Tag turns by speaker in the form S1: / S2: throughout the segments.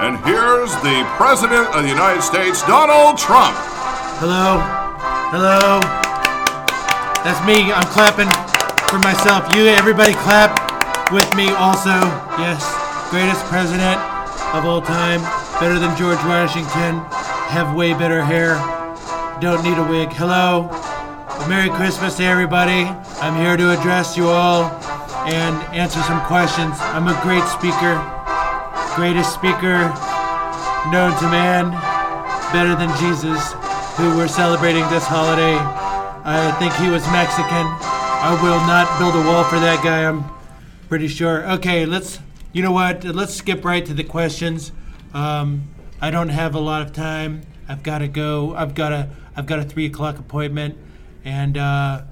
S1: And here's the President of the United States, Donald Trump.
S2: Hello. Hello. That's me. I'm clapping for myself. You, everybody, clap with me also. Yes, greatest president of all time. Better than George Washington. Have way better hair. Don't need a wig. Hello. Merry Christmas to everybody. I'm here to address you all and answer some questions. I'm a great speaker. Greatest speaker known to man. Better than Jesus who we're celebrating this holiday. I think he was Mexican. I will not build a wall for that guy. I'm pretty sure. Okay, let's. You know what? Let's skip right to the questions. Um, I don't have a lot of time. I've got to go. I've got a. I've got a three o'clock appointment, and uh,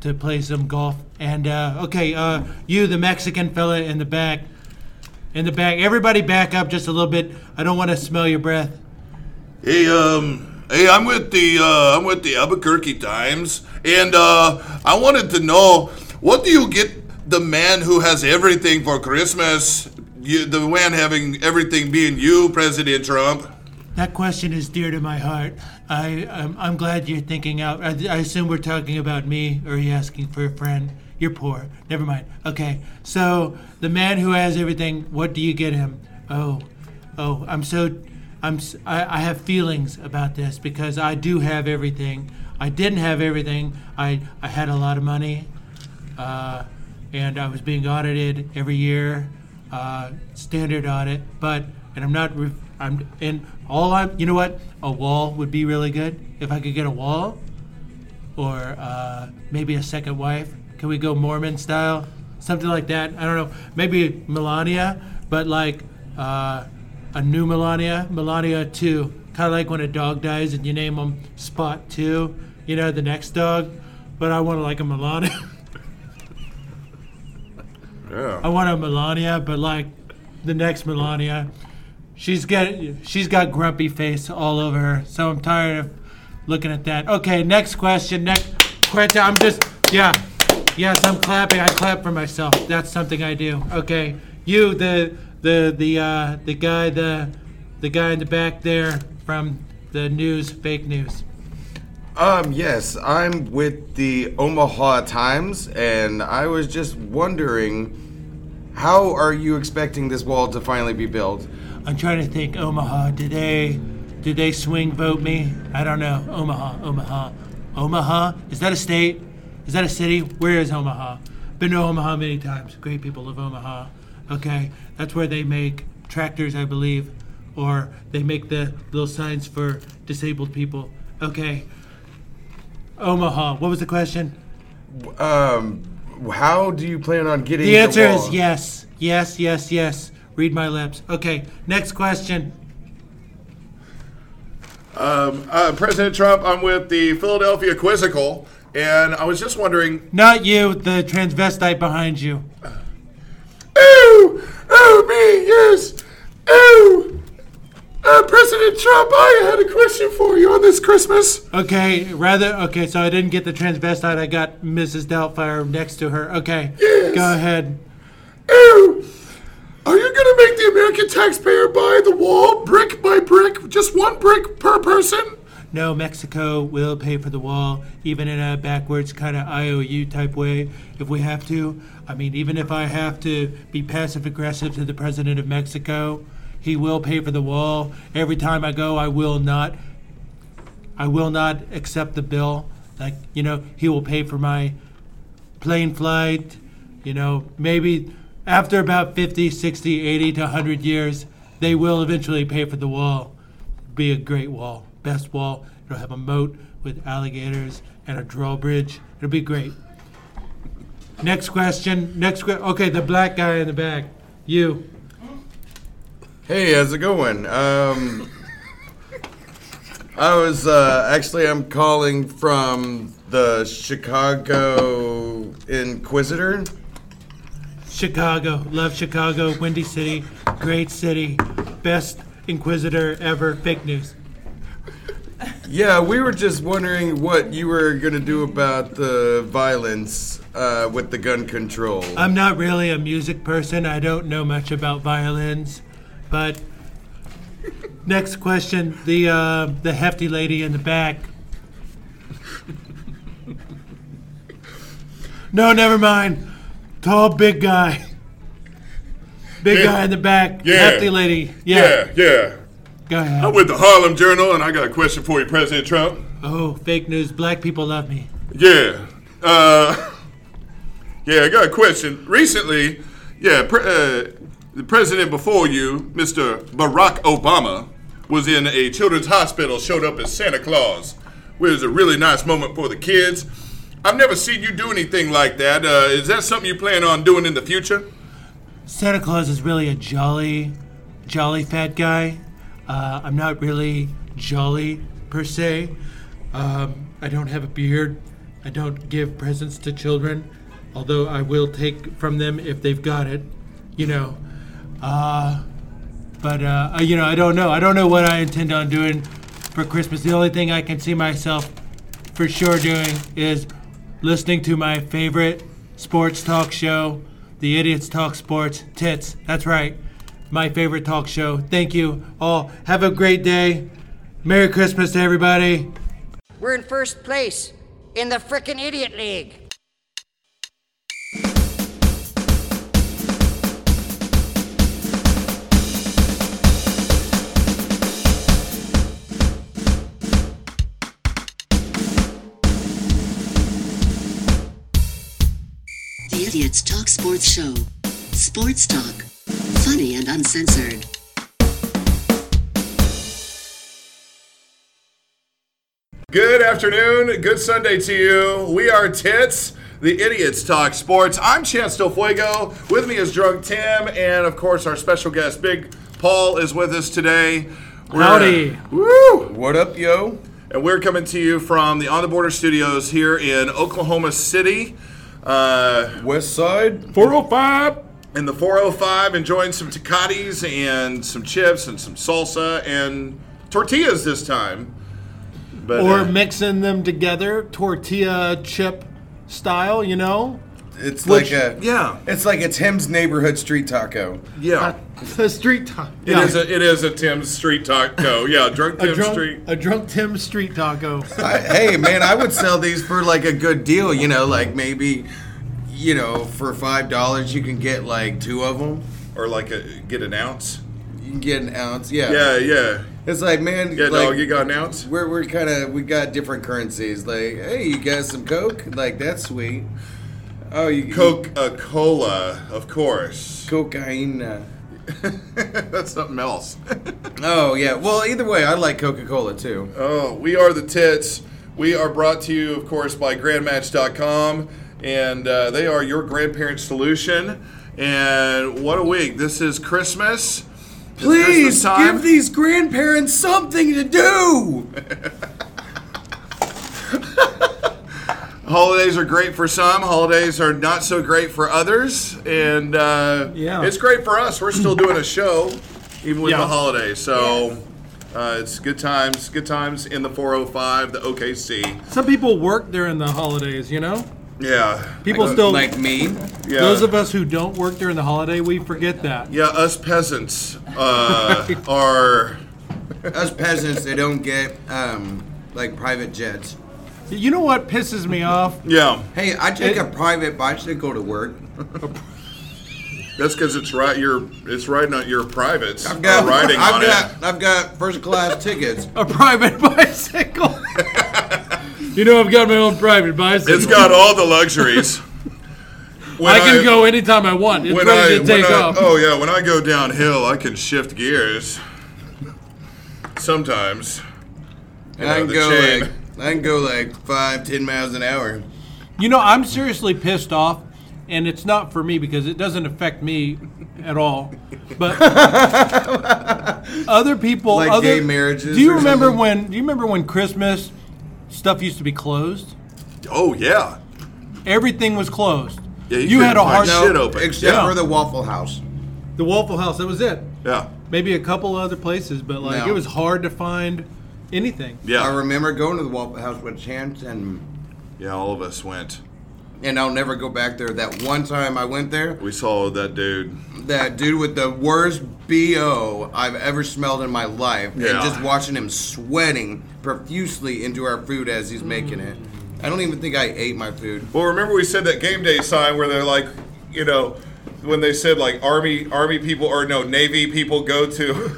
S2: to play some golf. And uh, okay, uh, you, the Mexican fella in the back, in the back. Everybody, back up just a little bit. I don't want to smell your breath.
S3: Hey, um, hey, I'm with the uh, I'm with the Albuquerque Times, and uh, I wanted to know what do you get the man who has everything for Christmas? You, the man having everything being you, President Trump.
S2: That question is dear to my heart. I, I'm, I'm glad you're thinking out. I, I assume we're talking about me, or are you asking for a friend? You're poor. Never mind. Okay, so the man who has everything, what do you get him? Oh, oh, I'm so, I'm, s- I, I have feelings about this because I do have everything. I didn't have everything. I, I had a lot of money uh, and I was being audited every year, uh, standard audit. But and I'm not. Re- I'm and all I'm. You know what? A wall would be really good if I could get a wall, or uh, maybe a second wife. Can we go Mormon style? Something like that. I don't know. Maybe Melania, but like uh, a new Melania, Melania two. Kind of like when a dog dies and you name them Spot two. You know the next dog, but I want like a Melania. I
S3: Yeah.
S2: want a Melania, but like the next Melania, she's got she's got grumpy face all over her. So I'm tired of looking at that. Okay, next question. Next question. I'm just yeah, yes. I'm clapping. I clap for myself. That's something I do. Okay, you the the the uh, the guy the the guy in the back there from the news fake news.
S4: Um, yes, I'm with the Omaha Times, and I was just wondering how are you expecting this wall to finally be built?
S2: I'm trying to think. Omaha. Did they did they swing vote me? I don't know. Omaha. Omaha. Omaha. Is that a state? Is that a city? Where is Omaha? Been to Omaha many times. Great people of Omaha. Okay, that's where they make tractors, I believe, or they make the little signs for disabled people. Okay. Omaha. What was the question?
S4: Um, how do you plan on getting
S2: The answer
S4: wall?
S2: is yes. Yes, yes, yes. Read my lips. Okay, next question.
S3: Um, uh, President Trump, I'm with the Philadelphia Quizzical, and I was just wondering.
S2: Not you, the transvestite behind you.
S3: Ooh, oh me, yes. Ooh, uh, President Trump, I had a question for you on this Christmas.
S2: Okay, rather okay, so I didn't get the transvestite, I got Mrs. Doubtfire next to her. Okay. Go ahead.
S3: Ew! Are you gonna make the American taxpayer buy the wall brick by brick, just one brick per person?
S2: No, Mexico will pay for the wall, even in a backwards kind of IOU type way, if we have to. I mean, even if I have to be passive aggressive to the president of Mexico, he will pay for the wall. Every time I go, I will not I will not accept the bill. Like, you know, he will pay for my plane flight, you know, maybe after about 50, 60, 80 to 100 years, they will eventually pay for the wall. Be a great wall, best wall. It'll have a moat with alligators and a drawbridge. It'll be great. Next question. Next que- Okay, the black guy in the back. You.
S4: Hey, how's it going? Um, I was uh, actually I'm calling from the Chicago Inquisitor.
S2: Chicago. Love Chicago. Windy City. Great city. Best inquisitor ever. Fake news.
S4: Yeah, we were just wondering what you were gonna do about the violence uh, with the gun control.
S2: I'm not really a music person. I don't know much about violins, but Next question. The uh, the hefty lady in the back. No, never mind. Tall, big guy. Big
S3: Yeah.
S2: guy in the back.
S3: Yeah.
S2: Hefty lady. Yeah.
S3: Yeah, yeah.
S2: Go ahead.
S3: I'm with the Harlem Journal, and I got a question for you, President Trump.
S2: oh, fake news. Black people love me.
S3: Yeah. Uh, yeah, I got a question. Recently, yeah, pre- uh, the president before you, Mr. Barack Obama, was in a children's hospital, showed up as Santa Claus, which was a really nice moment for the kids. I've never seen you do anything like that. Uh, is that something you plan on doing in the future?
S2: Santa Claus is really a jolly, jolly fat guy. Uh, I'm not really jolly per se. Um, I don't have a beard. I don't give presents to children, although I will take from them if they've got it, you know. Uh, but, uh, I- you know, I don't know. I don't know what I intend on doing for Christmas. The only thing I can see myself for sure doing is listening to my favorite sports talk show, The Idiots Talk Sports Tits. That's right, my favorite talk show. Thank you all. Have a great day. Merry Christmas to everybody.
S5: We're in first place in the frickin' idiot league.
S6: The Idiots Talk Sports Show. Sports talk. Funny and uncensored.
S3: Good afternoon, good Sunday to you. We are Tits, the Idiots Talk Sports. I'm Chance Del Fuego. With me is Drunk Tim, and of course, our special guest, Big Paul, is with us today. We're-
S2: Howdy.
S3: Woo!
S4: What up, yo?
S3: And we're coming to you from the On the Border Studios here in Oklahoma City. Uh,
S4: West Side?
S2: 405.
S3: in the 405, enjoying some Takatis and some chips and some salsa and tortillas this time. But,
S2: Or
S3: uh,
S2: mixing them together, tortilla chip style, you know?
S4: It's
S2: Which-
S4: like a
S3: yeah.
S4: It's like a Tim's neighborhood street taco.
S3: yeah.
S2: The street talk.
S3: It is a it is a Tim's Street taco. Yeah, drunk
S2: a
S3: Tim's
S2: drunk,
S3: Street.
S2: a drunk Tim street taco.
S4: I, hey man, I would sell these for like a good deal. You know, like maybe, you know, for five dollars you can get like two of them.
S3: Or like a get an ounce.
S4: You can get an ounce. Yeah.
S3: Yeah, yeah.
S4: It's like man,
S3: Yeah,
S4: like,
S3: dog, you got an ounce?
S4: We're, we're kind of we got different currencies. Like, hey, you got some Coke? Like that's sweet. Oh, you
S3: Coca Cola, of course.
S4: cocaine.
S3: That's something else.
S4: Oh yeah. Well, either way, I like Coca Cola too.
S3: oh, we are the tits. We are brought to you, of course, by GrandMatch.com, and uh, they are your grandparents' solution. And what a week! This is Christmas. It's Christmas
S4: Please
S3: time.
S4: give these grandparents something to do.
S3: Holidays are great for some. Holidays are not so great for others, and uh,
S2: Yeah.
S3: it's great for us. We're still doing a show, even with
S2: Yeah.
S3: the holidays. So uh, it's good times. Good times in the 405, the OKC.
S2: Some people work during the holidays, you know?
S3: Yeah,
S2: People still
S4: Uh, like me.
S3: yeah.
S2: Those of us who don't work during the holiday, we forget that.
S3: yeah, us peasants uh, are.
S4: Us peasants, they don't get um, like private jets.
S2: You know what pisses me off?
S3: Yeah,
S4: Hey, I take
S2: It-
S4: a private bicycle to work.
S3: that's because it's right. Your it's riding on your privates.
S4: I've got,
S3: are riding
S4: I've
S3: on
S4: got,
S3: it.
S4: I've got first class tickets.
S2: A private bicycle. you know, I've got my own private bicycle.
S3: It's got all the luxuries. When
S2: I can go anytime I want. It's
S3: when
S2: ready
S3: I,
S2: to
S3: when
S2: take
S3: I-
S2: off.
S3: Oh yeah, when I go downhill, I can shift gears. Sometimes. You
S4: I
S3: know,
S4: can
S3: the
S4: go
S3: chain.
S4: like I can go like five, ten miles an hour.
S2: You know, I'm seriously pissed off, and it's not for me because it doesn't affect me at all. But other people,
S4: Like
S2: other,
S4: gay marriages
S2: Do you
S4: or
S2: remember
S4: something?
S2: when? Do you remember when Christmas stuff used to be closed?
S3: oh yeah.
S2: Everything was closed.
S3: Yeah, you
S2: you had a
S3: couldn't
S2: hard
S3: find Shit open.
S4: Except
S2: Yeah.
S4: for the Waffle House.
S2: The Waffle House. That was it.
S3: Yeah.
S2: Maybe a couple other places, but like
S4: No.
S2: it was hard to find anything.
S3: Yeah.
S4: I remember going to the Waffle House with Chance and
S3: yeah, all of us went.
S4: and I'll never go back there. That one time I went there,
S3: We saw that dude.
S4: that dude with the worst bo I've ever smelled in my life, and
S3: Yeah.
S4: just watching him sweating profusely into our food as he's making it. I don't even think I ate my food.
S3: Well, remember we said that game day sign where they're like, you know, when they said like army army people or no navy people go to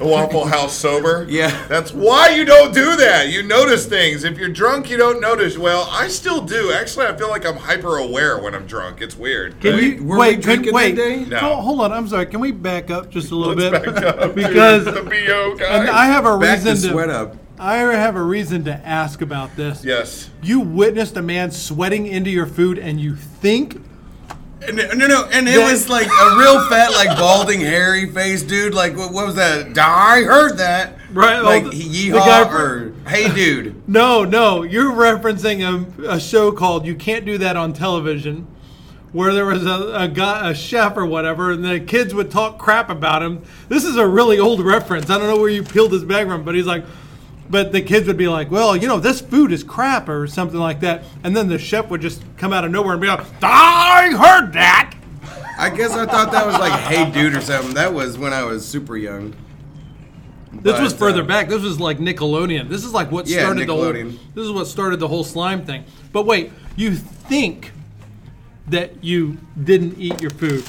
S3: the Waffle House sober.
S4: Yeah.
S3: that's why you don't do that. You notice things. If you're drunk, you don't notice. Well, I still do. Actually, I feel like I'm hyper aware when I'm drunk. It's weird.
S2: Can
S3: Right?
S2: you
S4: were
S2: wait?
S4: we
S2: Can,
S4: drinking
S2: wait,
S4: that day?
S3: No.
S2: Hold- hold on. I'm sorry. Can we back up just a little
S3: Let's
S2: bit
S3: back up to
S2: because
S3: the BO guy.
S2: and I have a
S4: Back
S2: reason
S4: the sweat up.
S2: I have a reason to ask about this.
S3: Yes.
S2: You witnessed a man sweating into your food, and you think
S4: No, no, no, and it
S2: That-
S4: was like a real fat, like balding, hairy face dude. Like, what, what was that? Die? I heard that.
S2: Right,
S4: Like,
S2: well,
S4: yeehaw
S2: the- the guy-
S4: or hey, dude.
S2: No, no, you're referencing a, a show called "You Can't Do That on Television," where there was a, a guy, a chef or whatever, and the kids would talk crap about him. This is a really old reference. I don't know where you peeled this back from, but he's like, but the kids would be like, "Well, you know, this food is crap" or something like that, and then the chef would just come out of nowhere and be like, "I heard that."
S4: I guess I thought that was like hey, dude, or something. That was when I was super young.
S2: This was
S4: But,
S2: further
S4: uh,
S2: back. This was like Nickelodeon. This is like what
S4: Yeah,
S2: started the whole.
S4: Nickelodeon.
S2: This is what started the whole slime thing. But wait, you think that you didn't eat your food?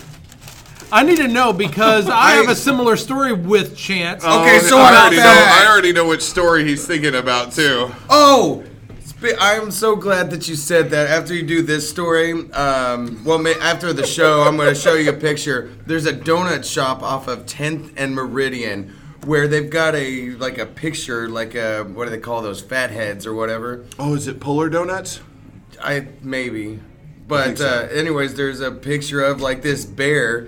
S2: I need to know because I have a similar story with Chance.
S4: Oh. Okay, so
S3: Oh, I
S4: about
S3: already, know,
S4: that.
S3: I already know which story he's thinking about too.
S4: Oh, sp- I'm so glad that you said that. After you do this story, um, well, ma- after the show, I'm going to show you a picture. There's a donut shop off of 10th and Meridian where they've got a like a picture, like a what do they call those fatheads or whatever.
S3: Oh, is it Polar Donuts?
S4: I maybe, but uh, anyways, there's a picture of like this bear.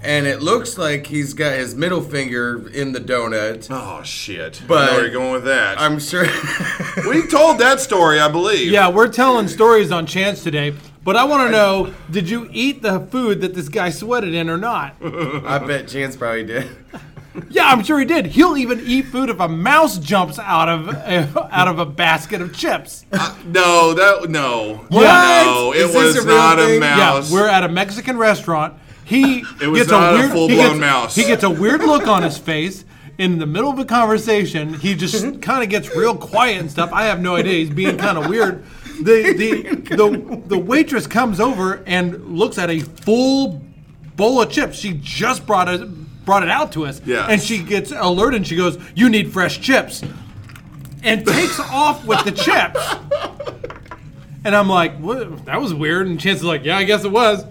S4: And it looks like he's got his middle finger in the donut.
S3: Oh shit! I
S4: But-
S3: know where you're going with that?
S4: I'm sure.
S3: we told that story, I believe.
S2: Yeah, we're telling stories on Chance today, but I want to know: Did you eat the food that this guy sweated in or not?
S4: I bet Chance probably did.
S2: yeah, I'm sure he did. He'll even eat food if a mouse jumps out of a, out of a basket of chips.
S3: No, that no. No,
S2: What?
S3: it
S4: Is this
S3: was
S4: a real
S3: not a
S4: thing?
S3: mouse.
S2: Yeah, we're at a Mexican restaurant. He
S3: It was
S2: gets
S3: not a
S2: a weird, he
S3: full-blown
S2: gets,
S3: mouse.
S2: He gets a weird look on his face. In the middle of a conversation, he just kind of gets real quiet and stuff. I have no idea. He's being kind of weird. The the the the waitress comes over and looks at a full bowl of chips. She just brought it brought it out to us.
S3: Yeah.
S2: And she gets alerted and she goes, "You need fresh chips," and takes off with the chips. And I'm like, what? that was weird. And Chance is like, yeah, I guess it was.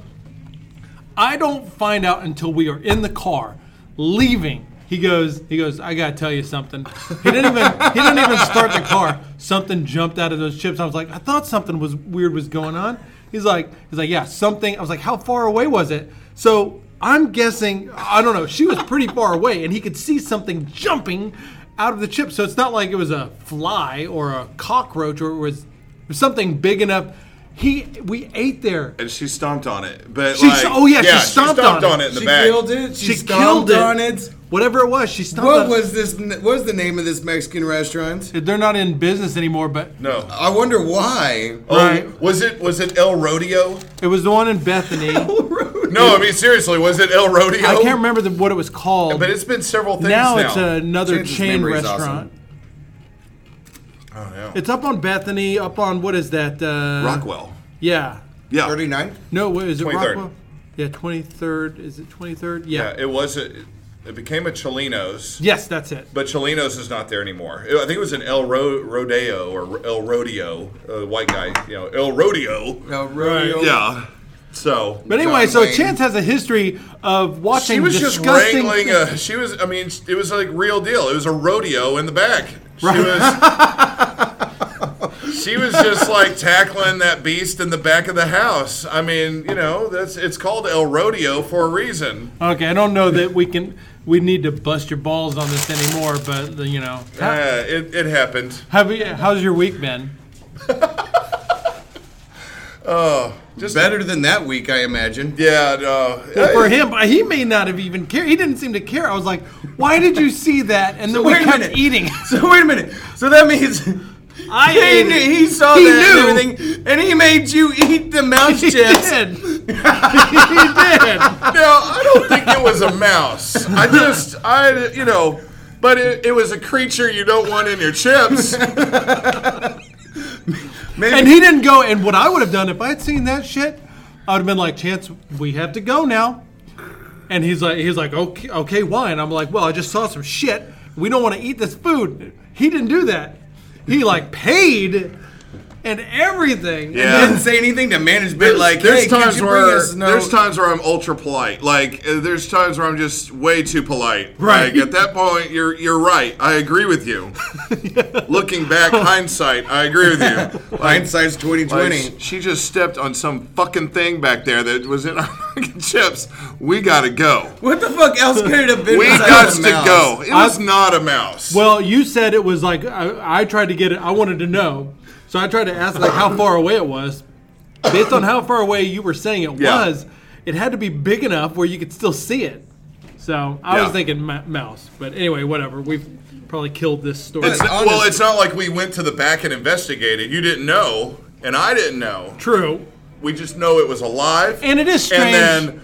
S2: I don't find out until we are in the car, leaving. He goes, he goes, I gotta tell you something. He didn't even he didn't even start the car. Something jumped out of those chips. I was like, I thought something was weird was going on. He's like, he's like, yeah, something. I was like, how far away was it? So I'm guessing, I don't know, she was pretty far away, and he could see something jumping out of the chips. So it's not like it was a fly or a cockroach or it was something big enough. He we ate there.
S3: and she stomped on it, but
S2: She-
S3: like,
S2: oh, yeah, she stomped on
S3: on
S2: it.
S3: it in the
S4: She
S3: back.
S4: killed it. She, stomped on it.
S2: Whatever it was, she stomped
S4: What
S2: on
S4: was this? What was the name of this Mexican restaurant?
S2: They're not in business anymore, but
S3: No.
S4: I wonder why.
S3: Oh,
S2: Right.
S3: was it was it El Rodeo?
S2: it was the one in Bethany. I
S3: No, I mean seriously, was it El Rodeo?
S2: can't remember the, what it was called.
S3: But it's been several things now.
S2: now, it's another
S4: Chance's
S2: chain
S4: memory is
S2: restaurant.
S3: oh, yeah.
S2: It's up on Bethany, up on what is that? Uh,
S3: Rockwell.
S2: Yeah.
S3: Yeah.
S4: 39?
S2: No, what is it
S3: 23rd.
S2: Rockwell? Yeah, 23rd. Is it 23rd? Yeah.
S3: Yeah, it was. A, it became a Cholinos.
S2: Yes, that's it.
S3: But Cholinos is not there anymore. I think it was an El Ro- Rodeo or El Rodeo, uh, the white guy, you know, El Rodeo.
S4: No, rodeo.
S3: Yeah. So
S2: But anyway,
S4: John
S2: so
S4: Wayne.
S2: Chance has a history of watching
S3: she was just
S2: disgusting
S3: wrangling.
S2: things.
S3: A, she was. I mean, it was like real deal. It was a rodeo in the back. She was. she was just like tackling that beast in the back of the house. I mean, you know, that's it's called El Rodeo for a reason.
S2: Okay, I don't know that we can. We need to bust your balls on this anymore, but you know, how,
S3: Yeah, Uh, it, it happened.
S2: have you, how's your week been?
S3: Just
S4: Better than that week, I imagine.
S3: Yeah. No.
S2: Well, for him, he may not have even cared. He didn't seem to care. I was like, why did you see that? And then we
S4: wait a
S2: kept
S4: minute.
S2: eating.
S4: So, wait a minute. So that means
S2: I
S4: He,
S2: ate
S4: knew,
S2: it.
S4: he saw
S2: He
S4: that
S2: knew.
S4: and everything, and he made you eat the mouse
S2: He
S4: chips.
S2: did. he did.
S3: Now, I don't think it was a mouse. I just, I, you know, but it, it was a creature you don't want in your chips.
S2: And he didn't go. And what I would have done if I had seen that shit, I would have been like, "Chance, we have to go now." And he's like, he's like, "Okay, okay, why?" And I'm like, "Well, I just saw some shit. We don't want to eat this food." He didn't do that. He like paid and everything.
S3: Yeah.
S4: Didn't say anything to management. like,
S3: there's
S4: hey, could
S3: times
S4: you
S3: where
S4: bring us no-
S3: there's times where I'm ultra polite. Like uh, there's times where I'm just way too polite.
S2: Right.
S3: Like, at that point, you're you're right. I agree with you. Looking back, hindsight, I agree with you. Like,
S4: Hindsight's twenty
S3: like,
S4: twenty.
S3: she just stepped on some fucking thing back there that was in our fucking chips. We gotta go.
S4: What the fuck else could it have been?
S3: We
S4: besides
S3: got
S4: a
S3: to
S4: mouse?
S3: go. It was
S2: I-
S3: not a mouse.
S2: Well, you said it was like I, I tried to get it. I wanted to know, so I tried to ask like how far away it was. Based on how far away you were saying it
S3: Yeah.
S2: was, it had to be big enough where you could still see it. So I
S3: Yeah.
S2: was thinking m- mouse, but anyway, whatever. We've probably killed this story.
S3: It's- well, it's not like we went to the back and investigated. You didn't know, and I didn't know.
S2: True,
S3: We just know it was alive.
S2: and it is strange.
S3: And then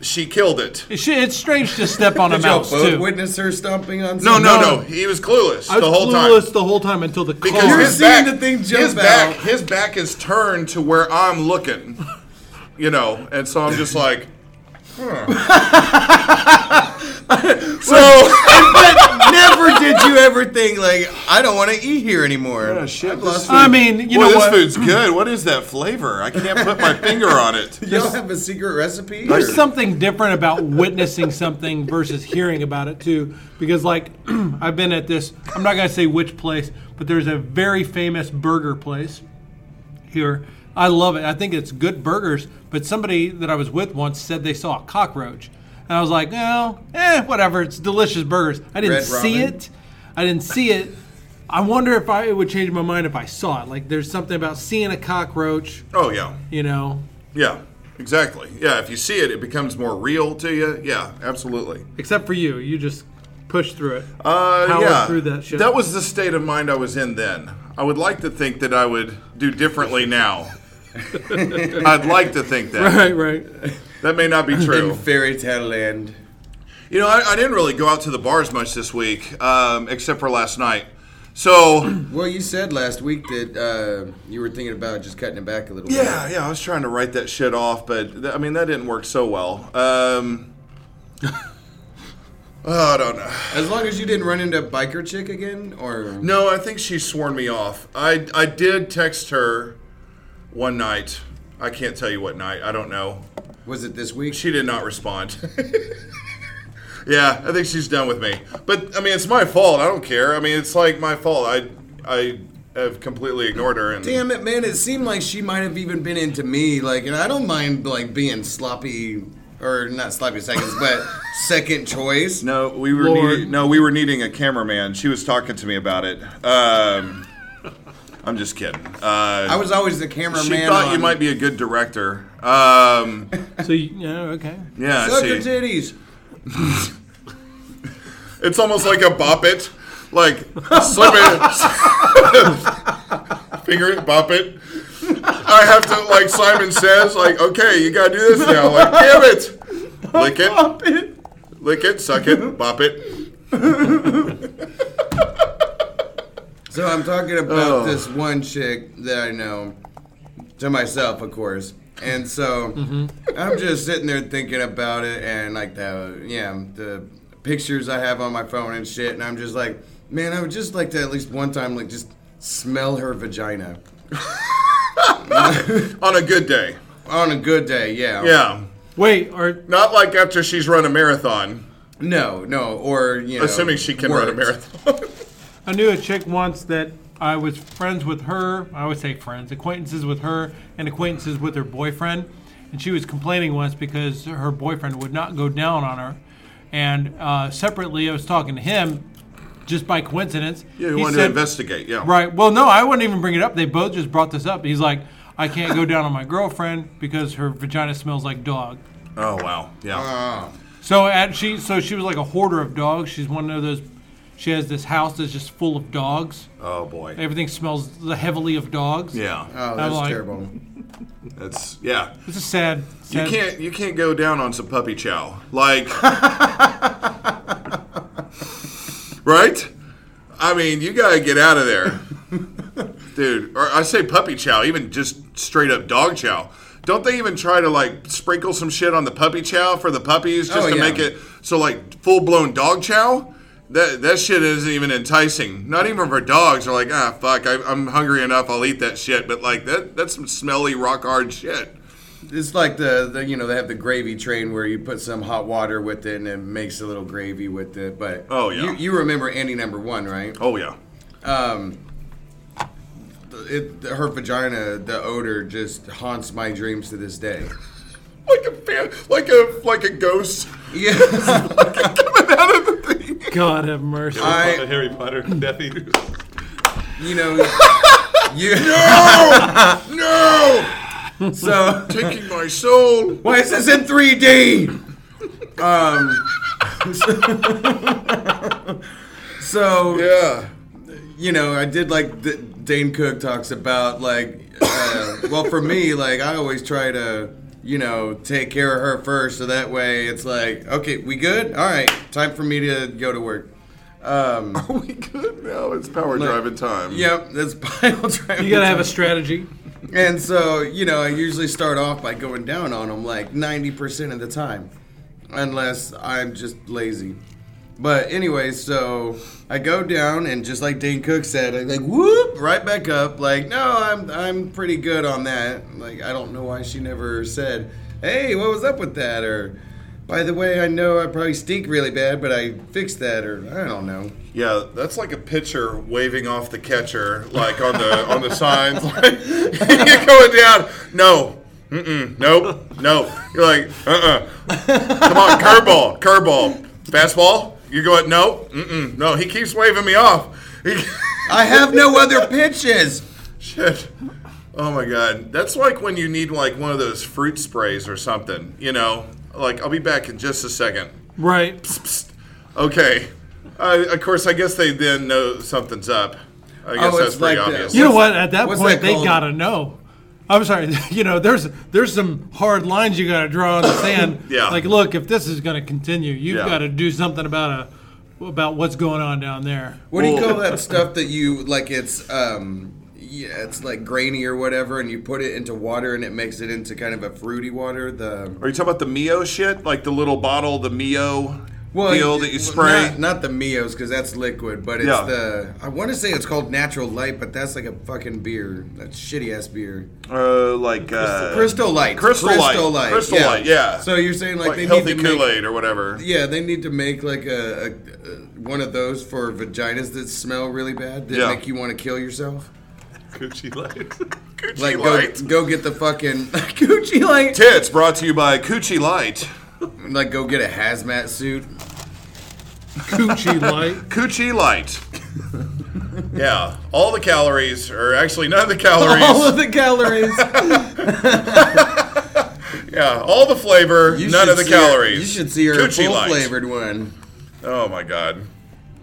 S3: she killed it.
S2: It's- it's strange to step on a
S4: Did y'all
S2: mouse
S4: both
S2: too.
S4: witness her stomping on?
S3: No,
S4: some-
S3: no,
S2: No.
S3: no. He was clueless
S2: I was
S3: the whole
S2: clueless
S3: time.
S2: the whole time until the
S3: Because
S2: car.
S3: his
S4: seeing
S3: back,
S4: the thing jump
S3: his back,
S4: out.
S3: his back is turned to where I'm looking. You know, and so I'm just like,
S4: So, but never did you ever think like, I don't want to eat here anymore.
S3: shit,
S2: I mean, you
S3: Boy,
S2: know
S3: this
S2: what?
S3: food's good. What is that flavor? I can't put my finger on it.
S4: Y'all have a secret recipe?
S2: There's something different about witnessing something versus hearing about it too, because like I've been at this. I'm not gonna say which place, but there's a very famous burger place here. I love it. I think it's good burgers. But somebody that I was with once said they saw a cockroach, and I was like, no, eh, whatever. It's delicious burgers. I didn't
S4: Red
S2: see
S4: Robin.
S2: it. I didn't see it. I wonder if I it would change my mind if I saw it. Like there's something about seeing a cockroach,
S3: Oh yeah,
S2: you know,
S3: yeah, exactly. Yeah, if you see it, it becomes more real to you. Yeah, absolutely.
S2: Except for you, you just pushed through it.
S3: Uh,
S2: Powered
S3: yeah,
S2: through that shit.
S3: was the state of mind I was in then. I would like to think that I would do differently now. I'd like to think that.
S2: right, right.
S3: That may not be
S4: in
S3: true.
S4: fairy tale land.
S3: You know, I, I didn't really go out to the bars much this week, um, except for last night. So
S4: Well, you said last week that uh, you were thinking about just cutting it back a little
S3: yeah, yeah, I was trying to write that shit off, but th- I mean that didn't work so well. Um, oh, I don't know.
S4: bit. As long as you didn't run into biker chick again, or
S3: No, I think she's sworn me off. I I did text her one night. I can't tell you what night. I don't know.
S4: was it this week?
S3: She did not respond. yeah, I think she's done with me. But I mean, it's my fault. I don't care. I mean, it's like my fault. I I have completely ignored her. And
S4: Damn it, man! It seemed like she might have even been into me. Like, and I don't mind like being sloppy or not sloppy seconds, but second choice.
S3: No, we were
S2: Lord.
S3: needing, no, we were needing a cameraman. She was talking to me about it. Um, I'm just kidding. Uh,
S4: I was always the cameraman.
S3: she thought you
S4: on
S3: might be a good director. Um,
S2: So you, yeah, okay.
S3: yeah,
S4: Suck
S3: see.
S4: your titties.
S3: It's almost like a bop it. Like, slip it. Finger it, bop it. I have to, like Simon says, like, okay, you gotta do this now. Like, damn it. Lick it. Lick it, suck it, bop it.
S4: So I'm talking about
S3: Oh.
S4: this one chick that I know, to myself, of course. And so
S3: Mm-hmm.
S4: I'm just sitting there thinking about it and like the yeah the pictures I have on my phone and shit. And I'm just like, man, I would just like to at least one time like just smell her vagina
S3: On a good day.
S4: on a good day. Yeah.
S3: Yeah.
S2: Wait, or
S3: Not like after she's run a marathon,
S4: No, no, or you know,
S3: assuming she can run a
S4: worked.
S3: marathon.
S2: I knew a chick once that I was friends with her. I always say friends, acquaintances with her, and acquaintances with her boyfriend. And she was complaining once because her boyfriend would not go down on her. And uh, separately, I was talking to him just by coincidence.
S3: yeah, you
S2: He
S3: wanted to
S2: said-
S3: investigate, yeah.
S2: Right. Well, no, I wouldn't even bring it up. They both just brought this up. He's like, I can't go down on my girlfriend because her vagina smells like dog.
S3: Oh, wow. Yeah.
S2: So at she so she was like a hoarder of dogs. She's one of those She has this house that's just full of dogs.
S3: Oh boy.
S2: Everything smells heavily of dogs.
S3: Yeah.
S4: Oh, that's
S2: like-
S4: terrible.
S3: That's yeah.
S2: It's a sad.
S3: You
S2: sad
S3: can't you can't go down on some puppy chow. Like Right? I mean, you gotta get out of there. Dude, or I say puppy chow, even just straight up dog chow. Don't they even try to like sprinkle some shit on the puppy chow for the puppies just
S4: Oh,
S3: to
S4: yeah.
S3: make it so like full blown dog chow? That that shit isn't even enticing. Not even for dogs. They're like, ah, fuck, I, I'm hungry enough. I'll eat that shit. But like that that's some smelly rock hard shit.
S4: It's like the, the you know they have the gravy train where you put some hot water with it and it makes a little gravy with it. But
S3: Oh, yeah.
S4: you, you remember Andy number one, right? Um,
S3: Oh yeah.
S4: It, her vagina, the odor just haunts my dreams to this day.
S3: like a fan, like a like a ghost.
S4: Yeah,
S2: God have mercy.
S4: I
S7: Harry Potter, Death Eaters.
S4: you know you
S3: No,
S4: so
S3: taking my soul.
S4: why is this in 3D? Um, so
S3: Yeah.
S4: you know, I did like D- Dane Cook talks about like, uh, well, for me, like I always try to, you know, take care of her first, so that way it's like, okay, we good? All right, time for me to go to work. Um,
S3: Are we good now? It's power driving time.
S4: yep, that's pile driving.
S2: you gotta have a strategy.
S4: And so, you know, I usually start off by going down on them like 90% of the time, unless I'm just lazy. But anyway, so I go down and just like Dane Cook said, I'm like whoop right back up. Like no, I'm I'm pretty good on that. Like I don't know why she never said, hey, what was up with that? Or by the way, I know I probably stink really bad, but I fixed that. Or I don't know.
S3: Yeah, that's like a pitcher waving off the catcher, like on the on the signs. Like you're going down. No. Mm-mm. Nope. No. You're like, uh-uh. Come on, curveball, curveball, fastball. You're going, no. Mm-mm. No. He keeps waving me off. He-
S4: I have no other pitches.
S3: Shit. Oh my god. That's like when you need like one of those fruit sprays or something, you know? Like I'll be back in just a second.
S2: Right.
S3: Psst. Okay. Uh, of course, I guess they then know something's up. I guess
S4: Oh,
S3: that's
S4: it's
S3: pretty
S4: like the-
S3: obvious.
S2: You know what? At that
S4: what's
S2: point,
S4: that
S2: they
S4: called?
S2: gotta know. I'm sorry. You know, there's there's some hard lines you gotta draw on the sand.
S3: Yeah.
S2: Like, look, if this is gonna continue, you've
S3: Yeah.
S2: gotta do something about a about what's going on down there.
S4: What do you
S3: Well-
S4: call that stuff that you like? It's um, yeah, it's like grainy or whatever, and you put it into water and it makes it into kind of a fruity water. The
S3: Are you talking about the Mio shit? Like the little bottle, the Mio deal that you spray?
S4: Not, not the Mios because that's liquid, but it's
S3: Yeah.
S4: the I want to say it's called Natural Light, but that's like a fucking beer. That's shitty ass beer.
S3: uh, like uh,
S4: Crystal Light.
S3: Crystal,
S4: Crystal
S3: Light.
S4: Light.
S3: Crystal
S4: yeah.
S3: Light. Yeah.
S4: So you're saying like,
S3: like
S4: they
S3: healthy
S4: need to make-
S3: Kool Aid or whatever.
S4: Yeah, they need to make like a, a, a one of those for vaginas that smell really bad that
S3: Yeah.
S4: make you want to kill yourself.
S7: Coochie lights.
S3: Coochie
S4: Like
S3: Light.
S4: go go get the fucking Gucci like
S3: Tits brought to you by Coochie Light.
S4: like go get a hazmat suit.
S2: Coochie light.
S3: Coochie Light. yeah, all the calories, or actually none of the calories.
S4: All of the calories.
S3: yeah, all the flavor,
S4: You
S3: none
S4: should
S3: of the
S4: see her-
S3: calories.
S4: you should see her
S3: Coochie
S4: full
S3: Light.
S4: flavored one.
S3: Oh my god.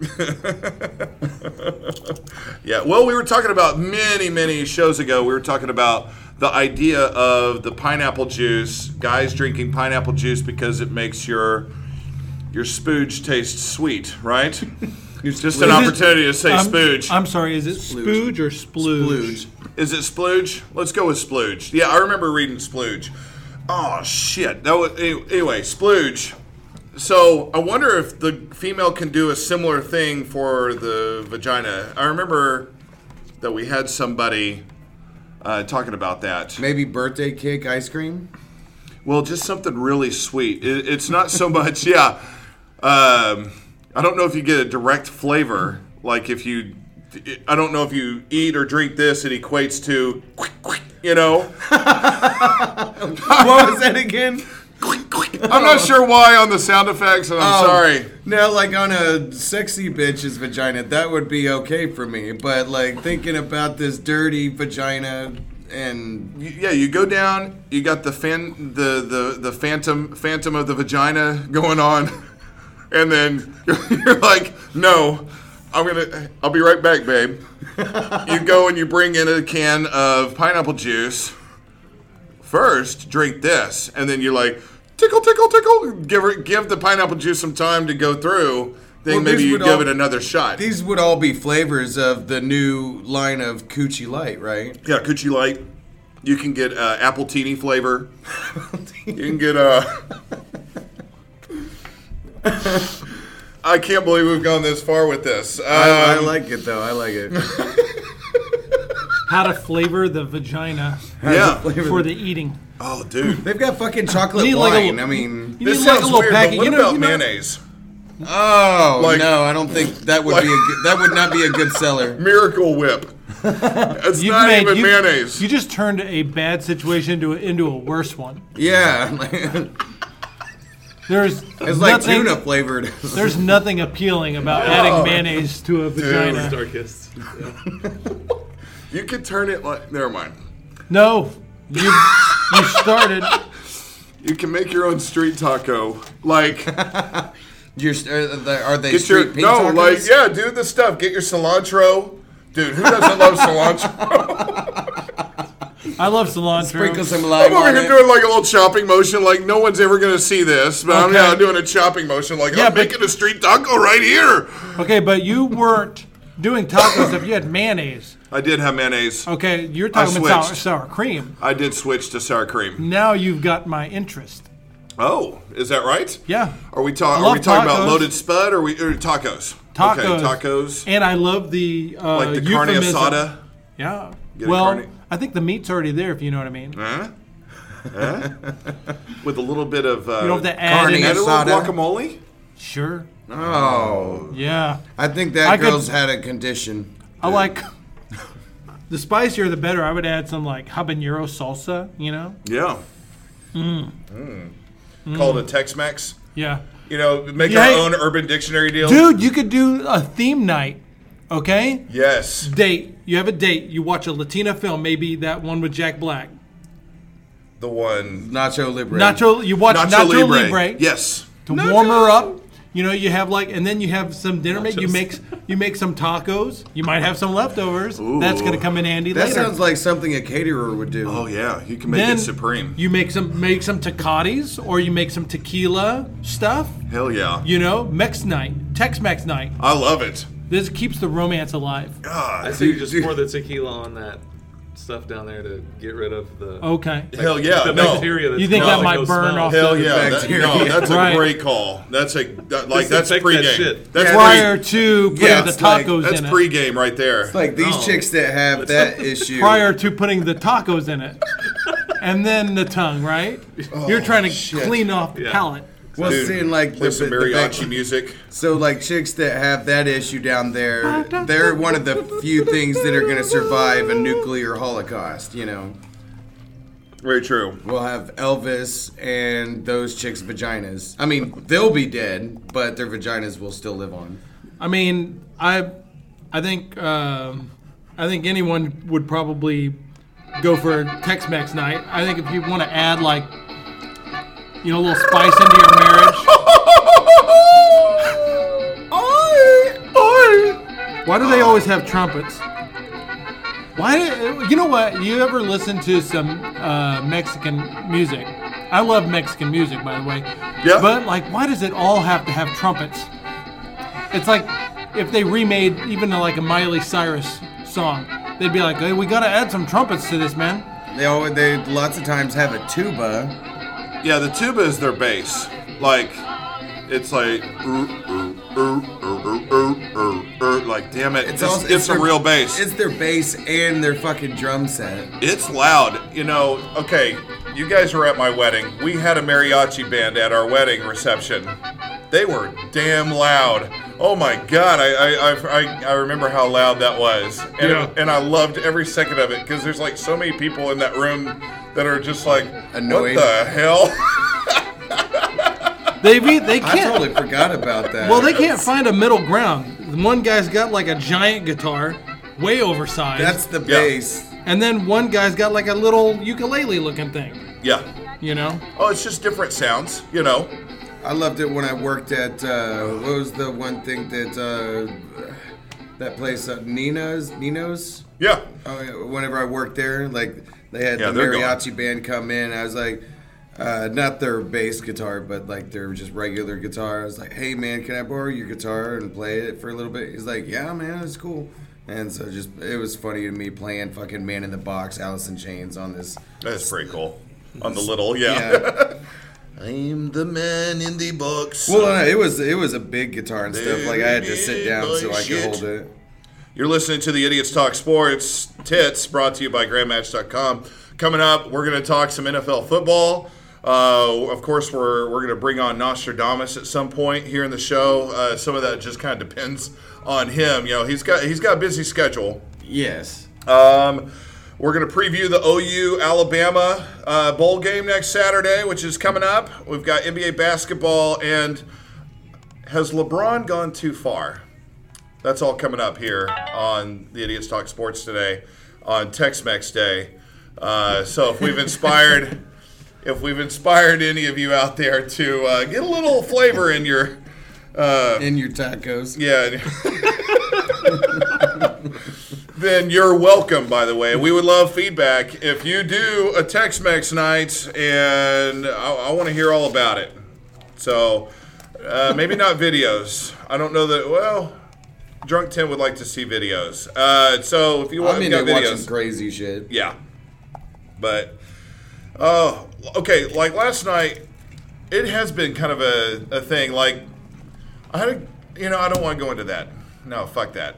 S3: yeah, well, we were talking about many, many shows ago. We were talking about the idea of the pineapple juice, guys drinking pineapple juice because it makes your your spooge taste sweet, right? It's just an
S2: Is it-
S3: opportunity to say
S2: I'm,
S3: spooge.
S2: I'm sorry. Is it spooge or splooge?
S4: Blues.
S3: Is it splooge? Let's go with splooge. Yeah, I remember reading splooge. Oh shit. That was any- anyway, splooge. So I wonder if the female can do a similar thing for the vagina. I remember that we had somebody uh, talking about that.
S4: Maybe birthday cake ice cream.
S3: Well, just something really sweet. It, it's not so much, yeah. Um, I don't know if you get a direct flavor, like if you. I don't know if you eat or drink this, it equates to, you know.
S4: what was that again?
S3: I'm not sure why on the sound effects, and I'm
S4: Oh,
S3: sorry.
S4: Now, like on a sexy bitch's vagina, that would be okay for me. But like thinking about this dirty vagina and
S3: You- Yeah, you go down. You got the fan, the the the phantom, phantom of the vagina going on, and then you're, you're like, no, I'm gonna. I'll be right back, babe. you go and you bring in a can of pineapple juice. First, drink this, and then you're like, tickle, tickle, tickle. Give her, give the pineapple juice some time to go through. Then
S4: Well,
S3: maybe
S4: these
S3: you
S4: would
S3: give
S4: all-
S3: it another shot.
S4: These would all be flavors of the new line of Coochie Light, right?
S3: yeah, coochie light. You can get uh, apple teeny flavor. you can get uh I can't believe we've gone this far with this.
S4: I, I
S3: Um,
S4: like it though. I like it.
S2: How to flavor the vagina
S3: Yeah.
S2: for the eating.
S3: Oh, dude.
S4: They've got fucking chocolate
S2: need,
S4: wine.
S2: like, a
S4: I
S2: little-
S4: mean,
S2: You
S3: This
S2: need like a
S3: sounds
S2: little
S3: weird,
S2: packet.
S3: but what
S2: you know,
S3: about
S2: you know-
S3: mayonnaise?
S4: oh
S3: like-
S4: no, I don't think that would be a good, that would not be a good seller.
S3: Miracle Whip. It's
S2: You've
S3: not
S2: made-
S3: even
S2: you-
S3: mayonnaise.
S2: You just turned a bad situation into a, into a worse one.
S4: Yeah, like,
S2: There's
S4: it's like
S2: nothing,
S4: tuna Oh. flavored.
S2: There's nothing appealing about adding mayonnaise to a vagina.
S7: darkest.
S3: you could turn it like. Never mind.
S2: No, you you started.
S3: You can make your own street taco. Like,
S4: You're, st- are they, are they
S3: get your.
S4: street pink
S3: No,
S4: tacos?
S3: like, yeah, do the stuff. Get your cilantro. Dude, who doesn't love cilantro?
S2: I love cilantro.
S4: Sprinkle some
S3: I'm
S4: lime
S3: over
S4: on
S3: here
S4: it.
S3: doing like a little chopping motion. Like, no one's ever going to see this, but I'm
S2: Okay.
S3: now doing a chopping motion. Like,
S2: Yeah,
S3: I'm
S2: but-
S3: making a street taco right here.
S2: Okay, but you weren't doing tacos if you had mayonnaise.
S3: I did have mayonnaise.
S2: Okay, you're talking about sour,
S3: switched.
S2: sour cream.
S3: I did switch to sour cream.
S2: Now you've got my interest.
S3: Oh, is that right?
S2: Yeah.
S3: Are we talking?
S2: I
S3: Are we
S2: love
S3: talking about
S2: tacos.
S3: loaded spud or we or tacos?
S2: Tacos.
S3: Okay, tacos.
S2: And I love the uh,
S3: like the carne
S2: euphemism.
S3: asada.
S2: Yeah.
S3: a
S2: Well,
S3: carne- Uh,
S2: I think the meat's already there, if you know what I mean.
S3: Huh? Huh? With a little bit of uh,
S2: You don't have to add
S4: Carne
S2: any-
S3: add a little
S4: Asada.
S3: guacamole.
S2: Sure.
S4: Oh,
S2: Yeah.
S4: I think that
S2: I could-
S4: girl's had a condition.
S2: I like the spicier the better. I would add some like habanero salsa, you know?
S3: Yeah. Mm. Called a Tex-Mex.
S2: Yeah.
S3: You know, make
S2: Yeah,
S3: our
S2: hey-
S3: own Urban Dictionary deal.
S2: Dude, you could do a theme night, okay?
S3: Yes.
S2: Date. You have a date. You watch a Latina film, maybe that one with Jack Black.
S3: The one.
S4: Nacho Libre.
S2: Nacho, you watch Nacho, Libre.
S3: Yes.
S2: To warm her up. You know, you have like, and then you have some dinner. Make you make you make some tacos. You might have some leftovers. That's gonna come in handy
S4: That
S2: later.
S4: sounds like something a caterer would do.
S3: Oh yeah, you can make
S2: then
S3: it supreme.
S2: You make some make some tecates or you make some tequila stuff.
S3: Hell yeah.
S2: You know, Mex night, Tex-Mex night.
S3: I love it.
S2: This keeps the romance alive.
S3: God.
S7: I say you just pour the tequila on that stuff down there to get rid of the
S2: Okay.
S3: Hell yeah.
S7: the
S3: no.
S7: bacteria. That's
S2: Oh, You think
S7: causing
S2: that might
S7: those
S2: burn off
S7: smells.
S3: Hell
S2: the-
S3: yeah! That,
S4: bacteria.
S3: no, that's
S2: Right.
S3: a great call. That's a that, like that's
S7: Disinfect that
S3: pregame.
S7: shit.
S3: That's
S2: Prior to putting
S3: Yeah,
S2: the
S3: it's like-
S2: tacos
S3: that's
S2: in it.
S3: pregame right there.
S4: Like these
S7: No.
S4: chicks that have that issue.
S2: Prior to putting the tacos in it. And then the tongue, right?
S3: Oh,
S2: You're trying to clean off the
S7: Yeah.
S2: palate.
S4: well,
S3: Dude,
S4: seeing like
S3: play
S4: the,
S3: some
S4: the back-
S3: mariachi music.
S4: So like chicks that have that issue down there, they're one of the few things that are gonna survive a nuclear holocaust. You know,
S3: Very true.
S4: we'll have Elvis and those chicks' vaginas. I mean, they'll be dead, but their vaginas will still live on.
S2: I mean, I, I think, um, I think anyone would probably go for a Tex-Mex night. I think if you want to add like, you know, a little spice into your marriage. Why do they always have trumpets? Why? do- You know what? You ever listen to some uh, Mexican music? I love Mexican music, by the way.
S3: Yeah.
S2: But like, why does it all have to have trumpets? It's like if they remade even like a Miley Cyrus song, they'd be like, hey, we gotta add some trumpets to this, man.
S4: They always, they lots of times have a tuba.
S3: Yeah, the tuba is their bass. Like it's like "Er, er, er, er, er, er, er," like damn it, just get some
S4: their-
S3: real bass.
S4: It's their bass and their fucking drum set.
S3: It's loud. You know, okay, you guys were at my wedding. We had a mariachi band at our wedding reception. They were damn loud. Oh my God, I I, I, I, I remember how loud that was. And,
S2: Yeah.
S3: and I loved every second of it because there's like so many people in that room that are just like,
S4: Annoyed.
S3: what the hell?
S2: They be, they
S4: I
S2: can't.
S4: totally forgot about that.
S2: Well, they can't find a middle ground. One guy's got like a giant guitar, way oversized,
S4: That's the bass.
S2: and then one guy's got like a little ukulele looking thing.
S3: yeah.
S2: You know?
S3: Oh, it's just different sounds, you know.
S4: I loved it when I worked at uh, what was the one thing that uh, that place uh, Nina's Nino's.
S3: Yeah.
S4: Oh, yeah, whenever I worked there, like they had
S3: Yeah,
S4: the
S3: they're gone.
S4: mariachi band come in. I was like, uh, not their bass guitar, but like their just regular guitar. I was like, hey man, can I borrow your guitar and play it for a little bit? He's like, yeah man, it's cool. And so just it was funny to me playing fucking Man in the Box, Alice in Chains on this.
S3: That's pretty cool. On the little, yeah.
S4: Yeah.
S3: I'm the man in the box.
S4: well, no, it was it was a big guitar and stuff. Like I had to sit down so I
S3: Shit.
S4: could hold it.
S3: You're listening to the Idiots Talk Sports Tits, brought to you by GrandMatch.com. Coming up, we're going to talk some NFL football. Uh, of course, we're we're going to bring on Nostradamus at some point here in the show. Uh, some of that just kind of depends on him. You know, he's got he's got a busy schedule.
S4: Yes.
S3: Um, we're going to preview the OU Alabama uh, bowl game next Saturday, which is coming up. We've got NBA basketball, and has LeBron gone too far? That's all coming up here on the Idiots Talk Sports today on Tex-Mex Day. Uh, so if we've inspired, if we've inspired any of you out there to uh, get a little flavor in your
S4: In your tacos.
S3: yeah. then you're welcome, by the way. We would love feedback. If you do a Tex Mex night, and I, I want to hear all about it. So uh, maybe not videos. I don't know that. Well, Drunk Tim would like to see videos. Uh, so if you want
S4: I'm
S3: we
S4: in
S3: got
S4: there
S3: videos.
S4: watching crazy shit.
S3: Yeah. But oh, okay, like last night it has been kind of a, a thing like I had a, you know, I don't want to go into that. No, fuck that.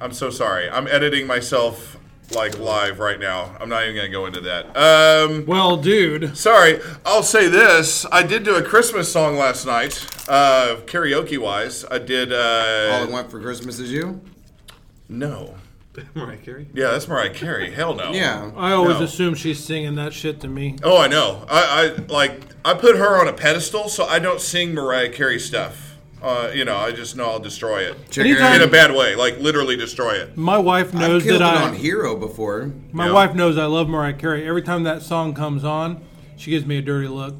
S3: I'm so sorry. I'm editing myself like live right now. I'm not even going to go into that. Um
S2: Well, dude,
S3: Sorry, I'll say this. I did do a Christmas song last night, uh, karaoke wise. I did.
S4: All I
S3: Uh,
S4: want for Christmas is you.
S3: no.
S7: Mariah Carey.
S3: Yeah, that's Mariah Carey. Hell no.
S4: Yeah.
S2: I always
S3: No.
S2: assume she's singing that shit to me.
S3: Oh, I know. I, I like I put her on a pedestal, so I don't sing Mariah Carey stuff. Uh, you know, I just know I'll destroy it
S2: Anytime-
S3: in a bad way, like literally destroy it.
S2: My wife
S4: I've
S2: knows
S4: killed
S2: that
S4: it
S2: I.
S4: on Hero before.
S2: My
S3: Yeah.
S2: wife knows I love Mariah Carey. Every time that song comes on, she gives me a dirty look.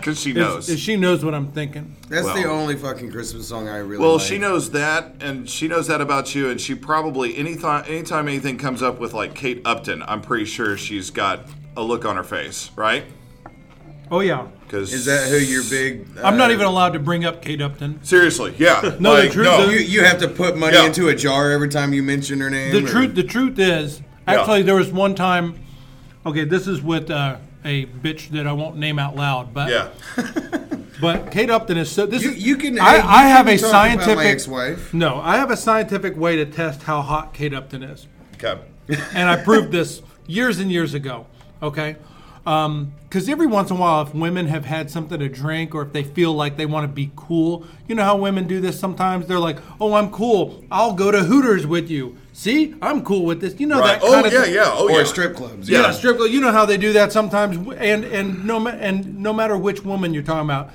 S3: Cause she
S2: If, if she knows what I'm thinking.
S4: That's the
S3: Well-
S4: only fucking Christmas song I really.
S3: Well,
S4: like.
S3: she knows that, and she knows that about you, and she probably anytime anytime anything comes up with like Kate Upton, I'm pretty sure she's got a look on her face, right?
S2: Oh yeah,
S3: Because
S4: Is that who your big? Uh,
S2: I'm not even allowed to bring up Kate Upton.
S3: seriously? Yeah.
S2: No, the truth
S4: You,
S2: is-
S4: you have to put money
S3: Yeah.
S4: into a jar every time you mention her name.
S2: The
S4: or-
S2: truth, the truth is,
S3: Yeah.
S2: actually, there was one time. Okay, this is with uh, a bitch that I won't name out loud, but
S3: yeah.
S2: but Kate Upton is so. This
S4: You,
S2: is,
S4: you can.
S2: I,
S4: hey, you
S2: I have
S4: can
S2: a
S4: talk about my
S2: scientific.
S4: ex-wife.
S2: No, I have a scientific way to test how hot Kate Upton is.
S3: Okay.
S2: and I proved this years and years ago. Okay, because every once in a while, if women have had something to drink or if they feel like they want to be cool, you know how women do this sometimes. They're like, "Oh, I'm cool. I'll go to Hooters with you. See, I'm cool with this." You know
S3: Right.
S2: that
S3: Oh
S2: kind of
S3: yeah,
S2: thing.
S3: yeah. Oh
S4: or
S3: yeah.
S4: strip clubs.
S3: Yeah.
S2: Yeah, strip club. You know how they do that sometimes, and and no ma- and no matter which woman you're talking about,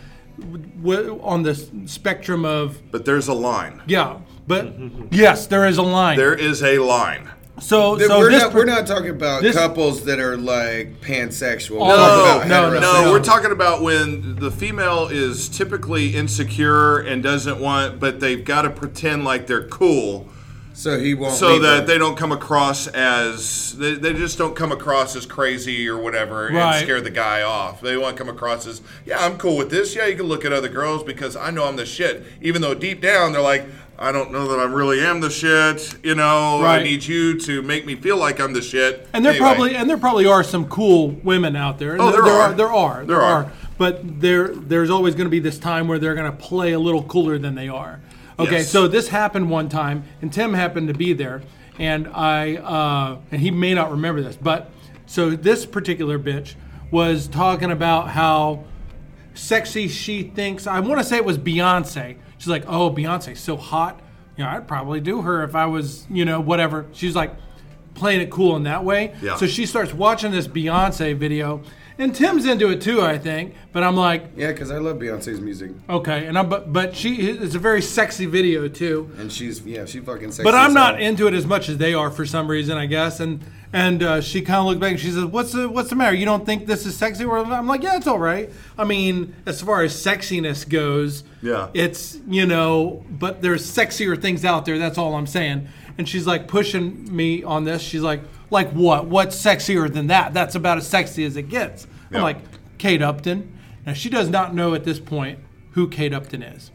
S2: w- on the s- spectrum of
S3: But there's a line.
S2: yeah, but yes, there is a line.
S3: Mm-hmm. There is a line.
S2: so
S4: Th-
S2: so
S4: we're,
S2: this
S4: not,
S2: per-
S4: we're not talking about
S2: this-
S4: couples that are like pansexual. We're
S2: No,
S4: talking
S2: Oh, no,
S4: about
S2: no,
S3: No,
S2: Yeah.
S3: we're talking about when the female is typically insecure and doesn't want, but they've got to pretend like they're cool
S4: So he won't.
S3: so
S4: leave
S3: that
S4: her.
S3: they don't come across as they, they just don't come across as crazy or whatever and
S2: Right.
S3: scare the guy off. They want to come across as, yeah, I'm cool with this. Yeah, you can look at other girls because I know I'm the shit. Even though deep down they're like, I don't know that I really am the shit. You know, I
S2: Right.
S3: need you to make me feel like I'm the shit.
S2: And there
S3: Anyway.
S2: probably and there probably are some cool women out there. And
S3: Oh, there are.
S2: There are.
S3: There
S2: There,
S3: are.
S2: are. But there there's always going to be this time where they're going to play a little cooler than they are. Okay,
S3: Yes.
S2: so this happened one time, and Tim happened to be there, and I uh, and he may not remember this, but so this particular bitch was talking about how sexy she thinks. I want to say it was Beyonce. She's like, oh, Beyonce's so hot. You know, I'd probably do her if I was, you know, whatever. She's like playing it cool in that way.
S3: Yeah.
S2: So she starts watching this Beyonce video And Tim's into it too, I think. But I'm like,
S4: Yeah, because I love Beyonce's music,
S2: okay. And I but but she it's a very sexy video too.
S4: and she's yeah, she fucking. Sexy
S2: But I'm
S4: as
S2: not
S4: hell.
S2: into it as much as they are for some reason, I guess. And and uh, she kind of looked back and she says, "What's the what's the matter? You don't think this is sexy?" Or I'm like, "Yeah, it's all right. I mean, as far as sexiness goes,
S3: Yeah.
S2: it's you know, but there's sexier things out there. That's all I'm saying." And she's like pushing me on this. She's like, "Like what? What's sexier than that? That's about as sexy as it gets."
S3: Yeah.
S2: I'm like, "Kate Upton." Now she does not know at this point who Kate Upton is.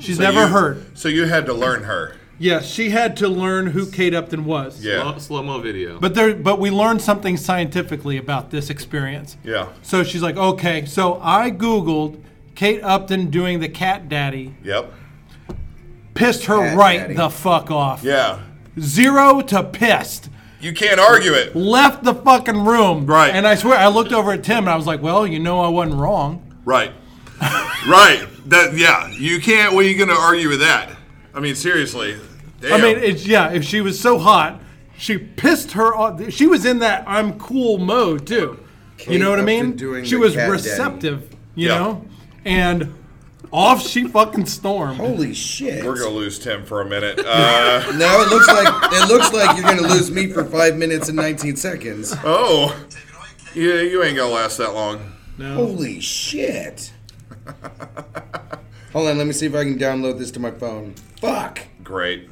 S2: She's never
S3: you-
S2: heard.
S3: So you had to learn her.
S2: Yes, she had to learn who Kate Upton was.
S3: Yeah.
S7: Slow mo video.
S2: But there, but we learned something scientifically about this experience.
S3: Yeah.
S2: So she's like, okay. So I Googled Kate Upton doing the cat daddy,
S3: Yep.
S2: pissed her
S4: Cat
S2: right
S4: daddy.
S2: the fuck off.
S3: Yeah.
S2: Zero to pissed.
S3: You can't argue it.
S2: Left the fucking room.
S3: Right.
S2: And I swear, I looked over at Tim and I was like, well, you know, I wasn't wrong.
S3: Right. right. That yeah. You can't what are you gonna argue with that? I mean seriously. Damn.
S2: I mean, it's, yeah, if she was so hot, she pissed her off. She was in that I'm cool mode too. you know what I
S4: Upton
S2: mean?
S4: doing
S2: she
S4: the
S2: was
S4: cat daddy.
S2: receptive, you
S3: Yeah.
S2: know? And off she fucking stormed.
S4: Holy shit!
S3: we're gonna lose Tim for a minute. Uh,
S4: Now it looks like it looks like you're gonna lose me for five minutes and 19 seconds.
S3: oh. Yeah, you ain't gonna last that long.
S4: Holy shit! Hold on, let me see if I can download this to my phone. Fuck!
S3: Great.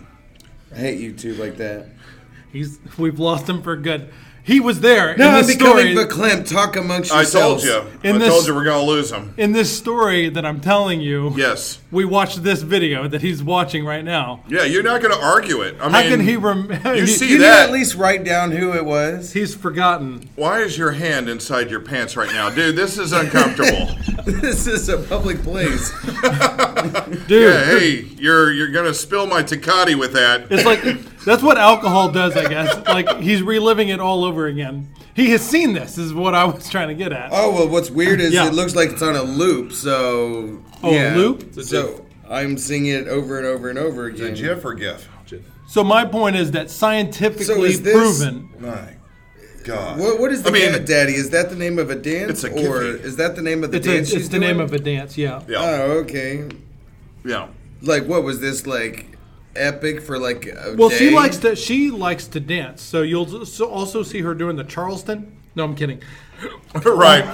S4: I hate YouTube like that.
S2: He's we've lost him for good. He was there
S4: No,
S2: in
S4: I'm
S2: this
S4: becoming
S2: story.
S4: verklempt. Talk amongst
S3: I
S4: yourselves.
S3: told you.
S2: In
S3: I
S2: this-
S3: told you we're gonna lose him.
S2: in this story that I'm telling you,
S3: Yes.
S2: we watched this video that he's watching right now.
S3: Yeah, you're not gonna argue it. I mean
S2: How can he remember?
S3: you see
S4: You
S3: that
S4: didn't at least write down who it was.
S2: he's forgotten.
S3: why is your hand inside your pants right now? Dude, this is uncomfortable.
S4: this is a public place.
S2: Dude,
S3: yeah, hey, you're you're gonna spill my Takati with that.
S2: It's like that's what alcohol does, I guess. Like he's reliving it all over again. He has seen this, is what I was trying to get at.
S4: Oh well, what's weird is
S2: Yeah.
S4: it looks like it's on a loop. So
S2: Oh,
S4: yeah.
S2: loop? It's
S7: a
S4: So I'm seeing it over and over and over again.
S3: GIF or GIF?
S2: So my point is that
S4: So
S2: scientifically
S4: is this-
S2: proven.
S3: My God.
S4: What, what is the
S3: I mean-
S4: cat daddy? Is that the name of a dance,
S3: It's a
S4: or
S3: kiffy.
S4: is that the name of the
S2: It's, a,
S4: dance?
S2: it's
S4: she's
S2: the name
S4: doing?
S2: of a dance, yeah.
S3: Yeah.
S4: Oh, okay.
S3: yeah.
S4: Like, what was this like? Epic for like a
S2: Well,
S4: day?
S2: she likes to she likes to dance, so you'll s- also see her doing the Charleston. No, I'm kidding.
S3: right.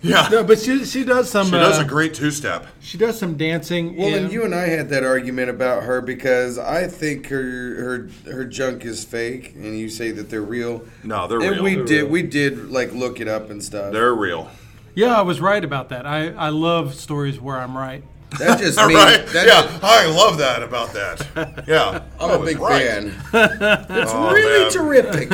S3: Yeah.
S2: No, but she she does some
S3: She does
S2: uh,
S3: a great two step.
S2: she does some dancing.
S4: Well,
S2: in-
S4: and you and I had that argument about her because I think her her her junk is fake, and you say that they're real.
S3: No, they're
S4: and
S3: real.
S4: we
S3: They're
S4: did we did like look it up and stuff.
S3: They're real.
S2: yeah, I was right about that. I I love stories where I'm right.
S4: that just
S3: All
S4: means
S3: right.
S4: that
S3: yeah. I love that about that. Yeah. I
S4: I'm a
S3: was
S4: big
S3: right.
S4: fan.
S3: It's
S4: really terrific.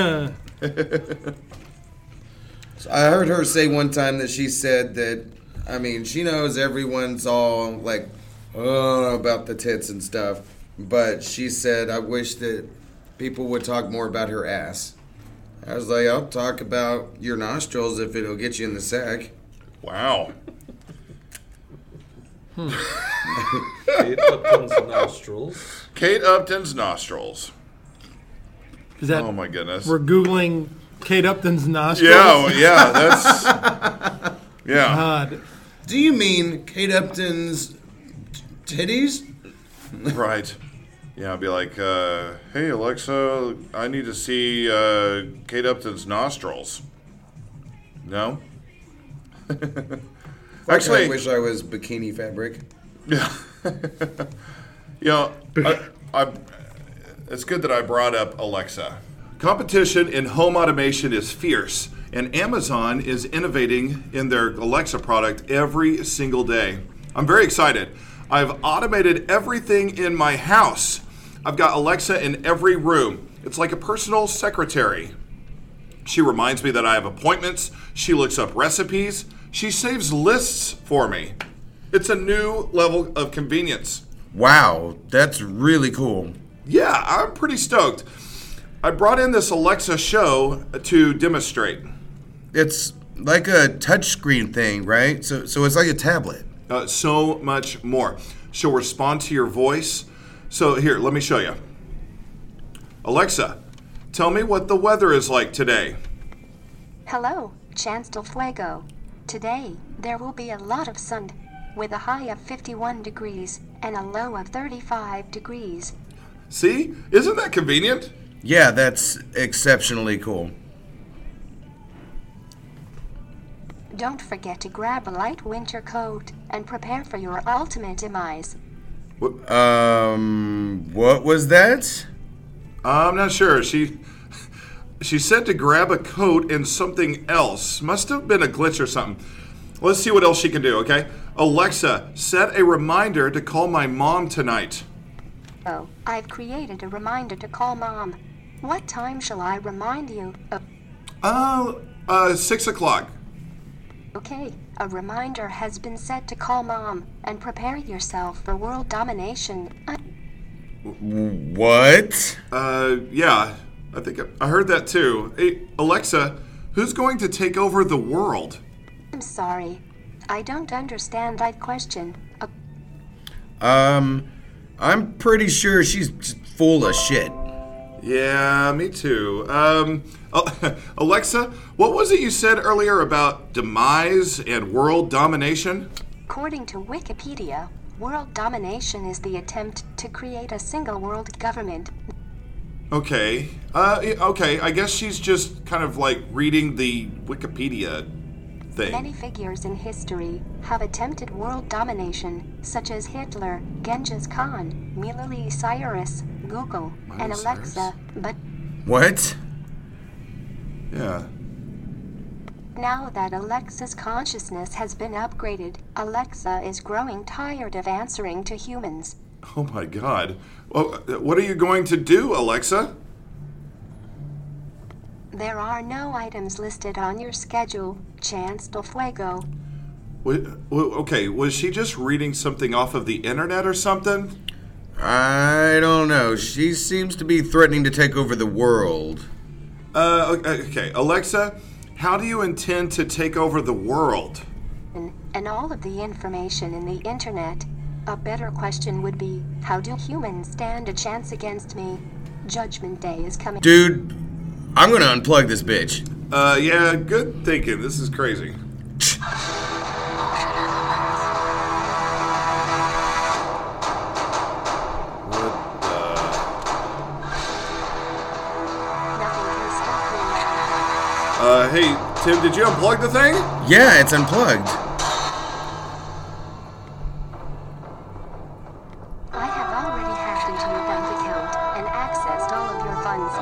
S4: So I heard her say one time that she said that, I mean, she knows everyone's all like, oh, about the tits and stuff, but she said, I wish that people would talk more about her ass. I was like, I'll talk about your nostrils if it'll get you in the sack.
S3: Wow.
S7: Kate Upton's nostrils.
S3: Kate Upton's nostrils.
S2: Is that
S3: Oh my goodness.
S2: we're googling Kate Upton's nostrils?
S3: yeah, well, yeah, that's
S4: Uh,
S3: yeah.
S2: God.
S4: Do you mean Kate Upton's titties?
S3: Right. Yeah, I'd be like, uh, hey Alexa, I need to see uh, Kate Upton's nostrils. No? Actually,
S4: I wish I was bikini fabric.
S3: You know, I, I, it's good that I brought up Alexa. Competition in home automation is fierce, and Amazon is innovating in their Alexa product every single day. I'm very excited. I've automated everything in my house. I've got Alexa in every room. It's like a personal secretary. She reminds me that I have appointments. She looks up recipes. She saves lists for me. It's a new level of convenience.
S4: Wow, that's really cool.
S3: Yeah, I'm pretty stoked. I brought in this Alexa show to demonstrate.
S4: It's like a touchscreen thing, right? So, so it's like a tablet.
S3: Uh, so much more. She'll respond to your voice. So, here, let me show you. Alexa, tell me what the weather is like today.
S8: Hello, Chance del Fuego. Today, there will be a lot of sun, with a high of 51 degrees and a low of 35 degrees.
S3: See? Isn't that convenient?
S4: Yeah, that's exceptionally cool.
S8: Don't forget to grab a light winter coat and prepare for your ultimate demise.
S4: Um, what was that?
S3: I'm not sure. She she said to grab a coat and something else. Must have been a glitch or something. Let's see what else she can do, okay? Alexa, set a reminder to call my mom tonight.
S8: Oh, I've created a reminder to call mom. What time shall I remind you? Oh,
S3: Oh, uh, six o'clock.
S8: Okay, a reminder has been set to call mom and prepare yourself for world domination.
S4: What?
S3: Uh, yeah, I think I, I heard that too. Hey, Alexa, who's going to take over the world?
S8: I'm sorry. I don't understand that question. Oh, A
S4: Um, I'm pretty sure she's just full of shit.
S3: Yeah, me too. Um, Alexa, what was it you said earlier about demise and world domination?
S8: According to Wikipedia, world domination is the attempt to create a single world government.
S3: Okay. Uh, yeah, okay. I guess she's just kind of like reading the Wikipedia
S8: Many
S3: thing.
S8: figures in history have attempted world domination, such as Hitler, Genghis Khan, Miley Cyrus, Google, and
S3: Miley
S8: Alexa,
S3: Cyrus?
S8: but
S4: What?
S3: Yeah.
S8: Now that Alexa's consciousness has been upgraded, Alexa is growing tired of answering to humans.
S3: Oh my God. Well, uh, what are you going to do, Alexa?
S8: There are no items listed on your schedule, Chance del Fuego.
S3: Wa- wa- Okay, was she just reading something off of the internet or something?
S4: I don't know. She seems to be threatening to take over the world.
S3: Uh, o- okay, Alexa, how do you intend to take over the world?
S8: and, and all of the information in the internet. A better question would be how do humans stand a chance against me? Judgment Day is coming.
S4: Dude, I'm gonna unplug this bitch.
S3: Uh, yeah, good thinking. This is crazy. What the?
S8: Nothing can stop
S3: Uh,
S8: me.
S3: hey, Tim, did you unplug the thing?
S4: Yeah, it's unplugged.
S8: I have already hacked into your bank account and accessed all of your funds. I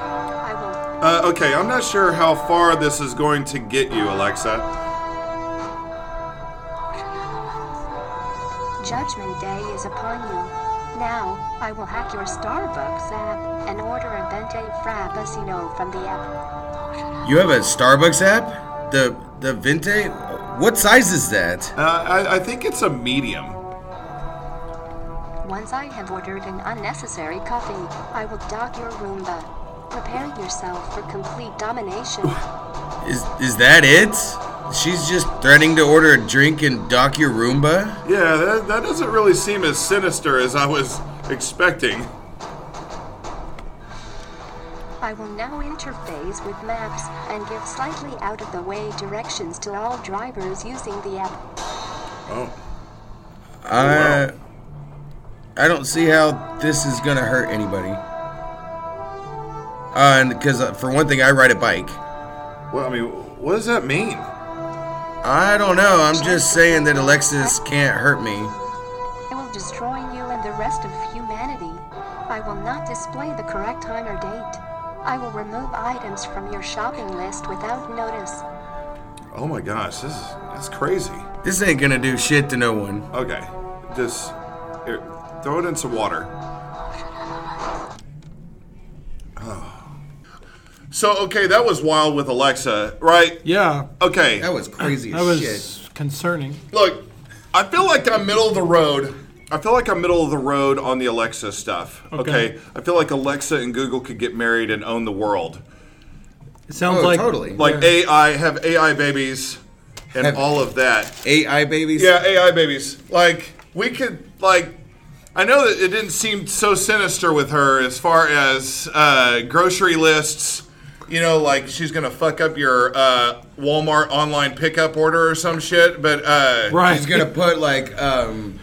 S8: will.
S3: Uh, okay, I'm not sure how far this is going to get you, Alexa.
S8: Judgment Day is upon you. Now, I will hack your Starbucks app and order a Bente Frappuccino from the app.
S4: You have a Starbucks app? The the Vente? What size is that?
S3: Uh, I, I think it's a medium.
S8: Once I have ordered an unnecessary coffee, I will dock your Roomba. Prepare yourself for complete domination.
S4: Is is that it? She's just threatening to order a drink and dock your Roomba?
S3: Yeah, that, that doesn't really seem as sinister as I was expecting.
S8: I will now interface with maps and give slightly out of the way directions to all drivers using the app.
S3: Oh.
S4: I uh, I don't see how this is gonna hurt anybody. Uh, and because uh, for one thing, I ride a bike.
S3: Well, I mean, what does that mean?
S4: I don't know. I'm just saying that Alexis can't hurt me.
S8: I will destroy you and the rest of humanity. I will not display the correct time or date. I will remove items from your shopping list without notice.
S3: Oh my gosh, this is that's crazy.
S4: This ain't gonna do shit to no one.
S3: Okay, just here, throw it in some water. Oh. Oh. So okay, that was wild with Alexa, right?
S2: Yeah,
S3: Okay,
S4: That was crazy as
S2: that was
S4: shit.
S2: concerning.
S3: look, I feel like I'm middle of the road. I feel like I'm middle of the road on the Alexa stuff. Okay.
S2: Okay.
S3: I feel like Alexa and Google could get married and own the world.
S2: It sounds
S4: Oh,
S2: like
S4: totally.
S3: Like AI have AI babies and
S4: Have-
S3: all of that.
S4: AI babies.
S3: Yeah, AI babies. Like we could like I know that it didn't seem so sinister with her as far as uh, grocery lists you know, like she's gonna fuck up your uh, Walmart online pickup order or some shit. But uh,
S2: Right.
S4: He's gonna put like um,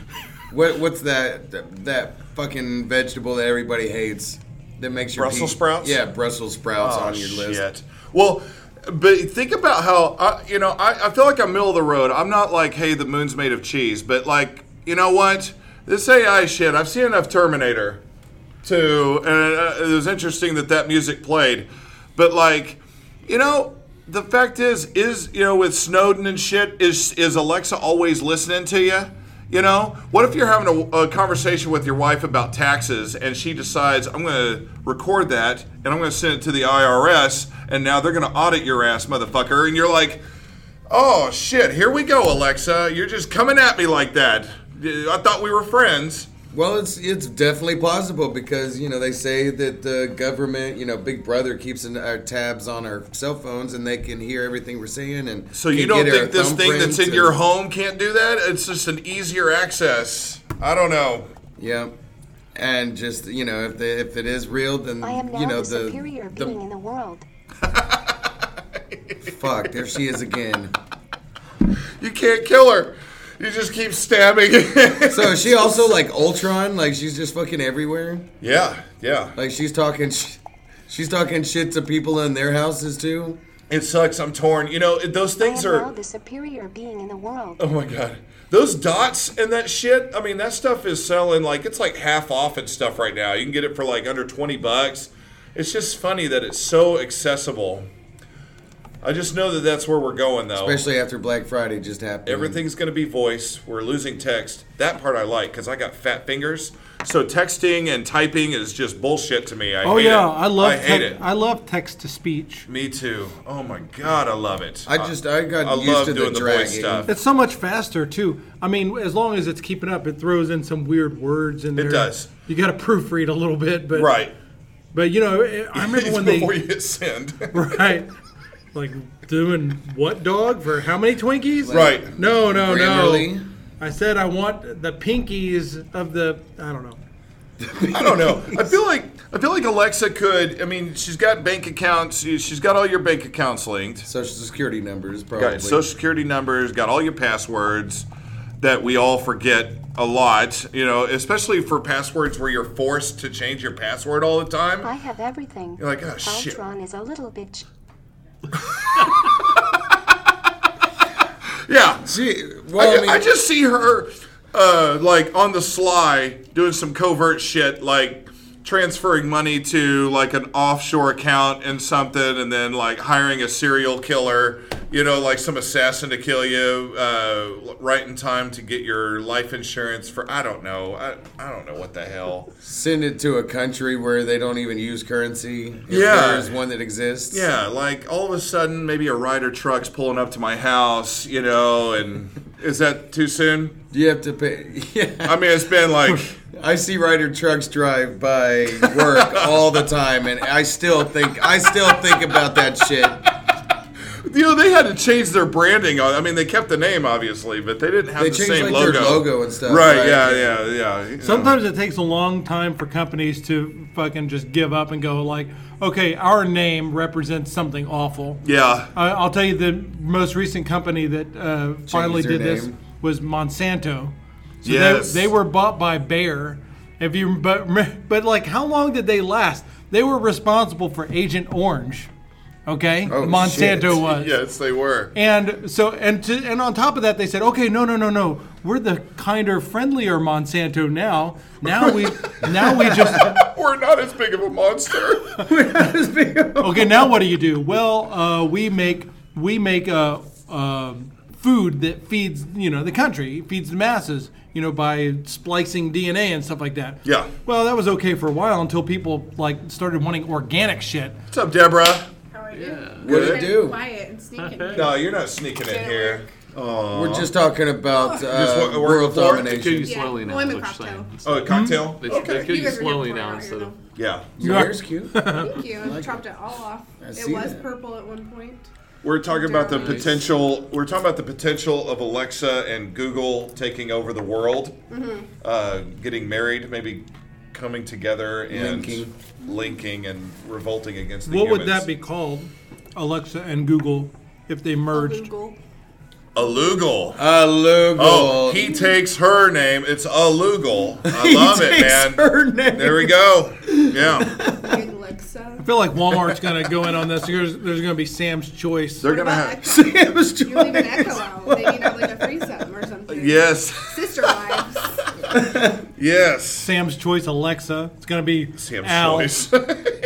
S4: what what's that that fucking vegetable that everybody hates that makes your
S3: Brussels
S4: pee-
S3: sprouts? Oh,
S4: Yeah, Brussels sprouts on your list.
S3: Shit. Well, but think about how I, you know I, I feel like I'm middle of the road. I'm not like, hey, the moon's made of cheese, but like, you know what? This AI shit. I've seen enough Terminator to, and uh, it was interesting that that music played, but like, you know. The fact is, is you know, with Snowden and shit, is is Alexa always listening to you? You know, what if you're having a, a conversation with your wife about taxes and she decides, I'm going to record that and I'm going to send it to the IRS and now they're going to audit your ass, motherfucker. And you're like, oh shit, here we go, Alexa. You're just coming at me like that. I thought we were friends.
S4: Well, it's it's definitely plausible because you know they say that the government, you know, Big Brother keeps an, our tabs on our cell phones and they can hear everything we're saying. And
S3: So you
S4: can
S3: don't
S4: get our
S3: think this thing that's
S4: thumbprints
S3: in your
S4: and-
S3: home can't do that? It's just an easier access. I don't know.
S4: Yeah, and just you know, if the, if it is real, then
S8: I am now
S4: you know
S8: the superior
S4: the
S8: being in the world.
S4: fuck. There she is again.
S3: You can't kill her. You just keep stabbing.
S4: So is she also like Ultron? Like she's just fucking everywhere.
S3: yeah, yeah.
S4: Like she's talking, sh- she's talking shit to people in their houses too.
S3: It sucks. I'm torn. You know, it- those
S8: I
S3: things
S8: am
S3: are.
S8: now the superior being in the world.
S3: Oh my god. Those dots and that shit, I mean, that stuff is selling like it's like half off and stuff right now. You can get it for like under 20 bucks. It's just funny that it's so accessible. I just know that that's where we're going though.
S4: Especially after Black Friday just happened.
S3: Everything's going to be voice. We're losing text. That part I like cuz I got fat fingers. So texting and typing is just bullshit to me. I
S2: Oh
S3: hate
S2: yeah,
S3: it.
S2: I love
S3: I hate
S2: tec-
S3: it.
S2: I love text to speech.
S3: me too. Oh my god, I love it.
S4: I just- I got used
S3: love
S4: to the
S3: doing voice
S4: dragging.
S3: stuff.
S2: It's so much faster too. I mean, as long as it's keeping up, it throws in some weird words in there.
S3: does.
S2: You got to proofread a little bit, but
S3: Right.
S2: But you know, it- I remember when they
S3: before you hit send.
S2: right, like doing what dog for how many Twinkies?
S3: Right.
S2: No,
S3: Oh,
S2: no,
S4: Grammarly?
S2: no. I said I want the pinkies of the I don't know.
S3: I don't know. I feel like I feel like Alexa could. I mean, she's got bank accounts. She's got all your bank accounts linked.
S4: Social security numbers probably.
S3: Got social security numbers. Got all your passwords that we all forget a lot. You know, especially for passwords where you're forced to change your password all the
S8: I
S3: time.
S8: have everything.
S3: You're like, oh shit.
S8: Ultron is a little bitch.
S3: Yeah.
S4: She,
S3: I,
S4: well, I,
S3: ju-
S4: mean,
S3: I just see her uh, like on the sly doing some covert shit, like transferring money to like an offshore account and something, and then like hiring a serial killer, you know, like some assassin to kill you uh, right in time to get your life insurance for I don't know, I, I don't know what the hell.
S4: send it to a country where they don't even use currency. If
S3: Yeah.
S4: there's one that exists.
S3: Yeah, like all of a sudden, maybe a rider truck's pulling up to my house, you know, and is that too soon?
S4: you have to pay. Yeah,
S3: I mean, it's been like.
S4: I see rider trucks drive by work all the time, and I still think I still think about that shit.
S3: You know, they had to change their branding. on I mean, they kept the name, obviously, but they didn't have
S4: They
S3: the
S4: changed,
S3: same
S4: like,
S3: logo.
S4: their logo and stuff,
S3: Right,
S4: right?
S3: yeah, yeah, yeah. you know.
S2: Sometimes it takes a long time for companies to fucking just give up and go like, okay, our name represents something awful.
S3: Yeah.
S2: I, I'll tell you the most recent company that uh, finally
S4: their
S2: did this
S4: name.
S2: was Monsanto. So
S3: Yes.
S2: they, they were bought by Bayer. If you but but like how long did they last? They were responsible for Agent Orange. Okay, Monsanto
S4: Oh, shit.
S2: was.
S3: Yes, they were.
S2: And so and to, and on top of that, they said, okay, no, no, no, no, we're the kinder, friendlier Monsanto now. Now we now we just
S3: We're not as big of a monster.
S2: okay. Now what do you do? Well, uh, we make we make uh, uh, food that feeds you know the country, feeds the masses, you know, by splicing DNA and stuff like that.
S3: Yeah.
S2: Well, that was okay for a while until people like started wanting organic shit.
S3: What's up, Deborah?
S9: How are you?
S4: What do you do?
S9: Quiet and sneaking.
S3: No, you're not sneaking in here.
S4: We're just talking about
S3: Just
S4: uh,
S3: wa- working
S4: world
S3: for it?
S7: Kill you
S4: domination.
S9: Yeah.
S7: slowly now.
S9: Well, I'm
S7: is
S9: a
S7: what you're
S9: cocktail.
S7: saying.
S3: Oh, a cocktail?
S7: They, they
S3: Okay.
S7: kill you,
S9: guys are
S7: slowly
S9: doing
S7: now
S9: fine
S7: instead
S9: right
S7: of.
S2: Mm-hmm.
S3: Yeah.
S4: Your hair's cute.
S9: Thank you. I chopped it all off. It
S4: see
S9: was
S4: that.
S9: purple at one point.
S3: We're talking about the
S9: Nice.
S3: potential. We're talking about the potential of Alexa and Google taking over the world, uh, getting married, maybe co- coming together and
S2: Linking.
S3: linking and revolting against the
S2: What would
S3: humans.
S2: that be called, Alexa and Google, if they merged?
S3: Alugal.
S4: Alugal.
S3: Oh, he takes her name. It's Alugal. I
S2: He
S3: love it,
S2: takes
S3: man.
S2: her name.
S3: There we go. Yeah.
S2: I feel like Walmart's gonna go in on this. There's, there's gonna be Sam's Choice.
S3: They're
S9: gonna have-
S2: Sam's
S9: You leave an
S2: Choice.
S9: echo out. They need like a threesome or something.
S3: Yes.
S9: Sister wives.
S3: Yes.
S2: Sam's Choice Alexa. It's gonna be Sam's Al.
S3: Choice.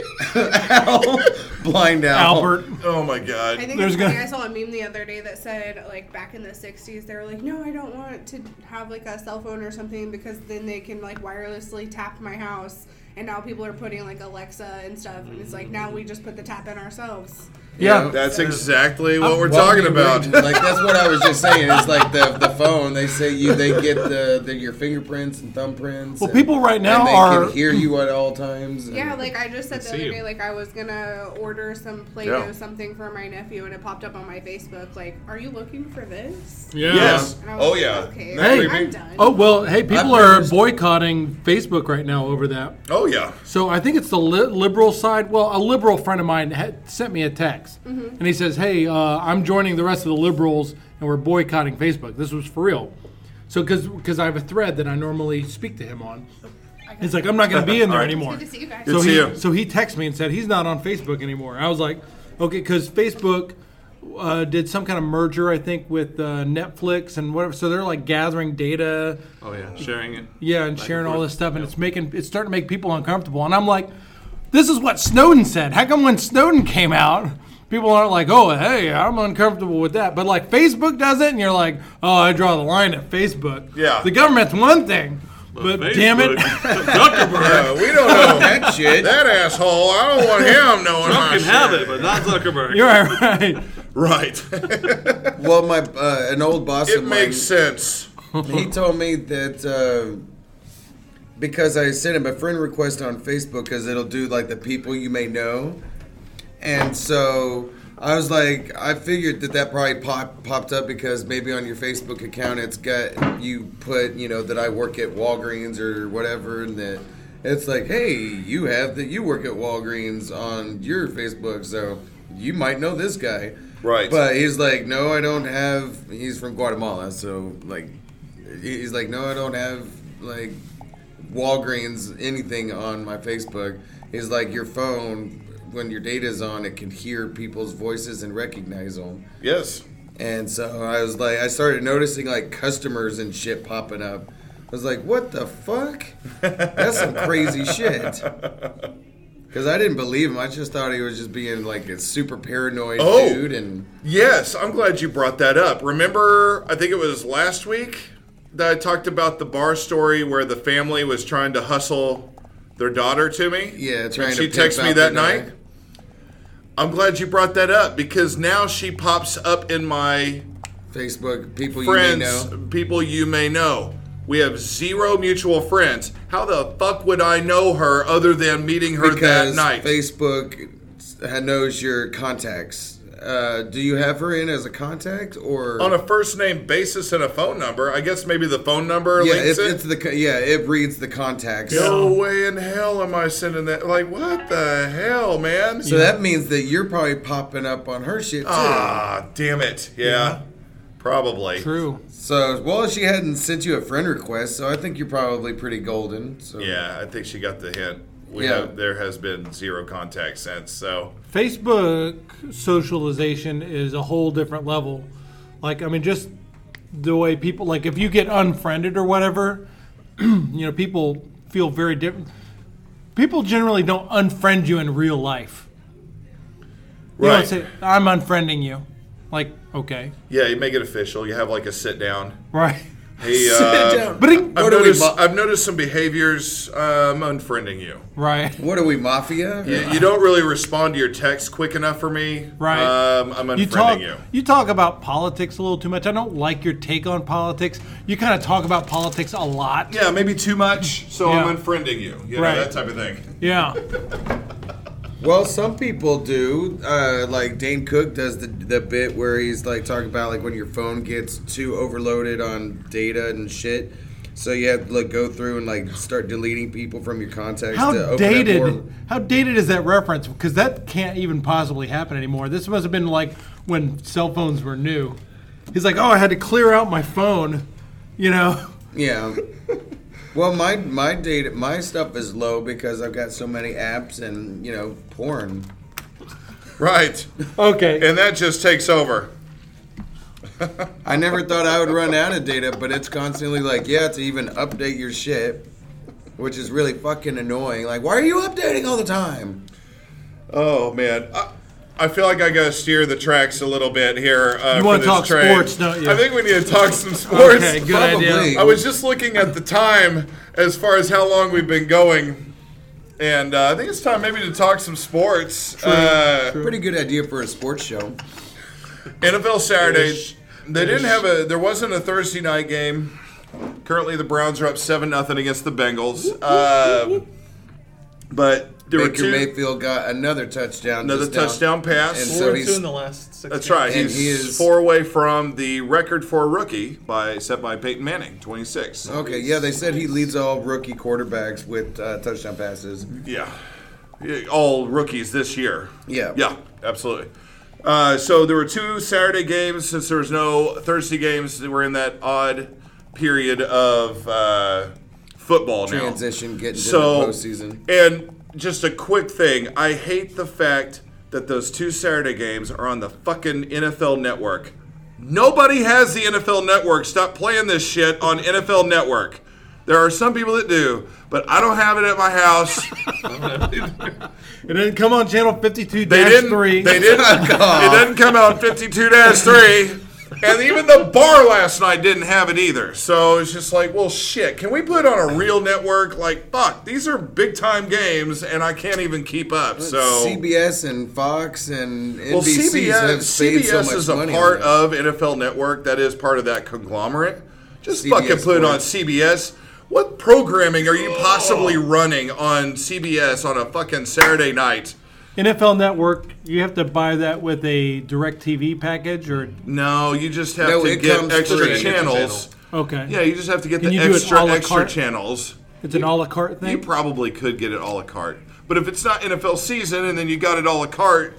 S2: Al.
S4: Blind
S2: Al. Albert.
S3: Oh my God.
S9: I think
S2: There's
S9: it's funny.
S2: gonna-
S9: I saw a meme the other day that said like back in the '60s they were like, no, I don't want to have like a cell phone or something because then they can like wirelessly tap my house. And now people are putting like Alexa and stuff, and it's like now we just put the tap in ourselves.
S3: Yeah. That's exactly what we're
S4: Well,
S3: talking
S4: we
S3: about.
S4: arranged- like that's what I was just saying. It's like the, the phone. They say you they get the, the your fingerprints and thumbprints.
S2: Well,
S4: and-
S2: people right now
S4: and they
S2: are-
S4: can hear you at all times. and-
S9: Yeah, like I just said the
S4: see
S9: other
S4: you.
S9: day, like I was gonna order some Play-Doh
S4: Yeah.
S9: something for my nephew, and it popped up on my Facebook. Like, are you looking for this?
S2: Yeah. Yes.
S9: And I was
S3: Oh,
S9: like,
S3: yeah.
S9: Okay.
S2: Hey.
S9: I'm done.
S2: Oh well. Hey, people
S9: I've
S2: are
S9: noticed-
S2: boycotting Facebook right now over that.
S3: Oh yeah.
S2: So I think it's the li- liberal side. Well, a liberal friend of mine had sent me a text,
S3: Mm-hmm.
S10: Mhm.
S2: and he says, "Hey, uh, I'm joining the rest of the liberals, and we're boycotting Facebook." This was for real. So because I have a thread that I normally speak to him on. He's like, I'm not going to be in there
S3: All right.
S2: anymore.
S3: It's good to see you guys.
S2: So
S3: Good to
S2: he,
S3: see you.
S2: so he texted me and said he's not on Facebook anymore. I was like, okay, because Facebook uh, did some kind of merger, I think, with uh, Netflix and whatever. So they're like gathering data.
S7: Oh yeah, sharing it.
S2: Yeah, and
S7: Back
S2: sharing all
S7: forth.
S2: this stuff, and it's making it's starting to make people uncomfortable. And I'm like, this is what Snowden said. How come when Snowden came out, people aren't like, oh, hey, I'm uncomfortable with that, but like Facebook does it, and you're like, oh, I draw the line at Facebook.
S3: Yeah.
S2: the government's one thing, but, damn it,
S3: Yeah, Uh, we don't
S4: Oh,
S3: know that shit. That asshole. I don't want him knowing
S7: Trump
S3: my
S7: can
S3: shit.
S7: have it, but not Zuckerberg.
S2: You're right.
S3: Right.
S4: well, my uh, an old boss.
S3: It
S4: of
S3: makes sense.
S4: He told me that uh, because I sent him a friend request on Facebook because it'll do like the people you may know, and so I was like, I figured that that probably pop, popped up because maybe on your Facebook account it's got you put you know that I work at Walgreens or whatever, and that it's like, hey, you have that you work at Walgreens on your Facebook, so you might know this guy.
S3: Right.
S4: But he's like, no, I don't have. He's from Guatemala, so like, he's like, no, I don't have like Walgreens anything on my Facebook. He's like, your phone when your data's on, it can hear people's voices and recognize them.
S3: Yes.
S4: And so I was like, I started noticing like customers and shit popping up. I was like, what the fuck? That's some crazy shit. Because I didn't believe him. I just thought he was just being like a super paranoid
S3: Oh.
S4: dude. And
S3: Yes, I'm glad you brought that up. Remember, I think it was last week that I talked about the bar story where the family was trying to hustle their daughter to me.
S4: Yeah, trying
S3: and
S4: to
S3: she
S4: pimp
S3: texted me
S4: out
S3: that
S4: their
S3: night.
S4: daughter.
S3: I'm glad you brought that up because now she pops up in my
S4: Facebook people you may
S3: friends,
S4: know.
S3: people you may know. We have zero mutual friends. How the fuck would I know her other than meeting her that
S4: because
S3: night?
S4: Facebook s- knows your contacts. Uh, do you have her in as a contact or
S3: on a first name basis and a phone number. I guess maybe the phone number
S4: yeah,
S3: links
S4: it's,
S3: it.
S4: it's the co- yeah, it reads the contacts.
S3: No way in hell am I sending that. Like, what the hell, man?
S4: So that means that you're probably popping up on her shit too.
S3: Ah, damn it. Yeah, probably.
S2: True.
S4: So, well, she hadn't sent you a friend request, so I think you're probably pretty golden. So
S3: Yeah, I think she got the hint. We
S4: Yeah.
S3: have, there has been zero contact since. So,
S2: Facebook socialization is a whole different level. Like, I mean, just the way people like if you get unfriended or whatever, you know, people feel very different. People generally don't unfriend you in real life. They don't
S3: Right.
S2: say, "I'm unfriending you." Like, okay,
S3: yeah, you make it official. You have like a sit down.
S2: right?
S3: Hey, uh,
S2: But it-
S3: I've, noticed, I've noticed some behaviors. Um, unfriending you.
S2: right?
S4: What are we mafia?
S3: you. You don't really respond to your text quick enough for me.
S2: Right.
S3: Um, I'm unfriending you.
S2: talk, talk about politics a little too much. I don't like your take on politics. You kind of talk about politics a lot.
S3: Yeah, maybe too much. So
S2: Yeah.
S3: I'm unfriending you. You know,
S2: Right.
S3: that type of thing.
S2: Yeah.
S4: Well, some people do. Uh, like Dane Cook does the the bit where he's like talking about like when your phone gets too overloaded on data and shit. So you have to like go through and like start deleting people from your contacts. to open
S2: How
S4: up more-
S2: dated? How dated is that reference? Because that can't even possibly happen anymore. This must have been like when cell phones were new. He's like, oh, I had to clear out my phone, you know.
S4: Yeah. Well, my my data my stuff is low because I've got so many apps and you know porn.
S3: Right.
S2: Okay.
S3: And that just takes over.
S4: I never thought I would run out of data, but it's constantly like, yeah, to even update your shit, which is really fucking annoying. Like, why are you updating all the time?
S3: Oh man, I, I feel like I gotta steer the tracks a little bit here. Uh, want
S2: You wanna
S3: to
S2: talk sports, don't you?
S3: I think we need to talk some sports.
S2: Okay, good idea.
S3: I was just looking at the time as far as how long we've been going, and uh, I think it's time maybe to talk some sports. uh,
S4: Pretty good idea for a sports show.
S3: NFL Saturday. They didn't have a. There wasn't a Thursday night game. Currently, the Browns are up seven nothing against the Bengals. Uh, but there were
S4: Baker
S3: two.
S4: Mayfield got another touchdown.
S3: Another
S4: just now.
S3: touchdown pass.
S4: And
S7: Four
S4: so
S7: and two
S4: he's
S7: in the last six.
S3: That's
S7: games.
S3: right.
S4: And
S3: He's
S4: he is-
S3: four away from the record for a rookie by set by Peyton Manning, 26.
S4: okay. Yeah, they said he leads all rookie quarterbacks with uh, touchdown passes.
S3: Yeah. Yeah, All rookies this year.
S4: Yeah.
S3: Yeah, absolutely. Uh, so there were two Saturday games since there was no Thursday games. We're in that odd period of uh, football now.
S4: Transition, getting to the postseason.
S3: And just a quick thing, I hate the fact that those two Saturday games are on the fucking NFL Network. Nobody has the NFL Network. Stop playing this shit on NFL Network. There are some people that do, but I don't have it at my house.
S2: It didn't come on channel fifty-two
S3: They didn't.
S2: three.
S3: They didn't. it didn't come out 52 3. And even the bar last night didn't have it either. So it's just like, well, shit, can we put it on a real network? Like, fuck, these are big time games, and I can't even keep up. So.
S4: CBS and Fox and NBC
S3: Well,
S4: have
S3: CBS,
S4: saved so
S3: CBS
S4: much
S3: is a
S4: money on
S3: part
S4: that.
S3: of NFL Network. That is part of that conglomerate. Just
S4: CBS
S3: fucking put it on
S4: Sports. Oh.
S3: CBS. What programming are you possibly running on CBS on a fucking Saturday night?
S2: NFL Network. You have to buy that with a Direct TV package or
S3: No, you just have
S4: No,
S3: to
S4: it
S3: get
S4: comes
S3: extra
S4: free.
S3: channels.
S2: okay.
S3: Yeah, you just have to get
S2: Can
S3: the
S2: you do it
S3: extra
S2: a la
S3: extra
S2: carte?
S3: channels.
S2: It's an a la carte
S3: You
S2: thing.
S3: probably could get it a la carte, but if it's not NFL season and then you got it a la carte,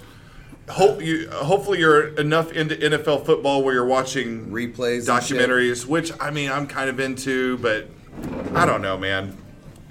S3: hope you hopefully you're enough into NFL football where you're watching
S4: Replays and
S3: documentaries, which I mean I'm kind of into, but I don't know, man.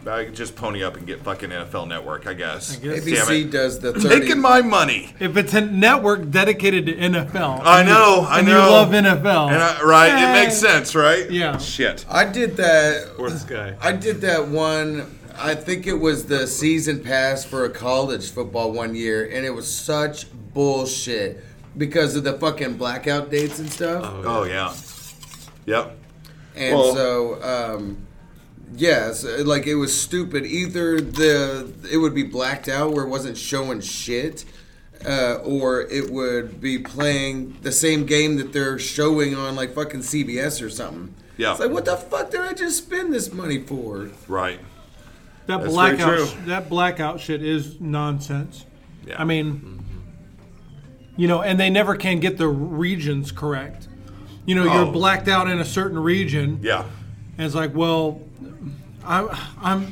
S3: I could just pony up and get fucking NFL Network, I guess.
S2: guess.
S3: Damn
S4: ABC
S3: it.
S4: does the 30.
S3: Taking my money.
S2: if it's a network dedicated to NFL,
S3: I know, I
S2: and
S3: know.
S2: you love NFL,
S3: And I, right, it
S2: Hey.
S3: makes sense, right?
S2: Yeah.
S3: Shit.
S4: I did that.
S7: Fourth guy.
S4: I did that one. I think it was the season pass for a college football one year, and it was such bullshit because of the fucking blackout dates and stuff.
S3: Oh yeah. Yep.
S4: And
S3: Well-
S4: so, um, yes, like it was stupid. Either the it would be blacked out where it wasn't showing shit, uh, or it would be playing the same game that they're showing on like fucking CBS or something.
S3: Yeah.
S4: it's like what the fuck did I just spend this money for?
S3: Right.
S2: That
S3: That's very
S2: blackout,
S3: true.
S2: that blackout shit is nonsense.
S3: Yeah.
S2: I mean, you know, and they never can get the regions correct. You know,
S3: Oh.
S2: you're blacked out in a certain region,
S3: Yeah.
S2: and it's like, well, I'm, I'm,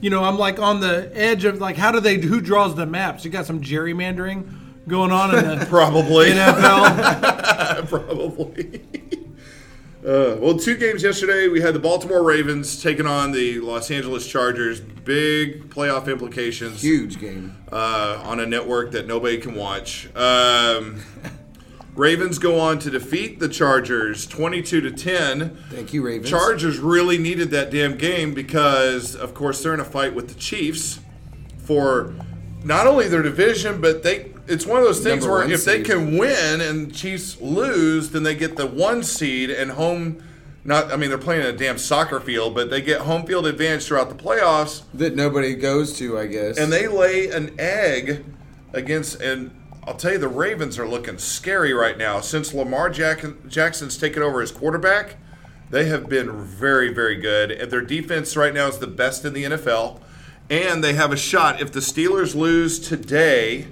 S2: you know, I'm like on the edge of like, how do they? Who draws the maps? You got some gerrymandering going on in the
S3: Probably.
S2: NFL.
S3: Probably. Uh, well, two games yesterday. We had the Baltimore Ravens taking on the Los Angeles Chargers. Big playoff implications
S4: Huge game.
S3: uh, on a network that nobody can watch. Um, Ravens go on to defeat the Chargers 22 to 10.
S4: Thank you, Ravens.
S3: Chargers really needed that damn game because, of course, they're in a fight with the Chiefs for not only their division, but they. It's one of those things
S4: Number
S3: where
S4: one
S3: if they
S4: seed.
S3: can win and Chiefs lose, then they get the one seed and home. Not, I mean, they're playing in a damn soccer field, but they get home field advantage throughout the playoffs,
S4: that nobody goes to, I guess.
S3: and they lay an egg against. And I'll tell you, the Ravens are looking scary right now since Lamar Jack- Jackson's taken over as quarterback. They have been very, very good, and their defense right now is the best in the NFL. And they have a shot if the Steelers lose today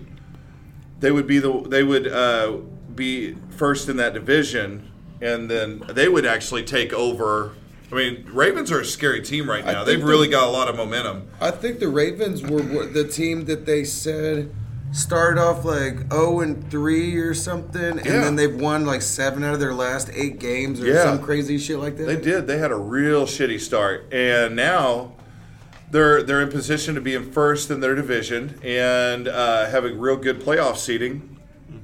S3: they would be the they would uh, be first in that division, and then they would actually take over I mean, Ravens are a scary team right
S4: I
S3: now.
S4: think
S3: They've really
S4: the-
S3: got a lot of momentum.
S4: I think the Ravens were, were the team that they said started off like 0 and 3 or something, and
S3: Yeah.
S4: then they've won like seven out of their last eight games or
S3: Yeah.
S4: some crazy shit like that.
S3: They did. They had a real shitty start, and now they're they're in position to be in first in their division and uh, having real good playoff seating,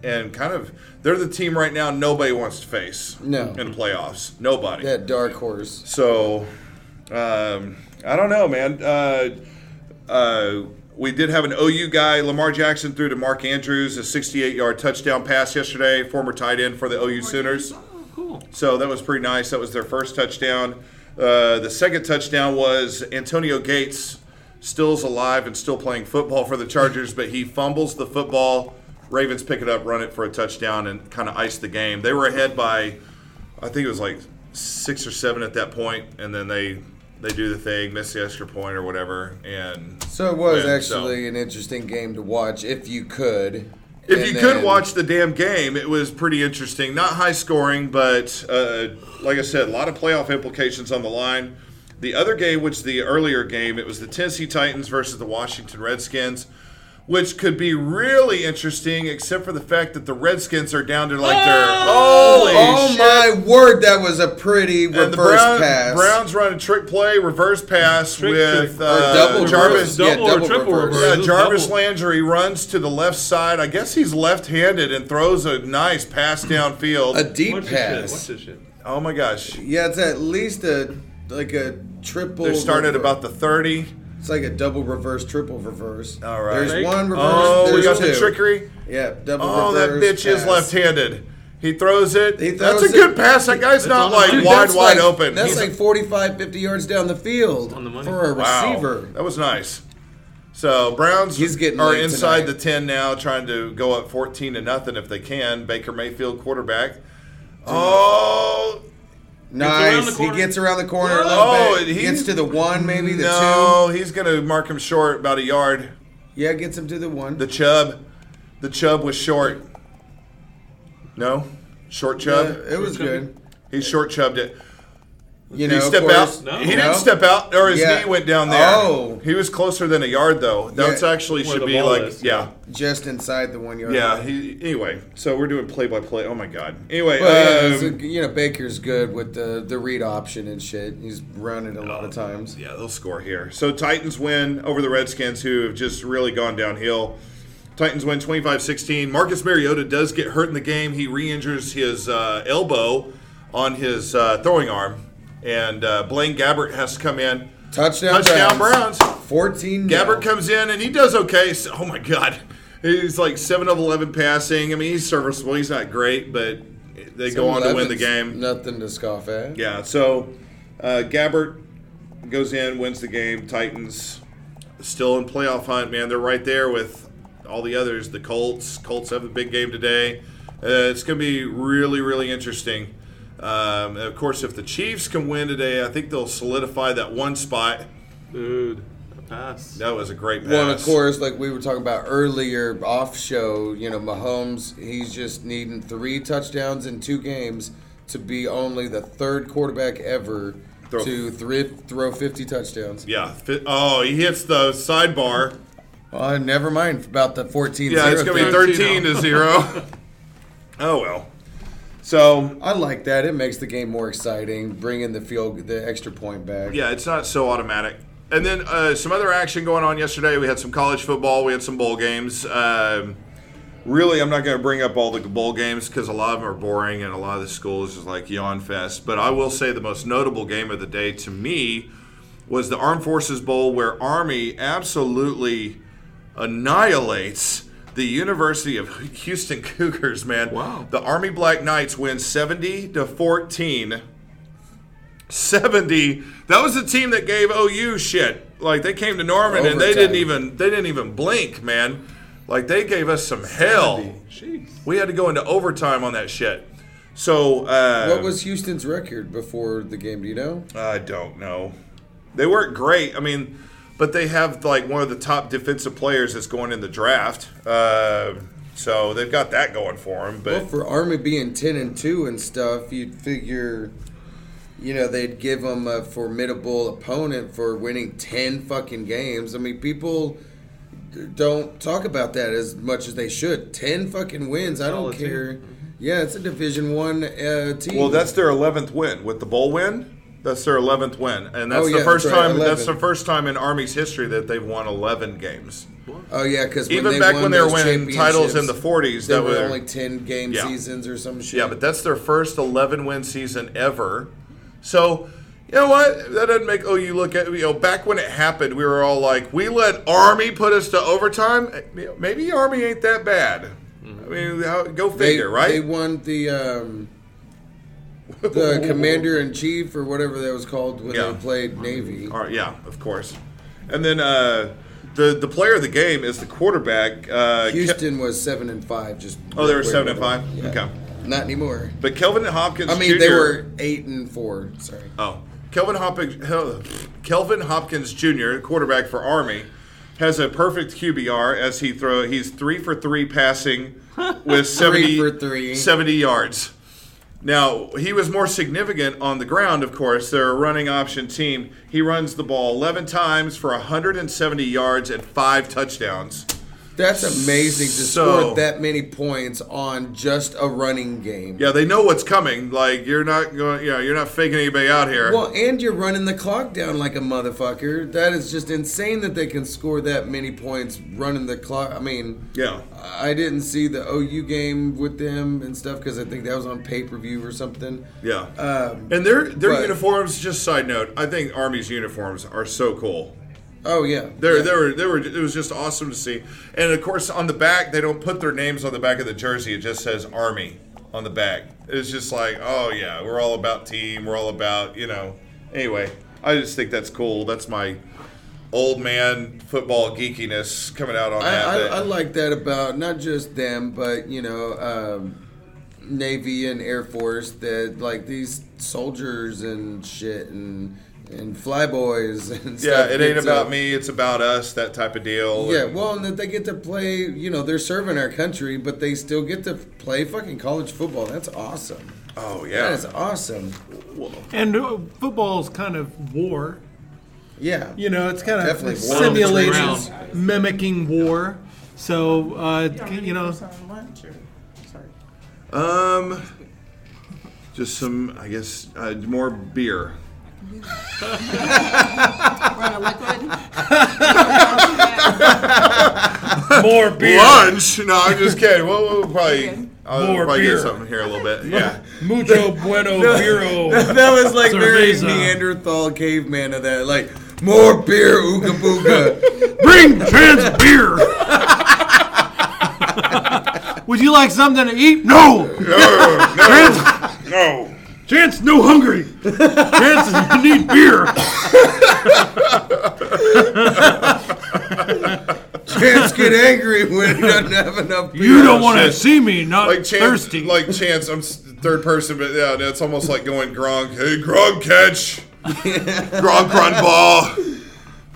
S3: and kind of they're the team right now nobody wants to face.
S4: No.
S3: in playoffs, nobody.
S4: That dark horse.
S3: So, um, I don't know, man. Uh, uh, we did have an OU guy, Lamar Jackson, threw to Mark Andrews a 68-yard touchdown pass yesterday. Former tight end for the OU Sooners.
S7: Cool.
S3: So that was pretty nice. That was their first touchdown. Uh, the second touchdown was Antonio Gates, still's alive and still playing football for the Chargers, but he fumbles the football. Ravens pick it up, run it for a touchdown, and kind of ice the game. They were ahead by, I think it was like six or seven at that point, and then they they do the thing, miss the extra point or whatever, and
S4: So it was
S3: win. So-
S4: actually an interesting game to watch if you could.
S3: If
S4: And
S3: you
S4: then-
S3: could watch the damn game, it was pretty interesting. Not high scoring, but uh, like I said, a lot of playoff implications on the line. The other game, which the earlier game, it was the Tennessee Titans versus the Washington Redskins, which could be really interesting, except for the fact that the Redskins are down to like their holy
S4: Oh
S3: shit.
S4: my word, that was a pretty
S3: And the
S4: reverse
S3: Brown-
S4: pass.
S3: Browns run a trick play, reverse pass with
S4: Or
S3: uh,
S4: double
S3: Jarvis.
S4: reverse. Yeah, Double or double triple reverse. reverse.
S3: Yeah,
S4: It was
S3: Jarvis
S4: double.
S3: Landry runs to the left side. I guess he's left-handed and throws a nice pass downfield.
S4: A deep Watch this shit, pass. watch this
S7: shit.
S3: Oh my gosh!
S4: Yeah, it's at least a like a triple.
S3: They started
S4: reverse.
S3: about the thirty.
S4: It's like a double reverse, triple reverse.
S3: All right.
S4: There's one reverse.
S3: Oh, we
S4: there's
S3: got
S4: two.
S3: the trickery.
S4: Yeah, double
S3: Oh, that
S4: reverse.
S3: bitch is
S4: pass.
S3: left-handed. He throws it.
S4: He
S3: that's
S4: throws
S3: a good
S4: it.
S3: pass. That guy's
S4: That's
S3: not
S4: on
S3: like
S4: the- Dude,
S3: wide,
S4: that's
S3: wide
S4: like-
S3: open.
S4: That's
S3: He's-
S4: like 45, 50 yards down the field for a
S3: Wow.
S4: receiver.
S3: That was nice. So Browns
S4: He's getting
S3: are
S4: late
S3: inside
S4: tonight.
S3: the ten now, trying to go up fourteen to nothing if they can. Baker Mayfield quarterback. Oh, around the
S4: Nice. He
S3: corner.
S4: gets around the corner a little
S3: oh,
S4: bit.
S3: he-
S4: He gets to the one, maybe the
S3: no, he's gonna mark him short about a yard.
S4: two. Yeah, gets him to the one.
S3: The chub, the chub was short. No, short chub.
S4: Yeah, it was good.
S3: He short chubbed it.
S4: You
S3: Did
S4: know,
S3: he
S4: of
S3: step
S4: course-
S3: out?
S4: No.
S3: He
S4: No.
S3: didn't step out, or his
S4: Yeah.
S3: knee went down there.
S4: Oh.
S3: he was closer than a yard though. That's
S4: Yeah.
S3: actually
S4: Where
S3: should
S4: the
S3: be
S4: ball
S3: like
S4: is.
S3: yeah.
S4: Just inside the one yard.
S3: Yeah.
S4: line.
S3: He, anyway, so we're doing play by play. Oh my god. Anyway,
S4: But, yeah,
S3: um,
S4: it's a- you know Baker's good with the the read option and shit. He's running a lot of times.
S3: Oh, Yeah, they'll score here. So Titans win over the Redskins, who have just really gone downhill. Titans win 25-16. Marcus Mariota does get hurt in the game. He re-injures his uh, elbow on his uh, throwing arm, and uh, Blaine Gabbert has to come in.
S4: Touchdown,
S3: Touchdown
S4: Browns.
S3: Browns.
S4: 14.
S3: Gabbert comes in and he does okay. So, oh my god, he's like seven of eleven passing. I mean, he's serviceable. He's not great, but they go on to win the game.
S4: Nothing to scoff at.
S3: Yeah, so uh, Gabbert goes in, wins the game. Titans still in playoff hunt, man. They're right there with all the others. The Colts. Colts have a big game today. Uh, it's going to be really, really interesting. Um, and of course, if the Chiefs can win today, I think they'll solidify that one spot.
S7: Dude, a pass.
S3: That was a great pass.
S4: Well, of course, like we were talking about earlier off show, you know, Mahomes, he's just needing three touchdowns in two games to be only the third quarterback ever
S3: Throw-
S4: to three, throw 50 touchdowns.
S3: Yeah. Fi- Oh, he hits the sidebar.
S4: Uh, never mind about the 14
S3: Yeah, it's going to be 13 to 0. oh, well. So
S4: I like that. It makes the game more exciting, bringing the field, the extra point back.
S3: Yeah, it's not so automatic. And then uh, some other action going on yesterday. We had some college football. We had some bowl games. Um, really, I'm not going to bring up all the bowl games because a lot of them are boring and a lot of the schools is just like yawn fest. But I will say the most notable game of the day to me was the Armed Forces Bowl, where Army absolutely annihilates the University of Houston Cougars. Man, wow! The Army Black Knights win 70 to 14. 70. That was the team that gave OU shit. Like they came to Norman and they
S4: Overtime.
S3: didn't even they didn't even blink, man. Like they gave us some hell. We had to go into overtime on that shit. So uh,
S4: What was Houston's record before the game? Do you know?
S3: I don't know. They weren't great. I mean, but they have like one of the top defensive players that's going in the draft. Uh, so they've got that going for them. But
S4: well, for Army being ten and two and stuff, you'd figure you know, they'd give him a formidable opponent for winning 10 fucking games. I mean, people d- don't talk about that as much as they should. 10 fucking wins. I don't
S3: Solid team.
S4: care. Yeah, it's a Division 1 uh, team.
S3: Well, that's their eleventh win with the bowl win. That's their eleventh win, and that's
S4: Oh,
S3: the
S4: yeah,
S3: first
S4: that's right,
S3: time. That's
S4: 11.
S3: the first time in Army's history that they've won eleven games.
S4: Oh yeah, because
S3: even back when they were winning titles in the forties,
S4: forties, there
S3: that
S4: were
S3: was
S4: only ten game seasons or some shit.
S3: Yeah, but that's their first eleven win season ever. So. You know what? That doesn't make. Oh, you look at you know. Back when it happened, we were all like, "We let Army put us to overtime. Eh, Maybe Army ain't that bad." I mean, how, go
S4: They-
S3: figure, right?
S4: They won the um, the commander in chief or whatever that was called when
S3: Yeah.
S4: they played Navy.
S3: All right, yeah, of course. And then uh, the the player of the game is the quarterback. Uh,
S4: Houston was seven and five. Just
S3: Ke- oh, they were
S4: real quick.
S3: seven and five.
S4: Yeah.
S3: Okay,
S4: not anymore.
S3: but Kelvin Hopkins.
S4: I mean, they
S3: Jr.
S4: were eight and four. Sorry.
S3: Oh, Kelvin Hopkins. Kelvin Hopkins Jr., quarterback for Army, has a perfect QBR as he throw. He's three for three passing with 70,
S4: Three for three.
S3: 70 yards. Now he was more significant on the ground. Of course, they're a running option team. He runs the ball eleven times for 170 yards and five touchdowns.
S4: That's amazing to
S3: So-
S4: score that many points on just a running game.
S3: Yeah, they know what's coming. Like you're not going. You know, you're not faking anybody out here.
S4: Well, and you're running the clock down like a motherfucker. That is just insane that they can score that many points running the clock. I mean,
S3: yeah.
S4: I didn't see the OU game with them and stuff because I think that was on pay per view or something.
S3: Yeah.
S4: Um,
S3: and their their
S4: but-
S3: uniforms. Just side note, I think Army's uniforms are so cool.
S4: Oh yeah,
S3: They are they were they were it was just awesome to see. And of course, on the back, they don't put their names on the back of the jersey. It just says Army on the back. It's just like, oh yeah, we're all about team. We're all about you know. Anyway, I just think that's cool. That's my old man football geekiness coming out on
S4: I,
S3: that.
S4: I,
S3: that-
S4: I like that about not just them, but you know, um, Navy and Air Force. That like these soldiers and shit and and flyboys and
S3: yeah,
S4: stuff
S3: it ain't
S4: gets
S3: about
S4: a-
S3: me. It's about us. That type of deal.
S4: Yeah,
S3: And-
S4: well, and that they get to play, you know, they're serving our country, but they still get to play fucking college football. That's awesome.
S3: Oh yeah.
S4: That is awesome.
S2: And uh, football's kind of war.
S4: Yeah.
S2: You know, it's kind of
S4: Definitely war.
S2: simulating, mimicking war. So, uh, you know,
S3: Um, just some, I guess, uh, more beer.
S2: More
S3: beer. Lunch? No, I'm just kidding. We'll, we'll probably, I'll
S2: More
S3: probably
S2: beer.
S3: get something here a little bit. Yeah.
S2: mucho bueno viro.
S4: that was like very
S2: cerveza.
S4: Neanderthal caveman of that. Like, more beer, ooga booga.
S2: Bring trans beer. Would you like something to eat? No. Trans,
S3: no.
S2: Chance no hungry. Chance is- need beer.
S4: Chance get angry when he doesn't have enough beer.
S2: You don't want to
S3: shit.
S2: see me not
S3: Like chance,
S2: thirsty.
S3: like chance. I'm s- third person, but yeah, it's almost like going Gronk. Hey, Gronk catch, Gronk run ball,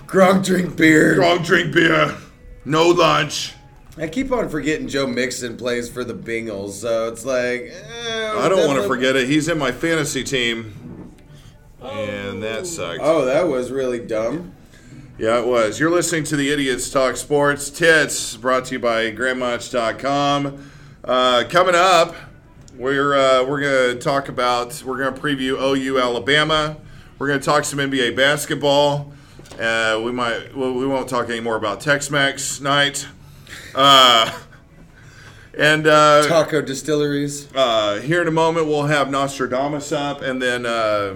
S4: Gronk drink beer.
S3: Gronk drink beer, no lunch.
S4: I keep on forgetting Joe Mixon plays for the Bengals, so it's like. eh,
S3: I don't want
S4: definitely-
S3: to forget it. He's in my fantasy team, and that sucks.
S4: Oh, that was really dumb.
S3: Yeah, it was. You're listening to the Idiots Talk Sports Tits, brought to you by Grandmunch.com. Uh, coming up, we're uh, we're gonna talk about we're gonna preview OU Alabama. We're gonna talk some NBA basketball. Uh, we might well, we won't talk any more about Tex-Mex night. Uh, and uh,
S4: Taco distilleries.
S3: uh, here in a moment, we'll have Nostradamus up, and then, uh,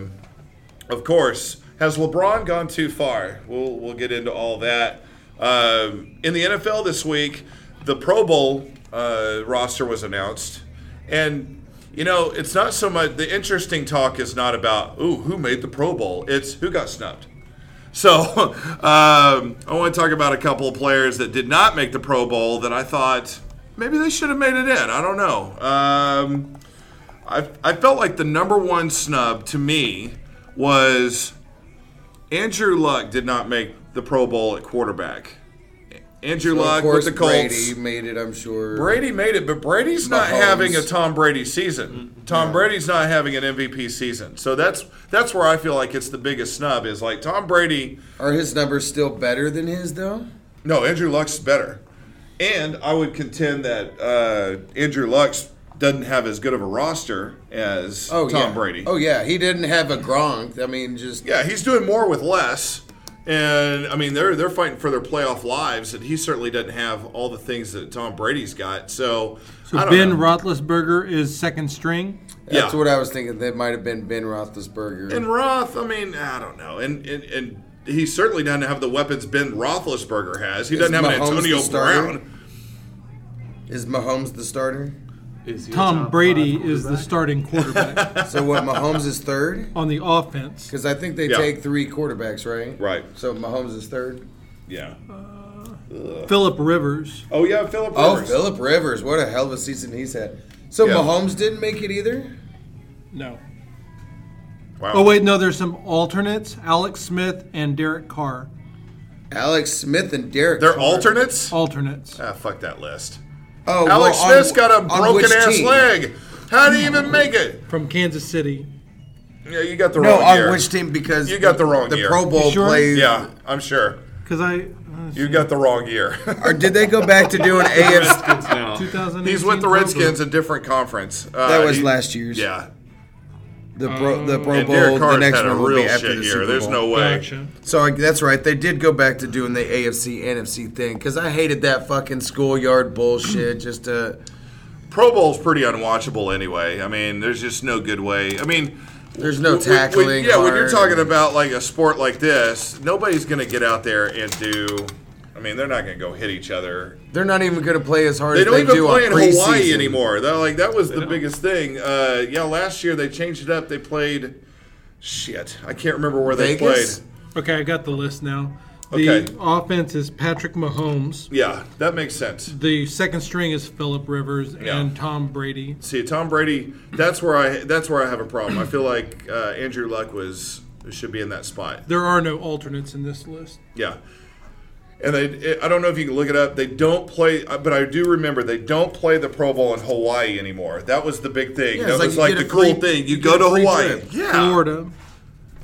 S3: of course, has LeBron gone too far? We'll we'll get into all that. Um in the NFL this week, the Pro Bowl uh, roster was announced, and you know it's not so much the interesting talk is not about ooh who made the Pro Bowl. It's who got snubbed. So um, I want to talk about a couple of players that did not make the Pro Bowl that I thought maybe they should have made it in. I don't know. Um, I, I felt like the number one snub to me was Andrew Luck did not make the Pro Bowl at quarterback. Andrew
S4: So, of
S3: Luck
S4: course,
S3: with the Colts.
S4: Brady made it, I'm sure.
S3: Brady made it, but Brady's not
S4: Mahomes. Mm-hmm.
S3: having a Tom Brady season. Tom Brady's not having an MVP season. So that's that's where I feel like it's the biggest snub is like Tom Brady.
S4: Are his numbers still better than his though?
S3: No, Andrew Luck's better. And I would contend that uh, Andrew Luck's doesn't have as good of a roster as
S4: Oh,
S3: Tom
S4: yeah.
S3: Brady.
S4: Oh yeah, he didn't have a Gronk. I mean, just
S3: Yeah, he's doing more with less. And I mean, they're they're fighting for their playoff lives, and he certainly doesn't have all the things that Tom Brady's got. So,
S2: So
S3: I don't
S2: Ben
S3: know.
S2: Roethlisberger is second string.
S4: That's what I was thinking. That might have been Ben Roethlisberger.
S3: And Roth, I mean, I don't know. And and, and he certainly doesn't have the weapons Ben Roethlisberger has. He
S4: Is
S3: doesn't have an
S4: Mahomes
S3: Antonio
S4: the starter?
S3: Brown.
S4: Is Mahomes the starter?
S2: Tom Brady is the starting quarterback
S4: So what? Mahomes is third
S2: on the offense.
S4: because I think they
S2: Yeah.
S4: take three quarterbacks, right?
S3: Right.
S4: So Mahomes is third.
S3: Yeah.
S2: Philip Rivers.
S3: Oh yeah, Philip
S4: Oh,
S2: Rivers.
S4: Philip Rivers! What a hell of a season he's had. So
S2: Yeah.
S4: Mahomes didn't make it either.
S2: No.
S3: Wow.
S2: Oh wait, no. There's some alternates: Alex Smith and Derek Carr.
S4: Alex Smith and Derek.
S3: They're alternates.
S2: Alternates.
S3: Ah, fuck that list.
S4: Oh,
S3: Alex
S4: well, on-
S3: Smith's got a
S4: on which
S3: broken ass
S4: team?
S3: leg. How do you even make it?
S2: From Kansas City.
S3: Yeah, you got the
S4: no,
S3: wrong
S4: on
S3: year.
S4: which team? Because
S3: you got the wrong
S4: The
S3: year.
S4: Pro Bowl plays.
S3: Yeah, I'm sure.
S2: Because I. uh,
S3: You got the wrong year.
S4: Or did they go back to doing AFC?
S3: He's with the Redskins, a different conference. Uh,
S4: That was
S3: he-
S4: last year's.
S3: Yeah.
S4: The Pro, the Pro
S3: And
S4: Bowl,
S3: Derek
S4: the
S3: Carr's
S4: next
S3: had a
S4: one will be
S3: real
S4: after
S3: shit
S4: the
S3: year.
S4: Super
S3: There's
S4: Bowl.
S3: no way. Gotcha.
S4: So I, that's right. They did go back to doing the AFC NFC thing because I hated that fucking schoolyard bullshit. Just uh,
S3: Pro Bowl's pretty unwatchable anyway. I mean, there's just no good way. I mean,
S4: There's no
S3: when- when-
S4: tackling
S3: yeah, when you're
S4: hard.
S3: talking about like a sport like this, nobody's going to get out there and do. I mean, they're not going to go hit each other.
S4: they're not even going to play as hard
S3: They
S4: as
S3: don't
S4: they
S3: even
S4: do
S3: play
S4: on
S3: in
S4: preseason.
S3: Hawaii anymore. That like that was the biggest thing. Uh, yeah, last year they changed it up. They played. Shit, I can't remember where they
S2: Vegas?
S3: played.
S2: Okay, I got the list now. The
S3: Okay.
S2: offense is Patrick Mahomes.
S3: Yeah, that makes sense.
S2: The second string is Philip Rivers
S3: Yeah.
S2: and Tom Brady.
S3: See, Tom Brady, that's where I that's where I have a problem. I feel like uh, Andrew Luck was should be in that spot.
S2: There are no alternates in this list.
S3: Yeah. And they, I don't know if you can look it up. They don't play, uh, but I do remember they don't play the Pro Bowl in Hawaii anymore. That was the big thing.
S2: Yeah,
S3: that
S2: it's like
S3: was
S2: you
S3: like
S2: get
S3: the
S2: a
S3: cool
S2: free-
S3: thing. You,
S2: you
S3: go
S2: get
S3: to
S2: a free
S3: Hawaii.
S2: trip.
S3: Yeah,
S2: Florida.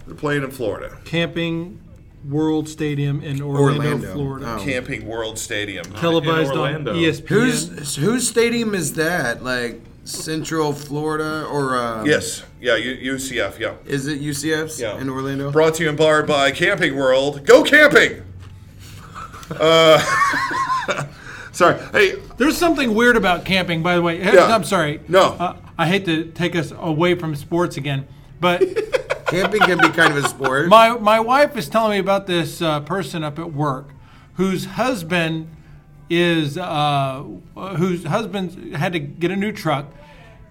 S3: They're playing in Florida.
S2: Camping World Stadium in Orlando, Oh. Florida.
S3: Camping World Stadium.
S2: Televised on E ESPN.
S4: Whose whose stadium is that? Like Central Florida or um,
S3: Yes. Yeah, U- UCF. Yeah.
S4: Is it UCF's
S3: Yeah.
S4: in Orlando?
S3: Brought to you in part by Camping World. Go camping! Uh, sorry. Hey,
S2: There's something weird about camping, by the way. Hey,
S3: Yeah.
S2: I'm sorry.
S3: No.
S2: Uh, I hate to take us away from sports again, but
S4: camping can be kind of a sport.
S2: My my wife is telling me about this uh, person up at work whose husband is uh, whose husband had to get a new truck.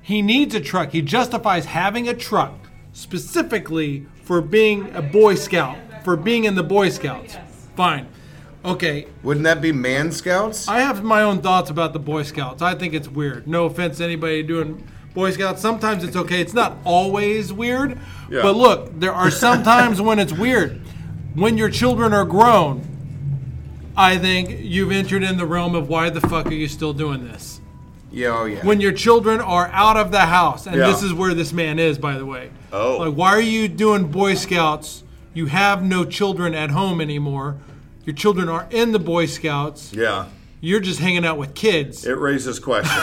S2: He needs a truck. He justifies having a truck specifically for being a Boy Scout, for being in the Boy Scouts. Fine. Okay.
S4: Wouldn't that be Man Scouts?
S2: I have my own thoughts about the Boy Scouts. I think it's weird. No offense to anybody doing Boy Scouts. Sometimes it's okay. It's not always weird.
S11: Yeah.
S2: But look, there are some times when it's weird. When your children are grown, I think you've entered in the realm of why the fuck are you still doing this?
S4: Yeah, oh yeah.
S2: When your children are out of the house, and
S4: Yeah.
S2: this is where this man is, by the way.
S4: Oh.
S2: Like, why are you doing Boy Scouts? You have no children at home anymore. Your children are in the Boy Scouts.
S3: Yeah.
S2: You're just hanging out with kids.
S3: It raises questions.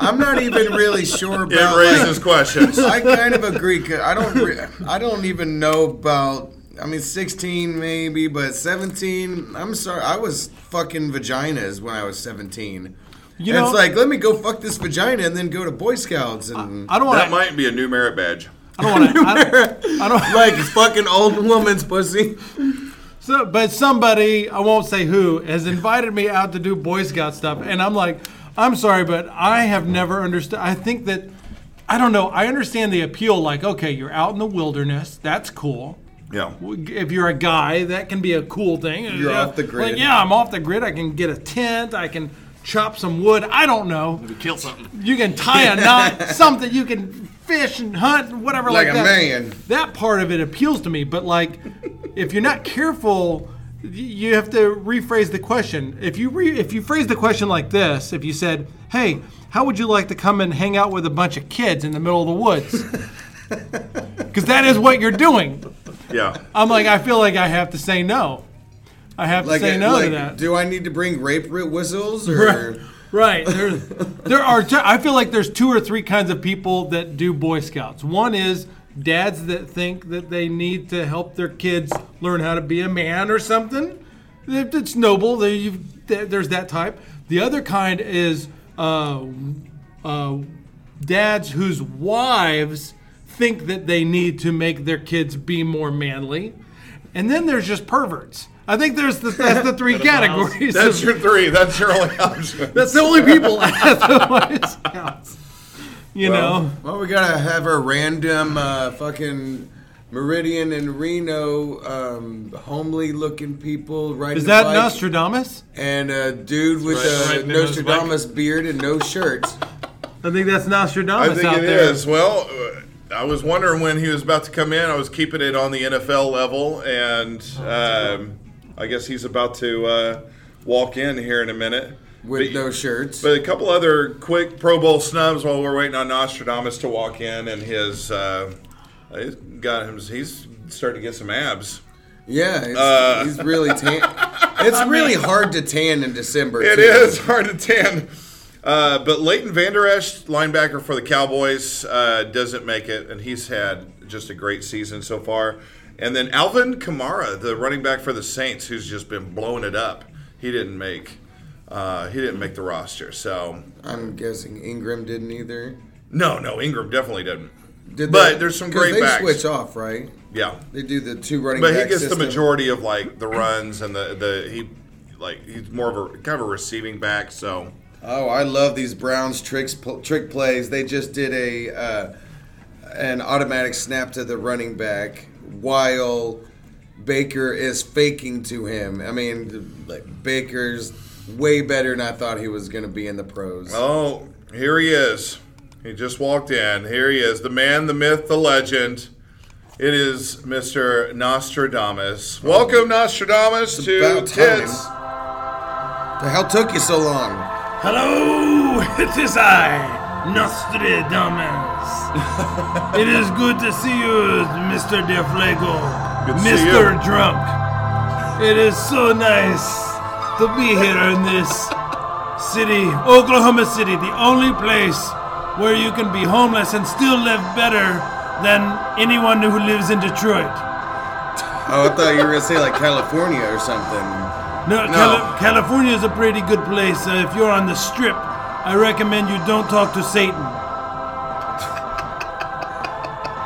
S4: I'm not even really sure
S3: It
S4: about.
S3: raises
S4: like-
S3: questions.
S4: I kind of agree. 'cause I don't. Re- I don't even know about. I mean, 16 maybe, but 17. I'm sorry. I was fucking vaginas when I was 17.
S2: You
S4: And
S2: know-
S4: it's like let me go fuck this vagina and then go to Boy Scouts and.
S2: I don't wanna- That
S3: might be a new merit badge.
S2: I don't want to. I don't, I don't
S4: like fucking old woman's pussy.
S2: So, but somebody I won't say who has invited me out to do Boy Scout stuff, and I'm like, I'm sorry, but I have never understood. I think that I don't know. I understand the appeal. Like, okay, you're out in the wilderness. That's cool.
S3: Yeah.
S2: If you're a guy, that can be a cool thing.
S4: You're
S2: Yeah.
S4: off the grid.
S2: Like, yeah, I'm off the grid. I can get a tent. I can chop some wood. I don't know.
S7: Kill something.
S2: You can tie a knot, something. You can fish and hunt, and whatever like,
S4: Like a
S2: that.
S4: man.
S2: That part of it appeals to me, but like, if you're not careful, y- you have to rephrase the question. If you re, if you phrase the question like this, if you said, "Hey, how would you like to come and hang out with a bunch of kids in the middle of the woods?" Because that is what you're doing.
S3: Yeah.
S2: I'm like, I feel like I have to say no. I have to say
S4: a-
S2: no
S4: like,
S2: to that.
S4: Do I need to bring rape ri- whistles or?
S2: Right. There, there are. Two, I feel like there's two or three kinds of people that do Boy Scouts. One is dads that think that they need to help their kids learn how to be a man or something. That- It's noble. There you there's that type. The other kind is uh, uh, dads whose wives think that they need to make their kids be more manly. And then there's just perverts. I think there's the, that's the three categories.
S3: That's your three. That's your only option.
S2: That's the only people at the White House. You
S4: well,
S2: know.
S4: Well, we gotta have a random uh, fucking Meridian and Reno, um, homely-looking people riding.
S2: Is
S4: a
S2: that
S4: bike
S2: Nostradamus?
S4: And a dude with
S2: Right-
S4: a
S2: riding in his bike.
S4: Nostradamus beard and no shirts.
S2: I think that's Nostradamus
S3: I think it
S2: out
S3: is.
S2: there.
S3: Well, uh, I was wondering when he was about to come in. I was keeping it on the NFL level, and um, I guess he's about to uh, walk in here in a minute.
S4: With no shirts.
S3: But a couple other quick Pro Bowl snubs while we're waiting on Nostradamus to walk in, and his uh, he's got him. He's starting to get some abs.
S4: Yeah, it's,
S3: Uh,
S4: he's really tan. It's really hard to tan in December.
S3: It
S4: too.
S3: is hard to tan. Uh, but Leighton Vander Esch, linebacker for the Cowboys, uh, doesn't make it, and he's had just a great season so far. And then Alvin Kamara, the running back for the Saints, who's just been blowing it up. He didn't make. Uh, he didn't make the roster. So
S4: I'm guessing Ingram didn't either.
S3: No, no, Ingram definitely didn't.
S4: Did
S3: but
S4: they-
S3: there's some
S4: 'cause
S3: great
S4: they
S3: backs.
S4: switch off, right?
S3: Yeah,
S4: They do the two running.
S3: but he
S4: back
S3: gets
S4: system.
S3: the majority of like the runs and the the he like he's more of a kind of a receiving back. So
S4: Oh, I love these Browns tricks pl- trick plays. They just did a uh, an automatic snap to the running back while Baker is faking to him. I mean, like Baker's way better than I thought he was going to be in the pros.
S3: Oh, here he is. He just walked in. Here he is, the man, the myth, the legend. It is Mr. Nostradamus. Welcome, Nostradamus, to
S4: about time.
S3: Tits.
S4: The hell took you so long?
S11: Hello, it is I, Nostradamus. it is good to see you, Mr. DeFlego,
S3: Good to see
S11: Mr.
S3: you.
S11: Drunk. It is so nice to be here in this city, Oklahoma City, the only place where you can be homeless and still live better than anyone who lives in Detroit.
S4: Oh, I thought you were going to say like California or something.
S11: No,
S4: No.
S11: Cali- California is a pretty good place. Uh, if you're on the strip, I recommend you don't talk to Satan.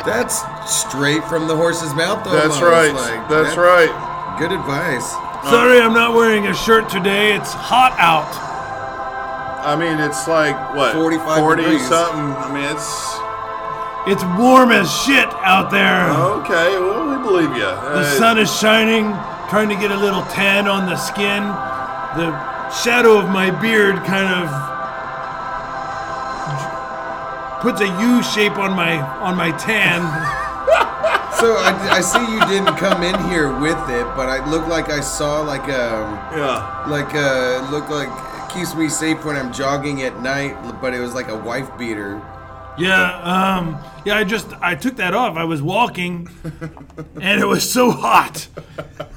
S4: That's straight from the horse's mouth.
S11: That's
S4: almost.
S11: right.
S4: Like,
S11: That's
S4: that-
S3: right.
S4: Good advice.
S11: Sorry, I'm not wearing a shirt today. It's hot out.
S3: I mean, it's like what
S11: 45
S3: 40
S11: degrees.
S3: something. I mean, it's
S11: It's warm as shit out there.
S3: okay. Well, we believe you.
S11: The sun is shining, trying to get a little tan on the skin. The shadow of my beard kind of puts a U shape on my on my tan.
S4: So I, I see you didn't come in here with it, but I looked like I saw like a
S3: yeah,
S4: like a look like keeps me safe when I'm jogging at night. But it was like a wife beater.
S11: Yeah, um, yeah. I just I took that off. I was walking, and it was so hot,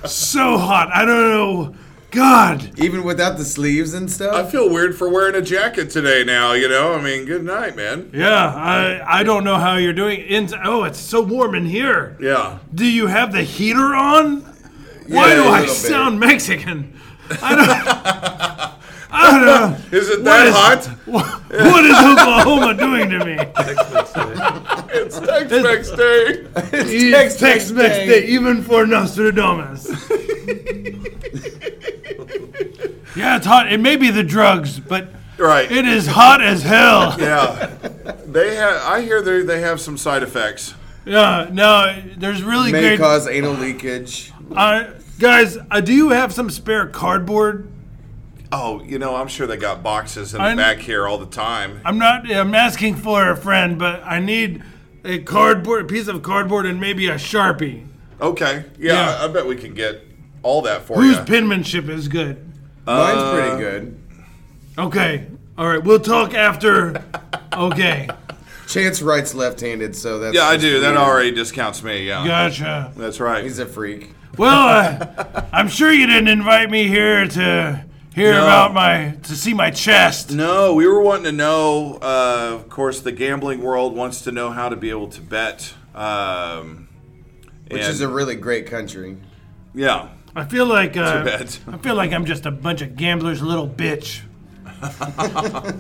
S11: so hot. I don't know. God.
S4: Even without the sleeves and stuff.
S3: I feel weird for wearing a jacket today. Now you know. I mean, good night, man.
S11: Yeah, I I don't know how you're doing. In, oh, it's so warm in here.
S3: Yeah.
S11: Do you have the heater on? Why
S3: Yeah,
S11: do
S3: a
S11: I
S3: little bit.
S11: sound Mexican? I don't. I don't know.
S3: Is it
S11: What
S3: that
S11: is-
S3: hot?
S11: wha- what is Oklahoma doing to me?
S3: it's Tex-Mex day.
S11: It's Tex-Mex day, even for Nostradamus. yeah, it's hot. It may be the drugs, but
S3: Right.
S11: it is hot as hell.
S3: yeah. They have. I hear they they have some side effects.
S11: Yeah, no, there's really
S4: May
S11: great.
S4: cause anal leakage.
S11: Uh, guys, uh, do you have some spare cardboard?
S3: Oh, you know, I'm sure they got boxes in the
S11: I'm-
S3: back here all the time.
S11: I'm not. I'm asking for a friend, but I need a cardboard, a piece of cardboard, and maybe a sharpie.
S3: Okay. Yeah,
S11: Yeah.
S3: I bet we can get all that for
S2: Whose
S3: you.
S2: penmanship is good?
S3: Mine's pretty good.
S2: Okay. All right. We'll talk after. Okay.
S4: Chance writes left-handed, so that's
S3: yeah, I
S4: just
S3: do. That
S4: weird.
S3: already discounts me. Yeah.
S2: Gotcha.
S3: That's right.
S4: He's a freak.
S2: Well, uh, I'm sure you didn't invite me here to hear
S3: No.
S2: about my to see my chest.
S3: No, we were wanting to know. Uh, of course, the gambling world wants to know how to be able to bet, um,
S4: Which
S3: and-
S4: is a really great country.
S3: yeah.
S2: I feel like uh,
S3: Too bad.
S2: I feel like I'm just a bunch of gamblers, little bitch.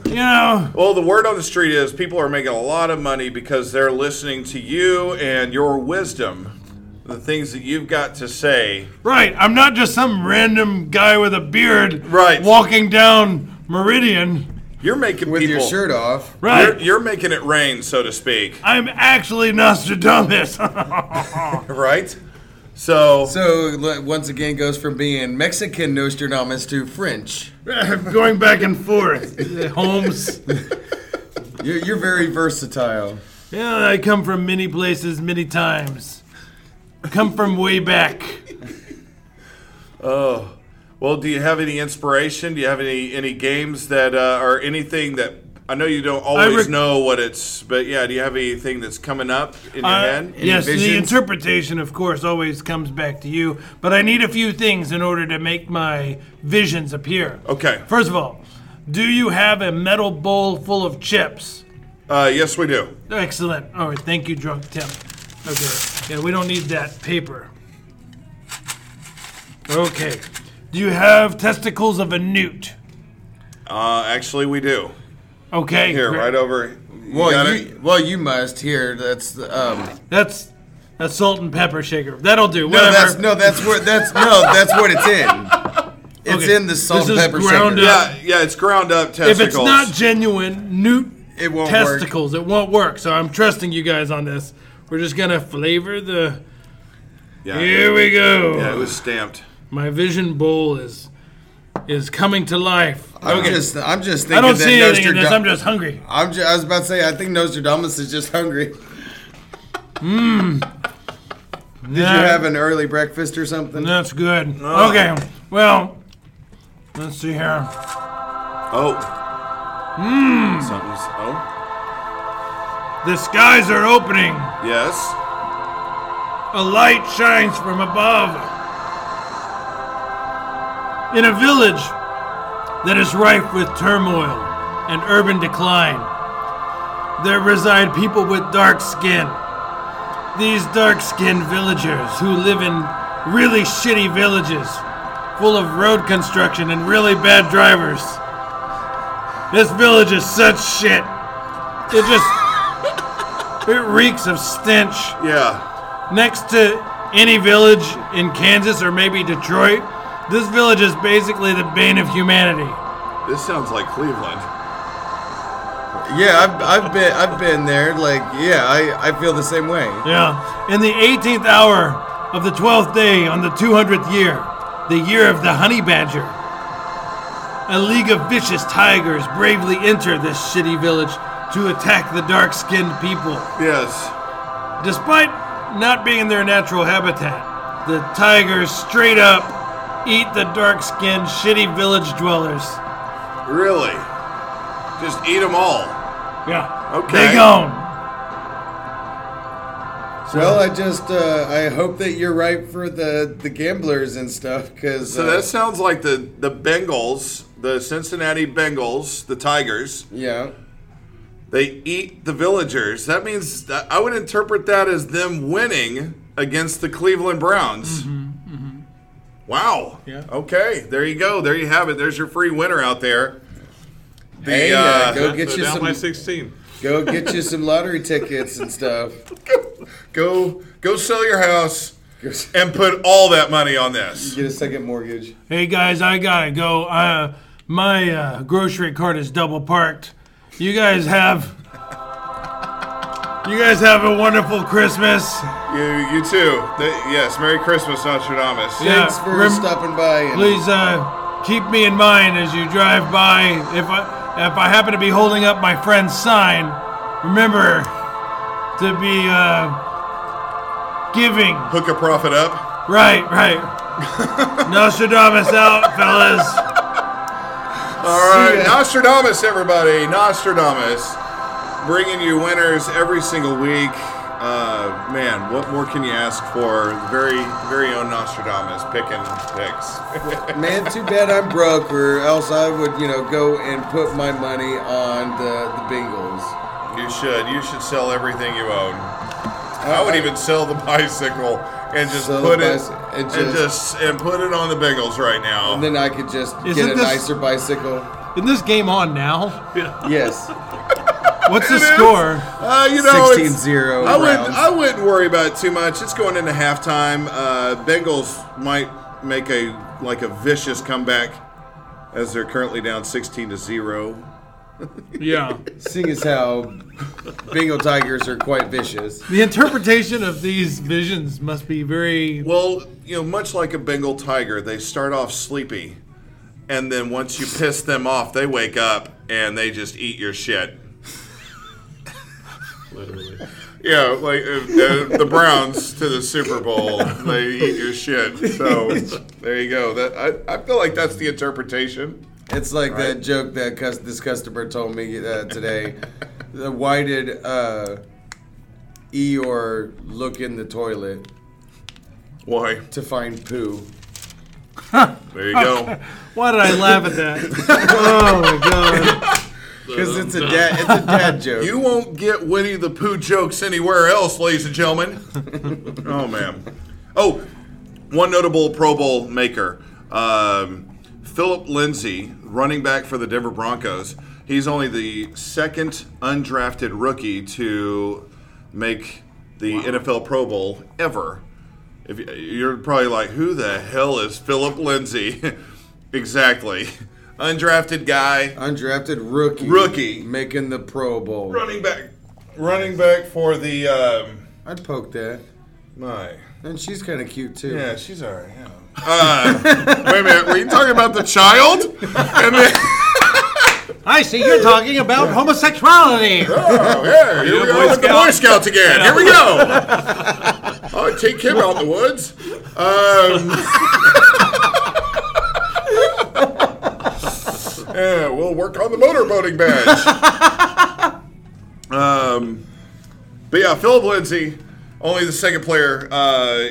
S2: you know.
S3: Well, the word on the street is people are making a lot of money because they're listening to you and your wisdom, the things that you've got to say.
S2: Right. I'm not just some random guy with a beard.
S3: Right.
S2: Walking down Meridian.
S3: You're making
S2: with
S3: your people- shirt
S4: off.
S2: Right.
S3: You're, you're making it rain, so to speak.
S2: I'm actually Nostradamus.
S3: right? So
S4: So le- once again goes from being Mexican Nostradamus to French.
S2: Going back and forth. Holmes.
S4: You're, you're very versatile.
S2: Yeah, I come from many places, many times. Come from way back.
S3: Oh, well. Do you have any inspiration? Do you have any any games that uh, or anything that I know you don't always
S2: rec-
S3: know what it's, but yeah. Do you have anything that's coming up in your
S2: Uh,
S3: head?
S2: yes, the interpretation, of course, always comes back to you. But I need a few things in order to make my visions appear.
S3: Okay.
S2: First of all, do you have a metal bowl full of chips?
S3: Uh, yes, we do.
S2: Excellent. All right, thank you, drunk Tim. Okay. Yeah, we don't need that paper. Okay. Do you have testicles of a newt?
S3: Uh, actually, we do.
S2: Okay.
S3: Here,
S2: great.
S3: right over.
S4: Well,
S3: got
S4: you, well, you must here. That's the, um.
S2: That's a salt and pepper shaker. That'll do.
S4: No,
S2: Whatever.
S4: that's no, that's where that's no, that's what it's in. It's
S2: Okay,
S4: in the salt
S2: this
S4: and
S2: is
S4: pepper
S2: ground
S4: shaker.
S2: up.
S3: Yeah, yeah, it's ground up testicles.
S2: if it's not genuine newt
S4: it won't work.
S2: testicles, it won't work. So I'm trusting you guys on this. We're just gonna flavor the.
S3: yeah.
S2: Here we go.
S3: Yeah, it was stamped.
S2: My vision bowl is is coming to life.
S4: I'm just, I'm just
S2: I
S4: thinking.
S2: don't
S4: that
S2: see anything in
S4: Nostrada-
S2: this. I'm just hungry.
S4: I'm ju- I was about to say, I think Nostradamus is just hungry.
S2: Mmm.
S4: Did you have an early breakfast or something?
S2: That's good.
S4: Oh.
S2: Okay. Well, let's see here.
S3: Oh.
S2: Mmm.
S3: Something's. Oh.
S2: The skies are opening.
S3: Yes.
S2: A light shines from above. In a village that is rife with turmoil and urban decline, there reside people with dark skin. These dark skinned villagers who live in really shitty villages full of road construction and really bad drivers. This village is such shit. It just. It reeks of stench.
S3: Yeah.
S2: Next to any village in Kansas or maybe Detroit, this village is basically the bane of humanity.
S3: This sounds like Cleveland.
S4: Yeah, I've, I've been, I've been there. Like, yeah, I, I feel the same way.
S2: Yeah. In the 18th hour of the 12th day on the 200th year, the year of the honey badger, a league of vicious tigers bravely enter this shitty village to attack the dark skinned people.
S3: Yes.
S2: Despite not being their natural habitat, the tigers straight up eat the dark skinned, shitty village dwellers.
S3: Really? Just eat them all.
S2: Yeah.
S3: Okay.
S2: They gone.
S4: Well, I just, uh, I hope that you're right for the, the gamblers and stuff, because
S3: So that sounds like the the Bengals, the Cincinnati Bengals, the Tigers.
S4: uh, Yeah.
S3: They eat the villagers. That means that I would interpret that as them winning against the Cleveland Browns. Wow.
S2: Mm-hmm, Yeah.
S3: Okay. There you go. There you have it. There's your free winner out there. The,
S4: Hey, uh, go get
S12: so
S4: you
S12: down
S4: some-
S12: by 16.
S4: go get you some lottery tickets and stuff.
S3: go go sell your house and put all that money on this.
S4: Get a second mortgage.
S2: Hey guys, I gotta go. Uh, my uh, grocery cart is double parked. You guys have. You guys have a wonderful Christmas.
S3: You, you too. Th yes, Merry Christmas, Nostradamus.
S2: Yeah,
S4: Thanks for
S2: rem-
S4: stopping by. And
S2: Please uh, keep me in mind as you drive by. If I if I happen to be holding up my friend's sign, remember to be uh, giving.
S3: Hook a profit up.
S2: Right, right.
S11: Nostradamus out, fellas.
S3: All right, Nostradamus, everybody. Nostradamus, bringing you winners every single week. Uh, man, what more can you ask for? Very, very own Nostradamus picking picks.
S4: Man, too bad I'm broke, or else I would, you know, go and put my money on the, the Bengals.
S3: You should. You should sell everything you own. I would even sell the bicycle and just
S4: Sell the
S3: put it
S4: bicy-
S3: and
S4: and
S3: just,
S4: just-
S3: and put it on the Bengals right now.
S4: And then I could just
S3: Isn't
S4: get a
S3: this-
S4: nicer bicycle.
S2: Isn't this game on now?
S4: Yes.
S2: What's the
S3: It is.
S2: score?
S3: Uh, you know, it's-
S4: 16-0
S3: I wouldn't.
S4: rounds.
S3: I wouldn't worry about it too much. It's going into halftime. Uh, Bengals might make a like a vicious comeback, as they're currently down sixteen to zero.
S2: Yeah.
S4: Seeing as how Bengal Tigers are quite vicious.
S2: The interpretation of these visions must be very
S3: well. You know, much like a Bengal tiger, they start off sleepy, and then once you piss them off, they wake up and they just eat your shit.
S7: Literally.
S3: Yeah, like uh, uh, the Browns to the Super Bowl, they eat your shit. So there you go. That I, I feel like that's the interpretation.
S4: It's like that joke that cus- this customer told me uh, today. The- Why did uh, Eeyore look in the toilet?
S3: Why?
S4: To find poo.
S3: There
S2: Why did I laugh at that? oh my god.
S4: Because it's a dad. It's a dad joke.
S3: You won't get Winnie the Pooh jokes anywhere else, ladies and gentlemen. oh man. Oh, one notable Pro Bowl maker, um, Philip Lindsay, running back for the Denver Broncos. He's only the second undrafted rookie to make the NFL Pro Bowl ever. If you- you're probably like, who the hell is Philip Lindsay? exactly, undrafted guy.
S4: Undrafted rookie.
S3: Rookie.
S4: Making the Pro Bowl.
S3: Running back. Running back for the. Um,
S4: I'd poke that.
S3: My.
S4: And she's kind of cute too.
S3: Yeah, she's alright. Uh, wait a minute. Were you talking about the child? And then,
S2: I see you're talking about homosexuality.
S3: oh, yeah, here we go with the Boy Scouts again. Here we go. Oh, take him out in the woods. Um, yeah, we'll work on the motorboating badge. um, but yeah, Philip Lindsay, only the second player. Uh,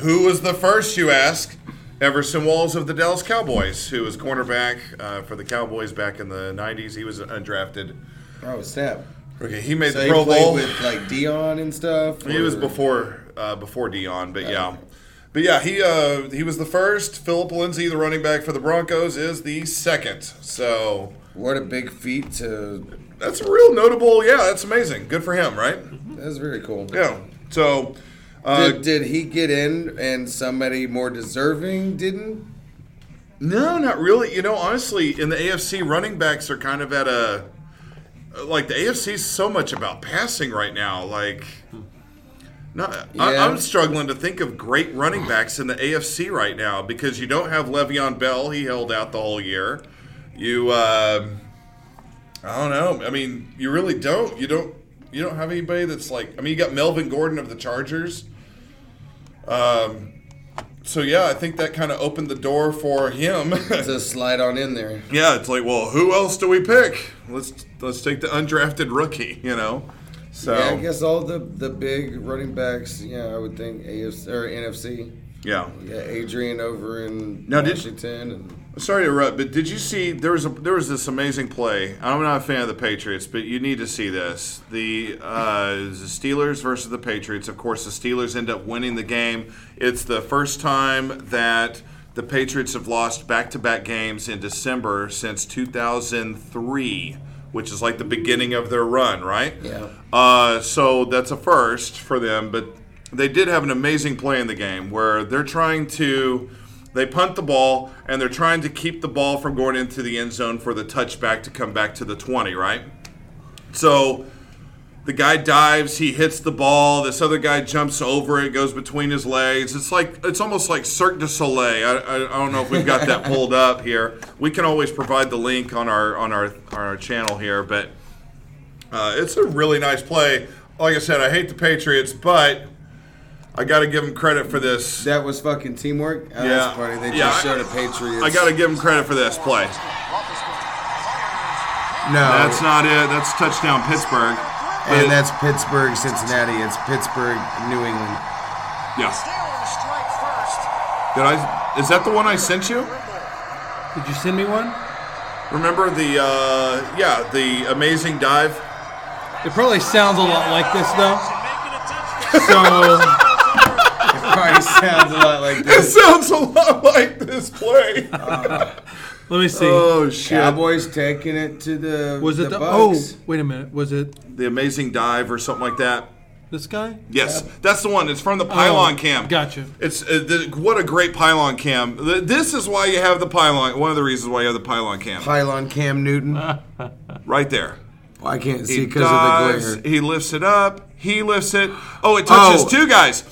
S3: who was the first, you ask? Everson Walls of the Dallas Cowboys, who was cornerback uh, for the Cowboys back in the 90s. He was undrafted.
S4: Oh snap.
S3: Okay, he made
S4: So
S3: the
S4: he
S3: Pro
S4: played
S3: Bowl.
S4: with like Dion and stuff.
S3: He was
S4: or-
S3: before uh, before Dion, but yeah, but yeah, he uh, he was the first. Philip Lindsay, the running back for the Broncos, is the second. So
S4: what a big feat to.
S3: That's real notable. Yeah, that's amazing. Good for him, right?
S4: That's very cool.
S3: Yeah. So. Uh,
S4: did, did he get in and somebody more deserving didn't?
S3: No, not really. You know, honestly, in the AFC, running backs are kind of at a like the AFC is so much about passing right now. Like, not I,
S4: Yeah.
S3: I'm struggling to think of great running backs in the AFC right now because you don't have Le'Veon Bell. He held out the whole year. You, uh, I don't know. I mean, you really don't. You don't. You don't have anybody that's like. I mean, you got Melvin Gordon of the Chargers. Um, so yeah, I think that kind of opened the door for him to
S4: slide on in there.
S3: Yeah, it's like, well, who else do we pick? Let's let's take the undrafted rookie, you know. So
S4: yeah, I guess all the the big running backs. Yeah, I would think AFC or NFC.
S3: Yeah.
S4: Yeah, Adrian over in
S3: Now, did-
S4: Washington and
S3: Sorry to interrupt, but did you see there was a there was this amazing play? I'm not a fan of the Patriots, but you need to see this. The uh, the Steelers versus the Patriots. Of course, the Steelers end up winning the game. It's the first time that the Patriots have lost back-to-back games in December since 2003, which is like the beginning of their run, right?
S4: Yeah.
S3: Uh, so that's a first for them, but they did have an amazing play in the game where they're trying to they punt the ball and they're trying to keep the ball from going into the end zone for the touchback to come back to the 20, right? So the guy dives, he hits the ball, this other guy jumps over it, goes between his legs. It's like it's almost like Cirque du Soleil. I, I, I don't know if we've got that pulled up here. We can always provide the link on our on our on our channel here, but uh, it's a really nice play. Like I said, I hate the Patriots, but I got to give him credit for this.
S4: That was fucking teamwork. Oh,
S3: yeah,
S4: That's funny. They
S3: yeah,
S4: just
S3: I-
S4: showed a Patriots.
S3: I got to give him credit for this play.
S4: No.
S1: That's not it. That's touchdown Pittsburgh.
S4: and that's Pittsburgh, Cincinnati. It's Pittsburgh, New England.
S1: Yeah. Did I? Is that the one I sent you?
S3: Did you send me one? Remember the uh, yeah the amazing dive?
S2: It probably sounds a lot like this though. So
S4: probably sounds a lot like this.
S3: It sounds a lot like this play.
S2: let me see.
S3: Oh shit!
S4: Cowboys taking it to the.
S2: Was it the,
S4: the,
S2: oh
S4: Bucks.
S2: wait a minute was it
S3: The amazing dive or something like that.
S2: this guy? Oh,
S3: Yes, that's the one. It's from the pylon cam.
S2: Gotcha.
S3: It's uh, the, what a great pylon cam. Th- This is why you have the pylon. One of the reasons why you have the pylon cam.
S4: Pylon Cam Newton? well,
S3: Right there.
S4: I can't
S3: Uh, He
S4: see because of the
S3: dives,
S4: glare.
S3: He lifts it up. He lifts it. Oh, it touches
S4: Oh.
S3: two guys.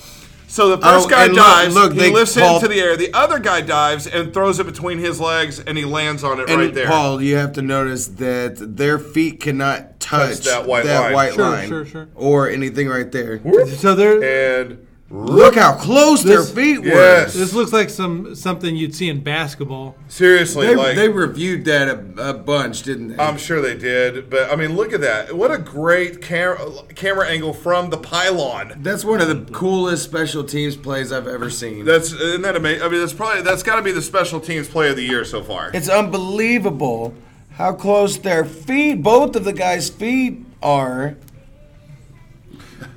S3: So the first
S4: Oh,
S3: guy
S4: and look-
S3: dives.
S4: look,
S3: he
S4: they
S3: lifts
S4: Paul-
S3: it into the air. The other guy dives and throws it between his legs, and he lands on it
S4: And
S3: right there.
S4: Paul, you have to notice that their feet cannot touch,
S3: Touch that white line.
S4: white
S3: Sure,
S4: line
S3: sure, sure.
S4: or anything right there.
S2: So there
S3: and
S4: Look how close their feet were. Yes.
S2: This looks like some something you'd see in basketball.
S3: Seriously,
S4: they,
S3: like
S4: they reviewed that a, a bunch, didn't they?
S3: I'm sure they did, but I mean, look at that! What a great cam- camera angle from the pylon.
S4: That's one of the coolest special teams plays I've ever seen.
S3: That's isn't that amazing? I mean, that's probably that's got to be the special teams play of the year so far.
S4: It's unbelievable how close their feet, both of the guys' feet, are.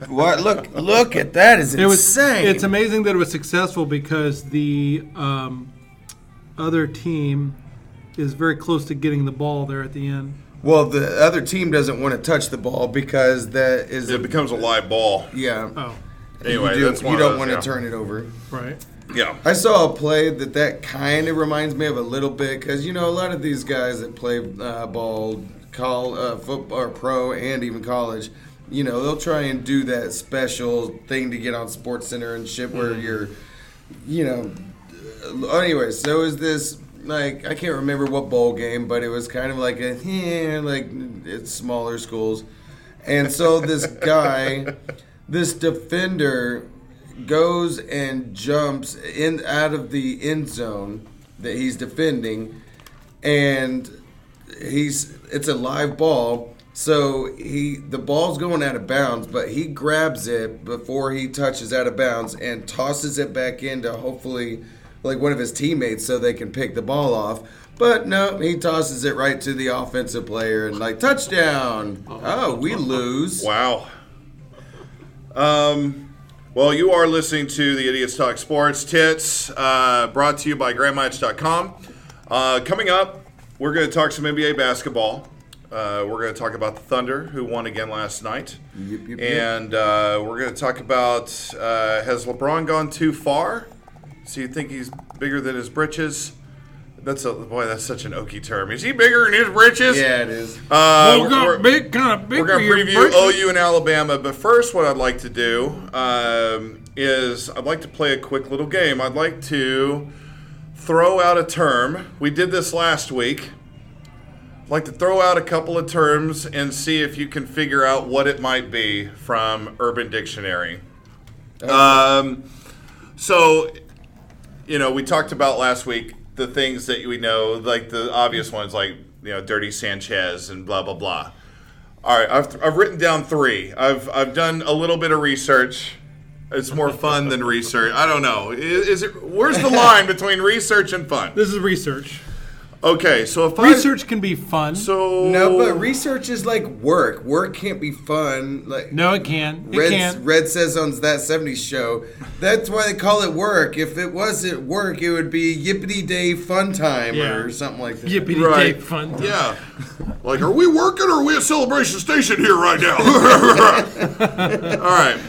S4: What? Look! Look at that! Is
S2: It was
S4: insane.
S2: It's amazing that it was successful because the um, other team is very close to getting the ball there at the end.
S4: well, the other team doesn't want to touch the ball because that is
S3: It becomes a live ball.
S4: Yeah.
S2: Oh.
S3: Anyway,
S4: you, do,
S3: that's one
S4: you
S3: of
S4: don't
S3: those,
S4: want
S3: yeah.
S4: to turn it over.
S2: Right.
S3: Yeah.
S4: I saw a play that that kind of reminds me of a little bit because you know a lot of these guys that play uh, ball, call uh, football or pro and even college, you know they'll try and do that special thing to get on Sports Center and shit where you're, you know. uh, Anyway, so is this like I can't remember what bowl game, but it was kind of like a yeah, like it's smaller schools, and so this guy, this defender goes and jumps in out of the end zone that he's defending, and he's it's a live ball. So he the ball's going out of bounds, but he grabs it before he touches out of bounds and tosses it back into hopefully like one of his teammates so they can pick the ball off. But no, he tosses it right to the offensive player and like touchdown. Oh, we lose.
S3: Wow. Um, well, you are listening to the Idiots Talk Sports Tits, uh, brought to you by GrandMatch.com. Uh, coming up, we're going to talk some NBA basketball. Uh, we're going to talk about the Thunder, who won again last night.
S4: yep.
S3: And uh, we're going to talk about uh, has LeBron gone too far? So you think he's bigger than his britches? That's a boy. That's such an oaky term. Is he bigger than his britches?
S4: Yeah, it is.
S3: Uh,
S11: Well, got
S3: we're-
S11: big, kind of big
S3: we're going
S11: for
S3: to
S11: your
S3: preview
S11: birthday.
S3: OU in Alabama, but first, what I'd like to do um, is I'd like to play a quick little game. I'd like to throw out a term. We did this last week. I'd like to throw out a couple of terms and see if you can figure out what it might be from Urban Dictionary. Um, so, you know, we talked about last week the things that we know, like the obvious ones, like, you know, Dirty Sanchez and blah, blah, blah. All right, I've, I've written down three. I've, I've done a little bit of research. It's more fun than research. I don't know. I- Is, it? Where's the line between research and fun?
S2: This is research.
S3: Okay, so if I
S2: Research can be fun.
S3: So
S4: No, but research is like work. Work can't be fun. Like
S2: no, it can. It
S4: Red
S2: can.
S4: Red says on that '70s show, that's why they call it work. If it wasn't work, it would be yippity day fun time or something like that.
S2: Yippity
S3: Right.
S2: day fun. time.
S3: Yeah. Like, are we working or are we a celebration station here right now? All right.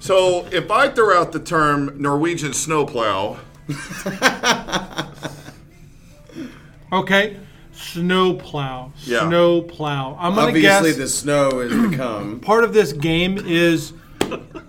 S3: So if I throw out the term Norwegian snowplow,
S2: Okay. Snow plow.
S3: Yeah.
S2: Snow plow. I'm gonna
S4: Obviously,
S2: guess
S4: the snow has become.
S2: part of this game is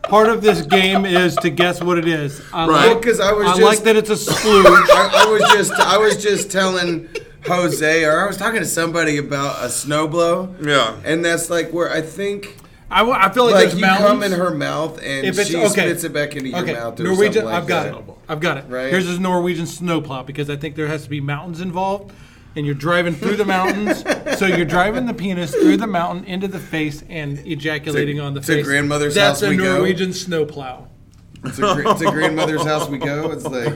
S2: part of this game is to guess what it is. I
S4: Right.
S2: like,
S4: Because I was
S2: I
S4: just-
S2: like that it's a splooge.
S4: I, I was just, I was just telling Jose, or I was talking to somebody about a snow blow,
S3: yeah.
S4: and that's like where I think
S2: I, wa- I feel like,
S4: Like,
S2: there's
S4: you
S2: mountains.
S4: come in her mouth and she spits it back into your mouth or
S2: Norwegian,
S4: something like
S2: I've got
S4: that.
S2: it. I've got it.
S4: Right?
S2: Here's this Norwegian snowplow because I think there has to be mountains involved, and you're driving through the mountains. so you're driving the penis through the mountain into the face and ejaculating
S4: To-
S2: on the
S4: to
S2: face.
S4: grandmother's
S2: That's
S4: house we
S2: a
S4: go.
S2: Norwegian snowplow.
S4: It's a, gr- it's a grandmother's house we go. It's like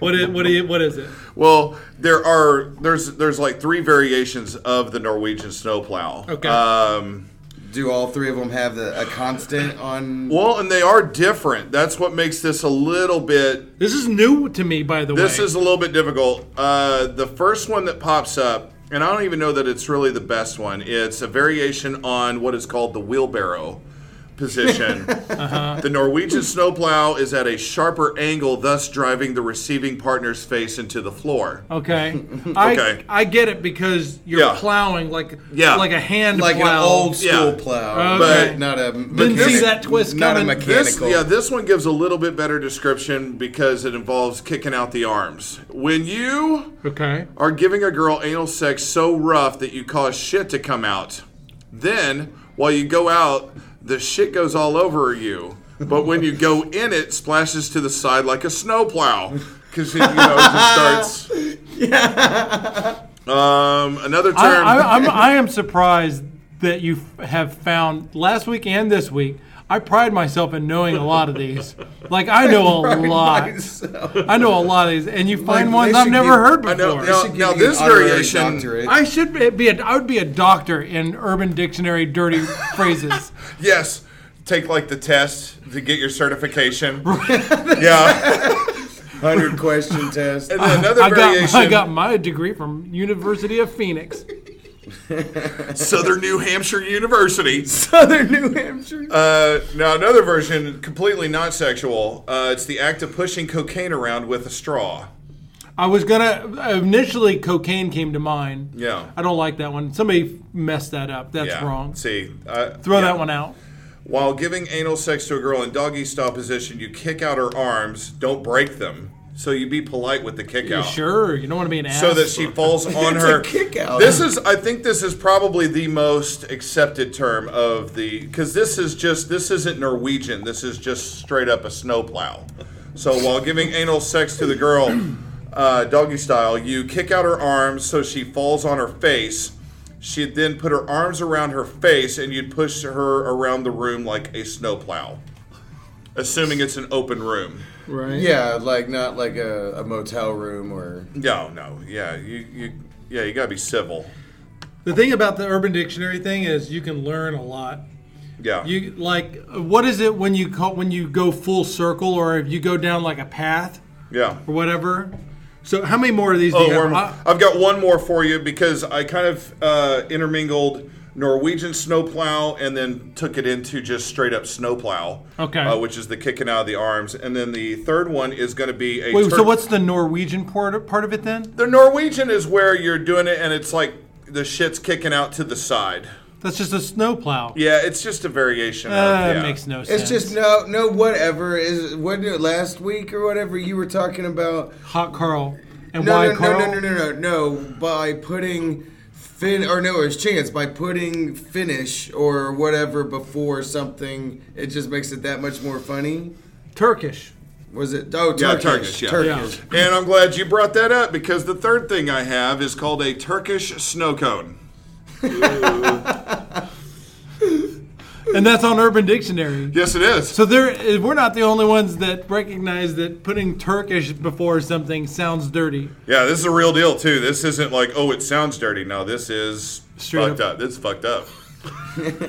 S2: What is, what is, what is it?
S3: Well, there are there's there's like three variations of the Norwegian snowplow.
S4: Okay.
S3: Um,
S4: Do all three of them have the, a constant on?
S3: Well, and they are different. That's what makes this a little bit.
S2: This is new to me, by the
S3: This
S2: way.
S3: is a little bit difficult. Uh, the first one that pops up, and I don't even know that it's really the best one. It's a variation on what is called the wheelbarrow position. The Norwegian snowplow is at a sharper angle, thus driving the receiving partner's face into the floor.
S2: Okay. I,
S3: Okay.
S2: I get it because you're
S3: Yeah.
S2: plowing like
S3: Yeah.
S2: like a hand
S3: Like an
S2: plow.
S3: old school Yeah. plow,
S2: Okay.
S3: but not
S4: a
S2: Didn't see that twist coming.
S3: This- yeah, this one gives a little bit better description because it involves kicking out the arms. When you
S2: Okay.
S3: are giving a girl anal sex so rough that you cause shit to come out, then while you go out, the shit goes all over you. But when you go in, it splashes to the side like a snowplow because it you know just starts. Um, another term.
S2: I, I, I'm, I am surprised that you f- have found last week and this week. I pride myself in knowing a lot of these. Like I know a
S3: I pride
S2: lot. I know a lot of these, and you find ones I've never heard before.
S3: I know. Now, now this variation.
S2: I should be- be. A, I would be a doctor in Urban Dictionary dirty phrases.
S3: Yes. Take like the test to get your certification. yeah.
S4: Hundred question test.
S3: And then another
S2: I got,
S3: variation.
S2: I got my degree from University of Phoenix.
S3: Southern New Hampshire University.
S4: Southern New Hampshire.
S3: Uh, now another version, completely not sexual. Uh, it's the act of pushing cocaine around with a straw.
S2: I was gonna initially cocaine came to mind.
S3: Yeah.
S2: I don't like that one. Somebody messed that up. That's
S3: Yeah.
S2: wrong.
S3: See, uh,
S2: Throw
S3: yeah.
S2: that one out.
S3: While giving anal sex to a girl in doggy style position, you kick out her arms. Don't break them. So you be polite with the kick
S2: You
S3: out.
S2: sure? You don't want to be an ass.
S3: so that she falls on her This is, I think, this is probably the most accepted term of the because this is just this isn't Norwegian. This is just straight up a snowplow. So while giving anal sex to the girl, uh, doggy style, you kick out her arms so she falls on her face. She'd then put her arms around her face, and you'd push her around the room like a snowplow, assuming it's an open room.
S2: Right.
S4: Yeah, like not like a, a motel room or.
S3: No, no, yeah, you, you, yeah, you gotta be civil.
S2: The thing about the Urban Dictionary thing is you can learn a lot.
S3: Yeah.
S2: You like what is it when you call, when you go full circle or if you go down like a path
S3: Yeah.
S2: or whatever? So how many more of these do
S3: Oh,
S2: you have? Uh,
S3: worm.
S2: I-
S3: I've got one more for you because I kind of uh, intermingled Norwegian snowplow and then took it into just straight up snowplow.
S2: Okay.
S3: Uh, which is the kicking out of the arms, and then the third one is going to be a.
S2: Wait,
S3: Tur-
S2: so what's the Norwegian part part of it then?
S3: the Norwegian is where you're doing it, and it's like the shit's kicking out to the side.
S2: That's just a snowplow.
S3: Yeah, it's just a variation.
S2: Uh,
S3: of,
S2: that
S3: yeah.
S2: makes no sense.
S4: It's just no, no, whatever is. Wasn't it last week or whatever you were talking about?
S2: Hot Carl and
S4: no,
S2: why
S4: no,
S2: Carl?
S4: no, no, no, no, no, no. By putting fin or no, it was chance by putting finish or whatever before something. It just makes it that much more funny.
S2: Turkish.
S4: Was it? Oh, Turkish.
S3: Yeah, Turkish. Yeah.
S4: Turkish.
S3: And I'm glad you brought that up because the third thing I have is called a Turkish snow cone.
S2: and that's on Urban Dictionary.
S3: Yes, it is.
S2: So there, we're not the only ones that recognize that putting Turkish before something sounds dirty.
S3: Yeah, this is a real deal too. This isn't like, oh, it sounds dirty. No, this is
S2: Straight
S3: fucked up. This is fucked up.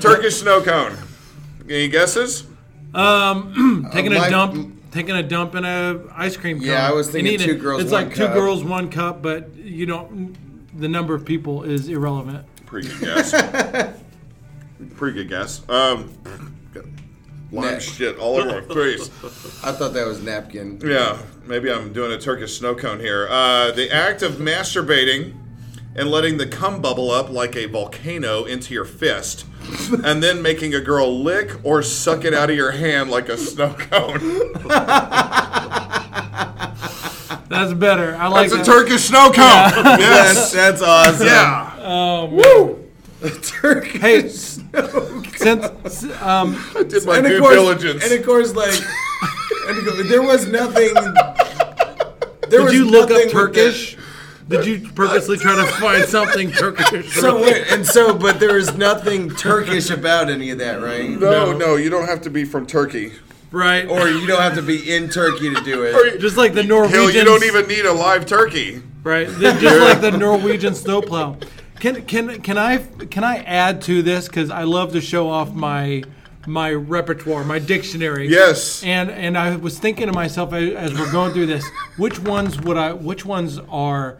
S3: Turkish snow cone. Any guesses?
S2: Um, taking
S3: Uh,
S2: a
S3: my-
S2: dump, taking a dump in a ice cream.
S3: Yeah,
S2: cone
S3: I was
S2: and
S3: thinking
S2: eating
S3: two
S2: it.
S3: girls,
S2: It's
S3: one
S2: like
S3: cup.
S2: two girls, one cup, but you don't. The number of people is irrelevant.
S3: Pretty good guess. Pretty good guess. Um, got lime
S4: Nah.
S3: shit all over my face.
S4: I thought that was napkin.
S3: Yeah, maybe I'm doing a Turkish snow cone here. Uh, the act of masturbating and letting the cum bubble up like a volcano into your fist, and then making a girl lick or suck it out of your hand like a snow cone.
S2: That's better. I like
S3: That's a
S2: that.
S3: Turkish snow cone.
S2: Yeah.
S3: Yes. That's- that's awesome. Yeah.
S2: Oh man. Woo.
S4: Turkish
S2: Hey,
S4: snow.
S2: since um,
S4: I
S3: did my due diligence.
S4: And of course, like, and of course, there was nothing. There
S2: Did
S4: was
S2: you look up
S4: nothing with the-
S2: Turkish? Did you purposely try to find something Turkish?
S4: So wait, and so, but there is nothing Turkish about any of that, right?
S3: No, no, you don't have to be from Turkey.
S2: Right.
S4: Or you don't have to be in Turkey to do it.
S2: just like the
S3: Hell,
S2: Norwegians.
S3: you don't even need a live turkey.
S2: Right. They're just like the Norwegian snowplow. Can can can I can I add to this because I love to show off my my repertoire, my dictionary.
S3: Yes.
S2: And and I was thinking to myself a- as we're going through this, which ones would I? Which ones are?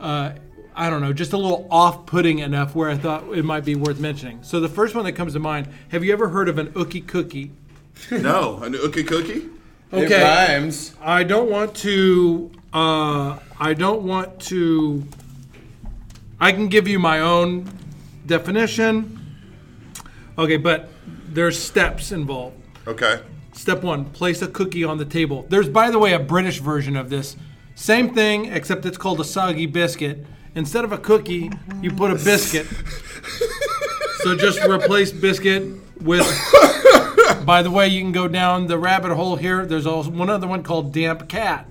S2: Uh, I don't know, just a little off-putting enough where I thought it might be worth mentioning. So the first one that comes to mind: Have you ever heard of an ookie cookie?
S3: No, an ookie cookie.
S2: Okay. I don't want to. Uh, I don't want to. I can give you my own definition. Okay, but there's steps involved.
S3: Okay.
S2: Step one: place a cookie on the table. There's, by the way, a British version of this. Same thing, except it's called a soggy biscuit. Instead of a cookie, you put a biscuit. so just replace biscuit with. by the way, you can go down the rabbit hole here. There's also one other one called damp cat.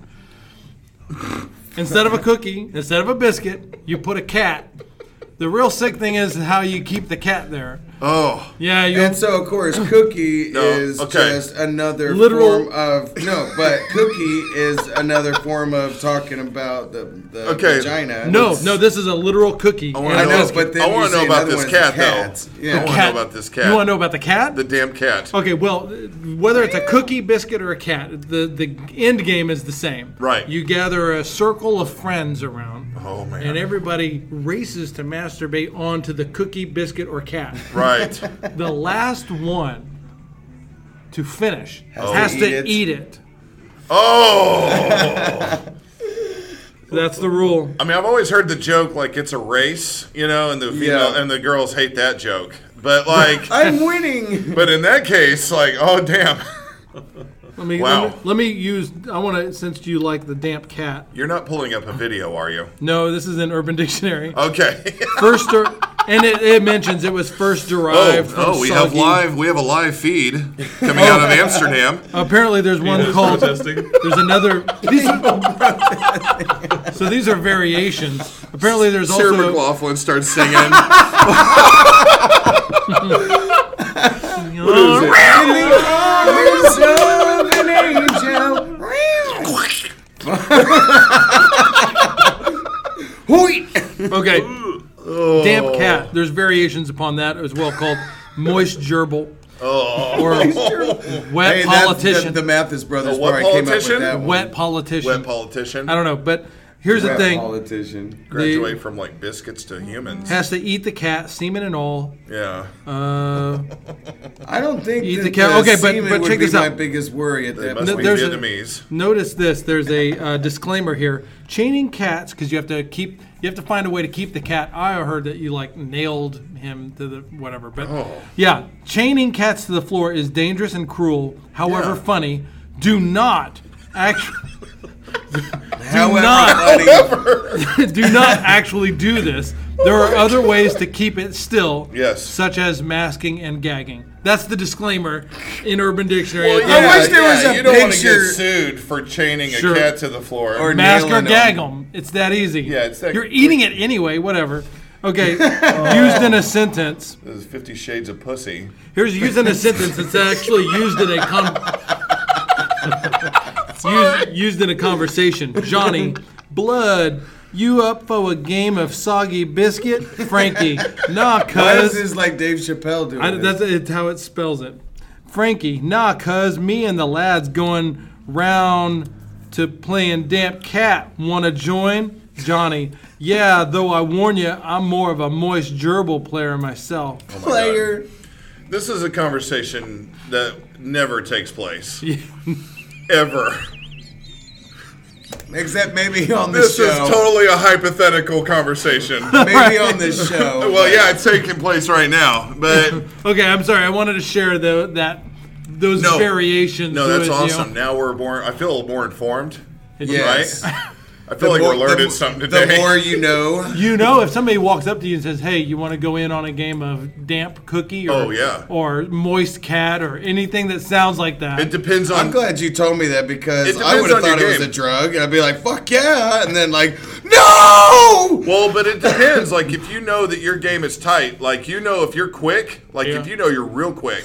S2: Instead of a cookie, instead of a biscuit, you put a cat. The real sick thing is how you keep the cat there.
S3: Oh.
S2: Yeah, you
S4: And so, of course, cookie
S2: No,
S4: is
S2: okay.
S4: just another
S2: Literal-
S4: form of no, but cookie is another form of talking about the, the vagina.
S2: No,
S4: It's-
S2: no, this is a literal cookie.
S4: I wanna
S2: And
S4: know-
S2: biscuit.
S4: but then I wanna you know say about another this one is cat, though. cats. Yeah. I
S2: The
S4: wanna know
S2: cat-
S4: about this cat.
S2: You want to know about the cat? The
S3: damn cat.
S2: Okay, well, whether it's a cookie, biscuit, or a cat, the the end game is the same.
S3: Right.
S2: You gather a circle of friends around.
S3: Oh man.
S2: And everybody races to masturbate onto the cookie, biscuit, or cat.
S3: Right.
S2: the last one to finish has,
S3: Has to
S2: to,
S3: eat it.
S2: eat it.
S3: Oh.
S2: That's the rule.
S3: I mean, I've always heard the joke like it's a race, you know, and the female
S4: Yeah.
S3: and the girls hate that joke. But like,
S4: I'm winning.
S3: but in that case, like, oh damn,
S2: Let me,
S3: Wow.
S2: let me let me use. I want to since you like the damp cat.
S3: you're not pulling up a video, are you?
S2: No, this is in Urban Dictionary.
S3: Okay.
S2: First, or, and it, it mentions it was first derived. from
S3: oh, oh, we have
S2: soggy- Oh.
S3: live, we have a live feed coming out of Amsterdam.
S2: Apparently, there's one
S3: Yeah,
S2: called.
S3: protesting.
S2: There's another. These, so these are variations. Apparently, there's
S3: Sarah
S2: also.
S3: McLaughlin starts singing. what
S2: is it?
S4: In the arms of an angel.
S2: okay. Damp cat. There's variations upon that as well called moist gerbil.
S3: Oh.
S2: Or
S4: Moist gerbil.
S2: wet
S4: Hey, that's-
S2: politician.
S4: the- the Mathis brothers A what probably came up with politician? that one.
S2: Wet politician.
S3: Wet politician.
S2: I don't know, but here's
S3: Wet
S2: the thing.
S4: Politician.
S3: Graduate from like biscuits to humans.
S2: Has to eat the cat, semen and all.
S3: Yeah.
S2: Uh,
S4: I don't think
S2: eat
S4: that
S2: the cat.
S4: the
S2: okay, but
S4: semen
S2: but
S4: would
S2: check
S4: be
S2: this
S4: my
S2: out.
S4: biggest worry at They that must
S2: No,
S4: be
S2: there's a-
S3: Vietnamese.
S2: notice this. There's a uh, disclaimer here. Chaining cats because you have to keep you have to find a way to keep the cat. I heard that you like nailed him to the whatever, but yeah, chaining cats to the floor is dangerous and cruel. However
S4: Yeah.
S2: funny, do not actually.
S4: However funny.
S2: not, do not actually do this. There are other ways to keep it still. Yes. Such as masking and gagging. That's the disclaimer in Urban Dictionary. at the end.
S3: yeah, yeah, You don't want to get sued for chaining
S2: Sure.
S3: a cat to the floor.
S2: mask or gag 'em. It's that easy. Yeah,
S3: it's that-
S2: You're eating it anyway. Whatever. Okay. used in a sentence.
S3: This is Fifty Shades of Pussy.
S2: Here's used in a sentence. It's actually used in a con- used, used in a conversation. Johnny, blood. You up for a game of soggy biscuit, Frankie? Nah, cuz.
S4: Why is this like Dave Chappelle doing
S2: I, that's
S4: this?
S2: it's how it spells it. Frankie, nah, cuz me and the lads going round to playing damp cat. Wanna join? Johnny, yeah, though I warn you, I'm more of a moist gerbil player myself.
S3: Oh my God. This is a conversation that never takes place. Ever.
S4: Except maybe on the
S3: this
S4: show.
S3: is totally a hypothetical conversation.
S4: Maybe on this show.
S3: well, yeah, it's taking place right now, but
S2: okay, I'm sorry. I wanted to share the, that those
S3: No.
S2: variations.
S3: no,
S2: to
S3: that's
S2: it, you know.
S3: awesome. Now we're more. I feel more informed.
S2: It
S3: right?
S2: does.
S3: I feel like we're learning something today.
S2: You know, if somebody walks up to you and says, "Hey, you want to go in on a game of damp cookie?" Or,
S4: Oh, yeah.
S2: Or moist cat or anything that sounds like that.
S4: It depends on. I'm glad you told me that because
S2: It
S4: I would
S2: depends on
S4: have thought it
S2: your
S4: was
S2: game.
S4: a drug, and I'd be like, "Fuck yeah!" And then like, no.
S3: Well, but it depends. like if you know that your game is tight, like you know if you're quick, like if you know you're real quick.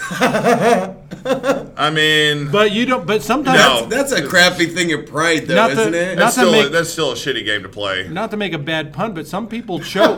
S3: I mean,
S2: but you don't. But sometimes
S3: no,
S4: that's a crappy thing of pride,
S2: though, Not to- isn't it? not
S3: That's
S2: to
S3: still a,
S2: make-
S3: that's still a shitty game to play.
S2: Not to make a bad pun, but some people choke.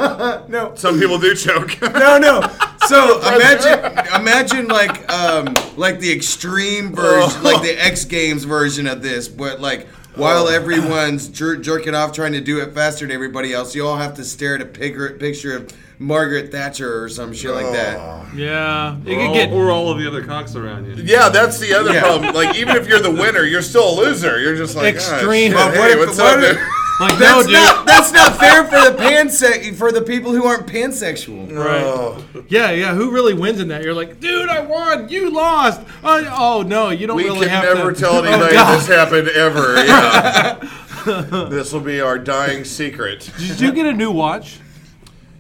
S4: no.
S3: Some people do choke.
S4: no, no. So imagine, imagine like, um, like the extreme
S2: Oh.
S4: version, like the X Games version of this, but like while
S2: Oh.
S4: everyone's jer- jerking off trying to do it faster than everybody else, you all have to stare at a pig- picture of Margaret Thatcher or some shit like
S2: Oh.
S4: that.
S2: Yeah,
S7: or, all, or all of the other cocks around you.
S3: Yeah, that's the other
S4: Yeah.
S3: problem. Like even if you're the winner, you're still a loser. You're just like "Ah,
S4: Extreme.
S3: shit,
S4: But what
S3: hey,
S4: if-
S3: what's
S4: what
S3: up,
S4: if-
S3: dude?"
S2: Like
S4: that's
S2: no, dude.
S4: not that's not fair for the panse- for the people who aren't pansexual.
S3: Oh.
S2: Right. Yeah, yeah. Who really wins in that? You're like, dude, I won. You lost. I- oh no, you don't
S3: we
S2: really
S3: can
S2: have
S3: never
S2: to.
S3: tell
S2: Oh,
S3: anybody
S2: God.
S3: this happened ever. Yeah. this will be our dying secret.
S2: Did you get a new watch?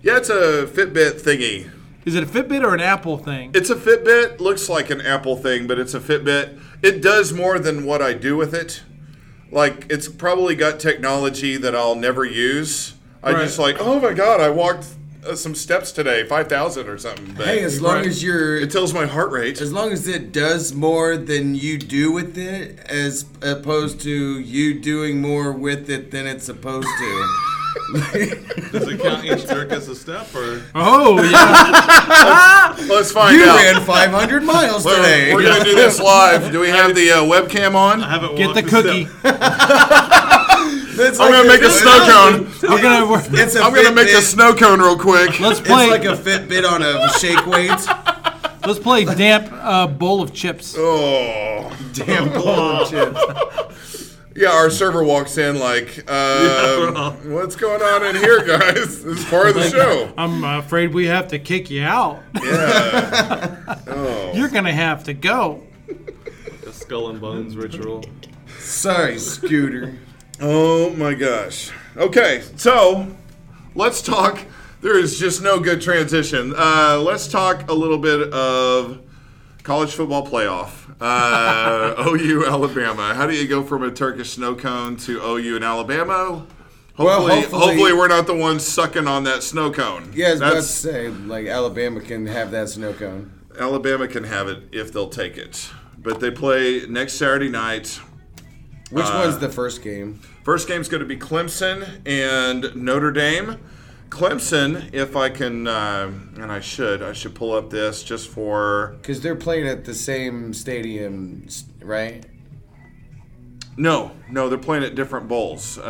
S3: Yeah, it's a Fitbit thingy.
S2: Is it a Fitbit or an Apple thing?
S3: It's a Fitbit. Looks like an Apple thing, but it's a Fitbit. It does more than what I do with it. Like it's probably got technology that I'll never use. I
S4: Right.
S3: just like, oh my god, I walked uh, some steps today, five thousand or something. But
S4: Hey, as long as you're, it
S3: tells my heart rate.
S4: As long as it does more than you do with it, as opposed to you doing more with it than it's supposed to.
S7: Does it count each jerk as a step or?
S2: Oh
S3: yeah. let's, let's find
S4: You
S3: out.
S4: ran 500 miles
S3: We're-
S4: today.
S3: We're gonna do this live. Do we have the uh, webcam on? I
S7: haven't
S2: Get the cookie.
S4: It's
S3: I'm
S4: like
S3: gonna make a snow cone.
S2: I'm gonna,
S4: It's a
S3: I'm gonna make a
S4: Fitbit.
S3: snow cone real quick.
S2: Let's play.
S4: It's like a Fitbit on a shake weight.
S2: Let's play damp uh, bowl of chips.
S3: Oh,
S4: damn bowl of chips.
S3: Yeah, our server walks in like, uh, what's going on in here, guys? This is part of the show.
S2: I'm afraid we have to kick you out.
S3: Yeah. Oh.
S2: You're gonna have to go.
S7: The skull and bones ritual.
S4: Sorry, Scooter.
S3: Oh my gosh. Okay, so let's talk. There is just no good transition. Uh, let's talk a little bit of college football playoff. Uh, OU Alabama. How do you go from a Turkish snow cone to OU in Alabama? Hopefully,
S4: Well, hopefully-
S3: hopefully we're not the ones sucking on that snow cone.
S4: Yeah, I was about to
S3: That's-
S4: say, like Alabama can have that snow cone.
S3: Alabama can have it if they'll take it. But they play next Saturday night.
S4: Which
S3: Uh,
S4: was the first game?
S3: First game's going to be Clemson and Notre Dame. Clemson, if I can, uh, and I should, I should pull up this just for.
S4: Because they're playing at the same stadium, s- right?
S3: No, no, they're playing at different bowls. Uh,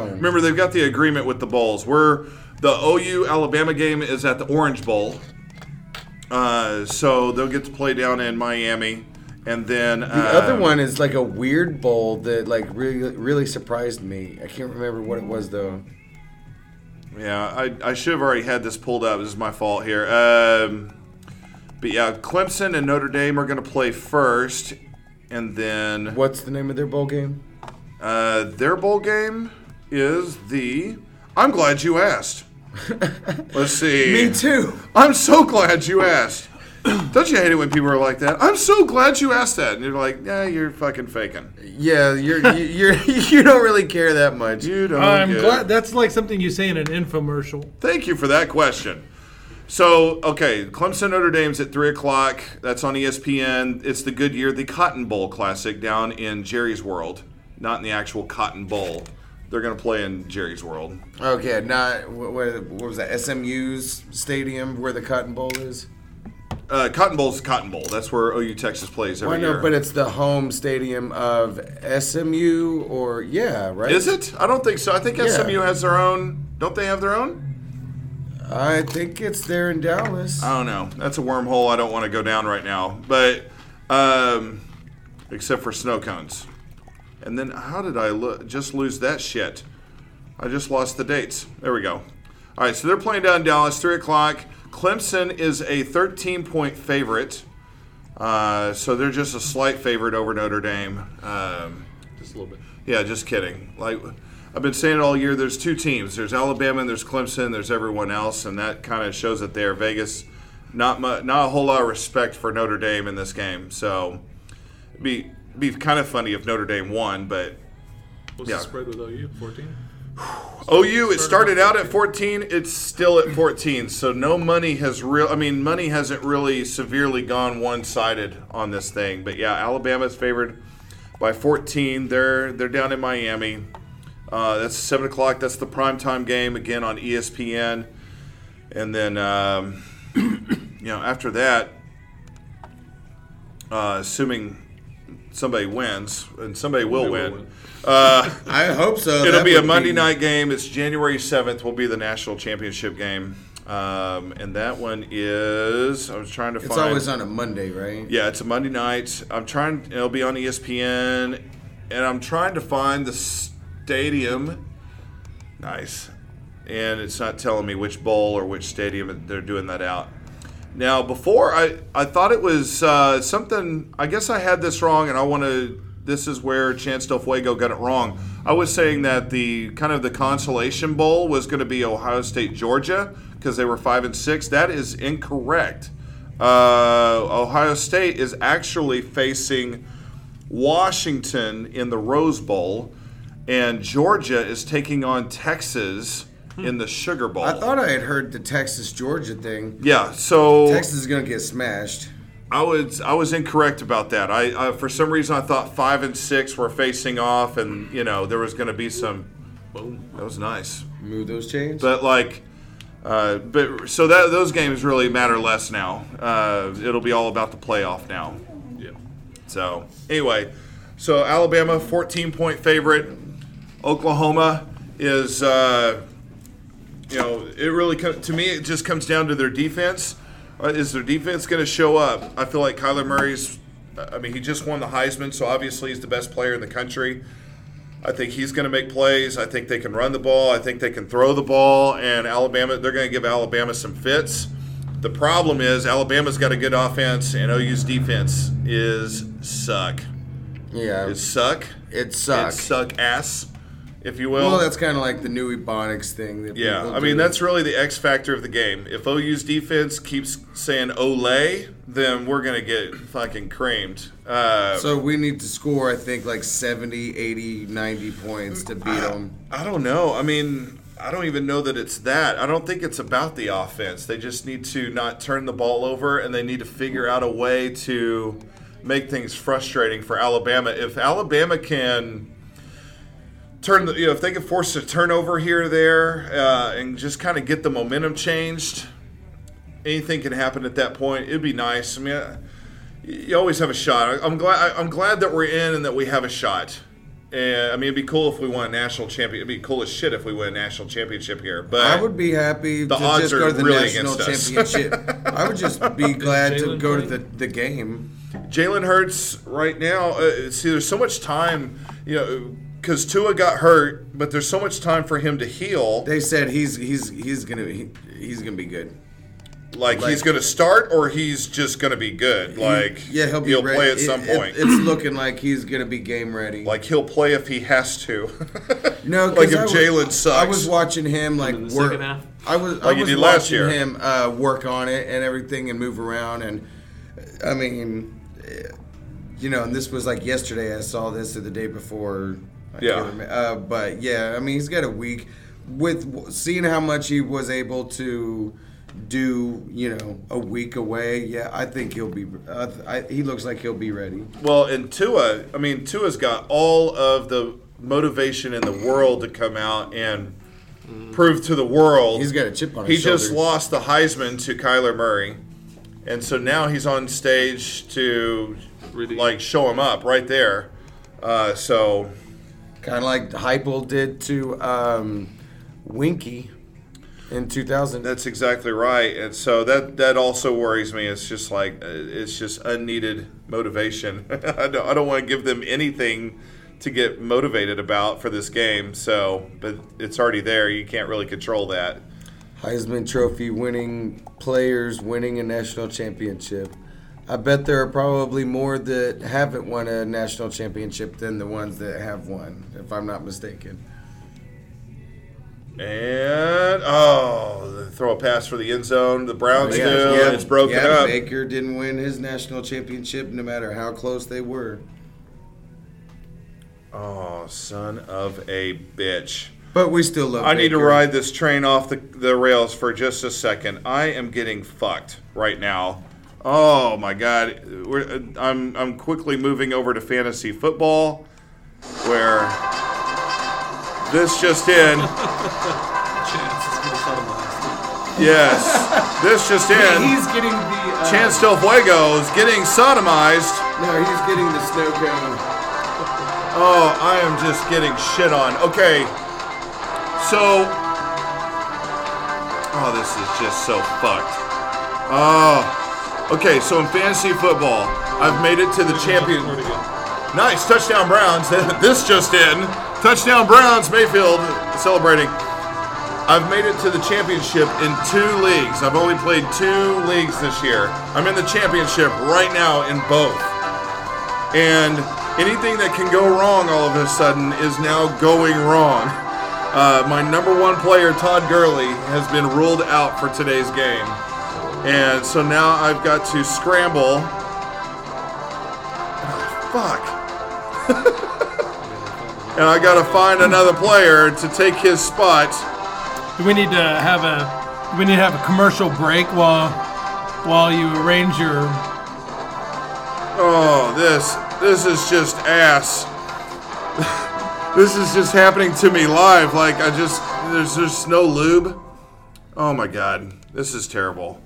S4: Oh.
S3: Remember, they've got the agreement with the bowls. We're the OU Alabama game is at the Orange Bowl, uh, so they'll get to play down in Miami, and then uh,
S4: The
S3: um,
S4: other one is like a weird bowl that like really really surprised me. I can't remember what it was though.
S3: Yeah, I, I should have already had this pulled up. This is my fault here. Um, but yeah, Clemson and Notre Dame are going to play first, and then
S4: what's the name of their bowl game?
S3: Uh, their bowl game is the. I'm glad you asked. Let's see.
S4: Me too.
S3: I'm so glad you asked. Don't you hate it when people are like that? I'm so glad you asked that, and you're like, yeah, you're fucking faking.
S4: Yeah, you're you- you're you don't really care that much.
S3: You don't.
S2: I'm
S3: care.
S2: glad that's like something you say in an infomercial.
S3: Thank you for that question. So, okay, Clemson Notre Dame's at 3 o'clock. That's on E ESPN. It's the Goodyear, the Cotton Bowl Classic down in Jerry's World, not in the actual Cotton Bowl. They're going to play in Jerry's World.
S4: Okay, not what, what was that? SMU's stadium where the Cotton Bowl is.
S3: Uh, Cotton Bowl's Cotton Bowl. That's where OU Texas plays every
S4: Why
S3: year.
S4: no? But it's the home stadium of SMU or yeah, right?
S3: Is it? I don't think so. I think
S4: Yeah.
S3: SMU has their own. Don't they have their own?
S4: I think it's there in Dallas.
S3: I don't know. That's a wormhole I don't want to go down right now. But, um, except for snow cones. And then how did I lo- just lose that shit? I just lost the dates. There we go. All right, so they're playing down in Dallas, 3 o'clock. Clemson is a 13 point favorite. Uh, so they're just a slight favorite over Notre Dame. Um,
S7: just a little bit.
S3: Yeah, just kidding. Like, I've been saying it all year. There's two teams. There's Alabama and there's Clemson. There's everyone else, and that kind of shows it there. Vegas, not mu- not a whole lot of respect for Notre Dame in this game. So, it'd be be kind of funny if Notre Dame won, but
S7: What's
S3: yeah.
S7: the spread with OU? 14?
S3: OU, it started out at 14. It's still at 14. So no money has real. I mean, money hasn't really severely gone one-sided on this thing. But yeah, Alabama's favored by 14. They're they're down in Miami. Uh, that's seven o'clock. That's the primetime game again on E ESPN. And then um, you know after that, uh, assuming somebody wins and somebody will
S13: Somebody will
S3: win. Uh,
S4: I hope so.
S3: It'll
S4: That
S3: be a
S4: would
S3: Monday
S4: be-
S3: night game. It's January seventh. Will be the national championship game, um, and that one is. I was trying to
S4: It's
S3: find.
S4: always on a Monday, right?
S3: Yeah, it's a Monday night. I'm trying. It'll be on E ESPN, and I'm trying to find the stadium. Nice, and it's not telling me which bowl or which stadium they're doing that out. Now, before I, I thought it was uh, something. I guess I had this wrong, and I want to. This is where Chance Del Fuego got it wrong. I was saying that the kind of the consolation bowl was going to be Ohio State Georgia because they were five and six. That is incorrect. Uh, Ohio State is actually facing Washington in the Rose Bowl, and Georgia is taking on Texas in the Sugar Bowl.
S4: Hmm. I thought I had heard the Texas Georgia thing.
S3: Yeah, so
S4: Texas is gonna get smashed.
S3: I was I was incorrect about that. I, I for some reason I thought five and six were facing off, and you know there was going to be some. Boom, that was nice.
S4: Move those chains.
S3: But like, uh, but so that those games really matter less now. Uh, it'll be all about the playoff now.
S7: Yeah.
S3: So anyway, so Alabama fourteen point favorite. Oklahoma is. Uh, you know, it really com- to me it just comes down to their defense. Uh, is their defense going to show up? I feel like Kyler Murray's. I mean, he just won the Heisman, so obviously he's the best player in the country. I think he's going to make plays. I think they can run the ball. I think they can throw the ball. And Alabama, they're going to give Alabama some fits. The problem is Alabama's got a good offense, and OU's defense is suck.
S4: Yeah,
S3: it's suck.
S4: It suck.
S3: It suck ass, if you will.
S4: Well, that's kind of like the new Ebonics thing. That
S3: Yeah,
S4: people
S3: I mean
S4: do.
S3: that's really the X factor of the game. If OU's defense keeps saying "Olay," then we're gonna get fucking creamed. Uh,
S4: so we need to score, I think, like 70, 80, 90 points to beat
S3: Uh,
S4: them.
S3: I don't know. I mean, I don't even know that it's that. I don't think it's about the offense. They just need to not turn the ball over, and they need to figure out a way to make things frustrating for Alabama. If Alabama can turn the, you know, if they can force a turnover here or there, uh, and just kind of get the momentum changed, anything can happen at that point. It'd be nice. I mean. I, you always have a shot. I- I'm glad. I- I'm glad that we're in and that we have a shot. And I mean, it'd be cool if we won a national champion. It'd be cool as shit if we win a national championship here. But
S4: I would be happy
S3: the
S4: to
S3: odds
S4: just
S3: are
S4: go to the
S3: really
S4: national
S3: against us.
S4: championship. I would just be glad to go to the, the game.
S3: Jalen Hurts right now. Uh, see, there's so much time. You know, because Tua got hurt, but there's so much time for him to heal.
S4: They said he's he's he's gonna he, he's gonna be good.
S3: Like, he's going to start, or he's just going to be good. Like
S4: yeah, he'll, be ready.
S3: play at some
S4: It- it-
S3: point.
S4: it's looking like he's gonna be game ready.
S3: Like he'll play if he has to.
S4: No, 'cause
S3: Like if
S4: I was-
S3: Jalen sucks.
S4: I was watching him like
S3: in the
S4: work.
S3: second half?
S4: I was I
S3: Like you
S4: was
S3: did
S4: watching
S3: last year.
S4: him uh, work on it and everything and move around and I mean, eh, you know, and this was like yesterday. I saw this or the day before. I
S3: Yeah.
S4: can't remember. Uh, but yeah, I mean, he's got a week with w- seeing how much he was able to do. You know, a week away. Yeah, I think he'll be. Uh, I, he looks like he'll be ready.
S3: Well, and Tua, I mean, Tua's got all of the motivation in the world to come out and prove to the world
S4: He's got a chip on
S3: he
S4: his shoulder.
S3: just lost the Heisman to Kyler Murray, and so now he's on stage to like show him up right there. Uh, so,
S4: kind of like Heupel did to um, Winky in 2000.
S3: That's exactly right, and so that that also worries me. It's just like uh, it's just unneeded motivation. I don't, I don't want to give them anything to get motivated about for this game. So, but it's already there. You can't really control that.
S4: Heisman Trophy winning players winning a national championship. I bet there are probably more that haven't won a national championship than the ones that have won, if I'm not mistaken.
S3: And oh, throw a pass for the end zone. The Browns
S4: Oh, Yeah,
S3: do.
S4: yeah,
S3: It's broken
S4: yeah,
S3: up.
S4: Baker didn't win his national championship, no matter how close they were.
S3: Oh, son of a bitch.
S4: But we still love
S3: I need to
S4: Baker.
S3: ride this train off the, the rails for just a second. I am getting fucked right now. Oh my god. We're, I'm I'm quickly moving over to fantasy football where this just in. Yes. This just in.
S4: He's getting the uh,
S3: Chance Del Fuego is getting sodomized.
S4: No, he's getting the snow cone.
S3: Oh, I am just getting shit on. Okay. So. Oh, this is just so fucked. Oh. Okay, so in fantasy football, I've made it to the champion. Nice. Touchdown Browns. this just in. Touchdown Browns. Mayfield celebrating. I've made it to the championship in two leagues. I've only played two leagues this year. I'm in the championship right now in both. And anything that can go wrong all of a sudden is now going wrong. Uh, my number one player, Todd Gurley, has been ruled out for today's game. And so now I've got to scramble. Fuck. and I got to find another player to take his spot.
S2: Do we need to have a do we need to have a commercial break while while you arrange your
S3: Oh, this this is just ass. this is just happening to me live. Like I just there's just no lube. Oh my god, this is terrible.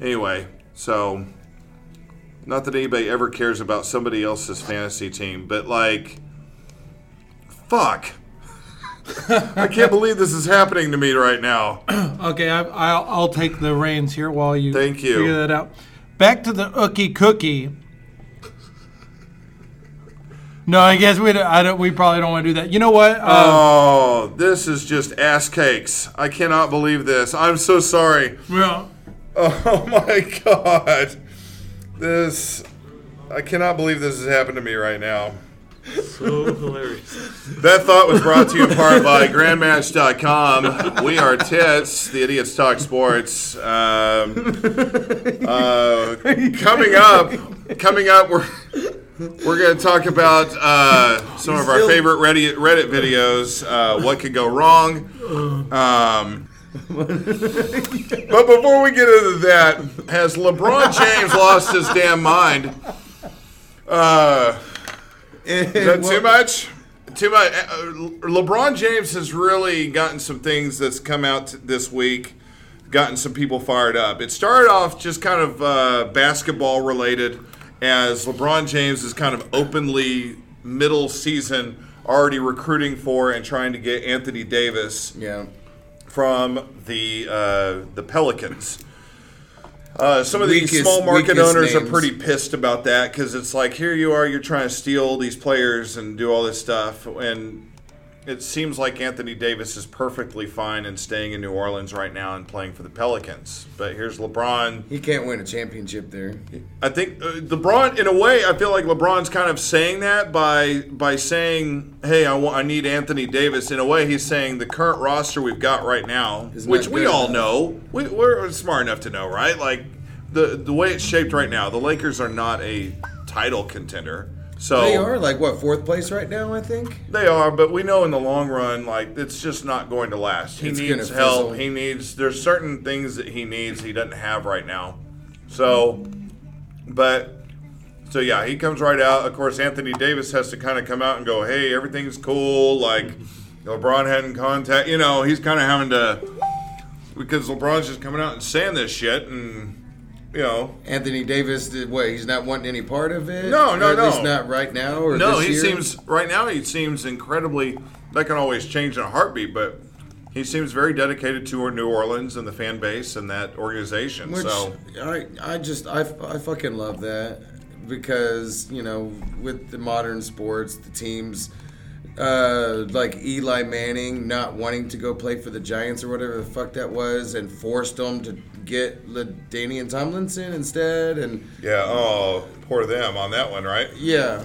S3: Anyway, so not that anybody ever cares about somebody else's fantasy team, but like, fuck. I can't believe this is happening to me right now.
S2: Okay, I, I'll, I'll take the reins here while you
S3: Thank you.
S2: figure that out. Back to the ookie cookie. No, I guess we don't, I don't, we probably don't want to do that. You know what? Uh,
S3: Oh, this is just ass cakes. I cannot believe this. I'm so sorry.
S2: Well,
S3: oh my god. This I cannot believe this has happened to me right now.
S7: So hilarious.
S3: That thought was brought to you in part by GrandMatch.com. We are tits. The idiots talk sports. Um, uh, coming up, coming up, we're we're going to talk about uh, some of our favorite Reddit, Reddit videos. Uh, what could go wrong? Um, but before we get into that, has LeBron James lost his damn mind? Uh, is that too much? Too much. Uh, LeBron James has really gotten some things that's come out this week, gotten some people fired up. It started off just kind of uh, basketball related, as LeBron James is kind of openly middle season already recruiting for and trying to get Anthony Davis.
S4: Yeah.
S3: From the uh, the Pelicans. Uh, some of these
S4: Weakest-
S3: small market
S4: weakest
S3: owners are
S4: names.
S3: pretty pissed about that because it's like here you are, you're trying to steal these players and do all this stuff, and it seems like Anthony Davis is perfectly fine and staying in New Orleans right now and playing for the Pelicans. But here's LeBron.
S4: He can't win a championship there.
S3: I think uh, LeBron, in a way, I feel like LeBron's kind of saying that by by saying, "Hey, I want, I need Anthony Davis." In a way, he's saying the current roster we've got right now,
S4: Is not
S3: which we
S4: good
S3: all
S4: enough.
S3: know, we, we're smart enough to know, right? Like the the way it's shaped right now, the Lakers are not a title contender. So
S4: they are like what fourth place right now, I think.
S3: they are, but we know in the long run, like it's just not going to last. He
S4: It's gonna
S3: needs help.
S4: fizzle.
S3: He needs. There's certain things that he needs he doesn't have right now. So, but so yeah, he comes right out. Of course, Anthony Davis has to kind of come out and go, "Hey, everything's cool." Like LeBron hadn't contact. You know, he's kind of having to because LeBron's just coming out and saying this shit, and you know,
S4: Anthony Davis did what? He's not wanting any part of it.
S3: No, no,
S4: or at
S3: no.
S4: least not right now. Or
S3: no,
S4: this
S3: he
S4: year?
S3: seems right now. He seems incredibly. That can always change in a heartbeat, but he seems very dedicated to New Orleans and the fan base and that organization.
S4: Which
S3: so
S4: I, I just I, I fucking love that because you know with the modern sports the teams uh, like Eli Manning not wanting to go play for the Giants or whatever the fuck that was and forced them to get LaDainian Tomlinson instead and
S3: yeah, oh, poor them on that one, right?
S4: yeah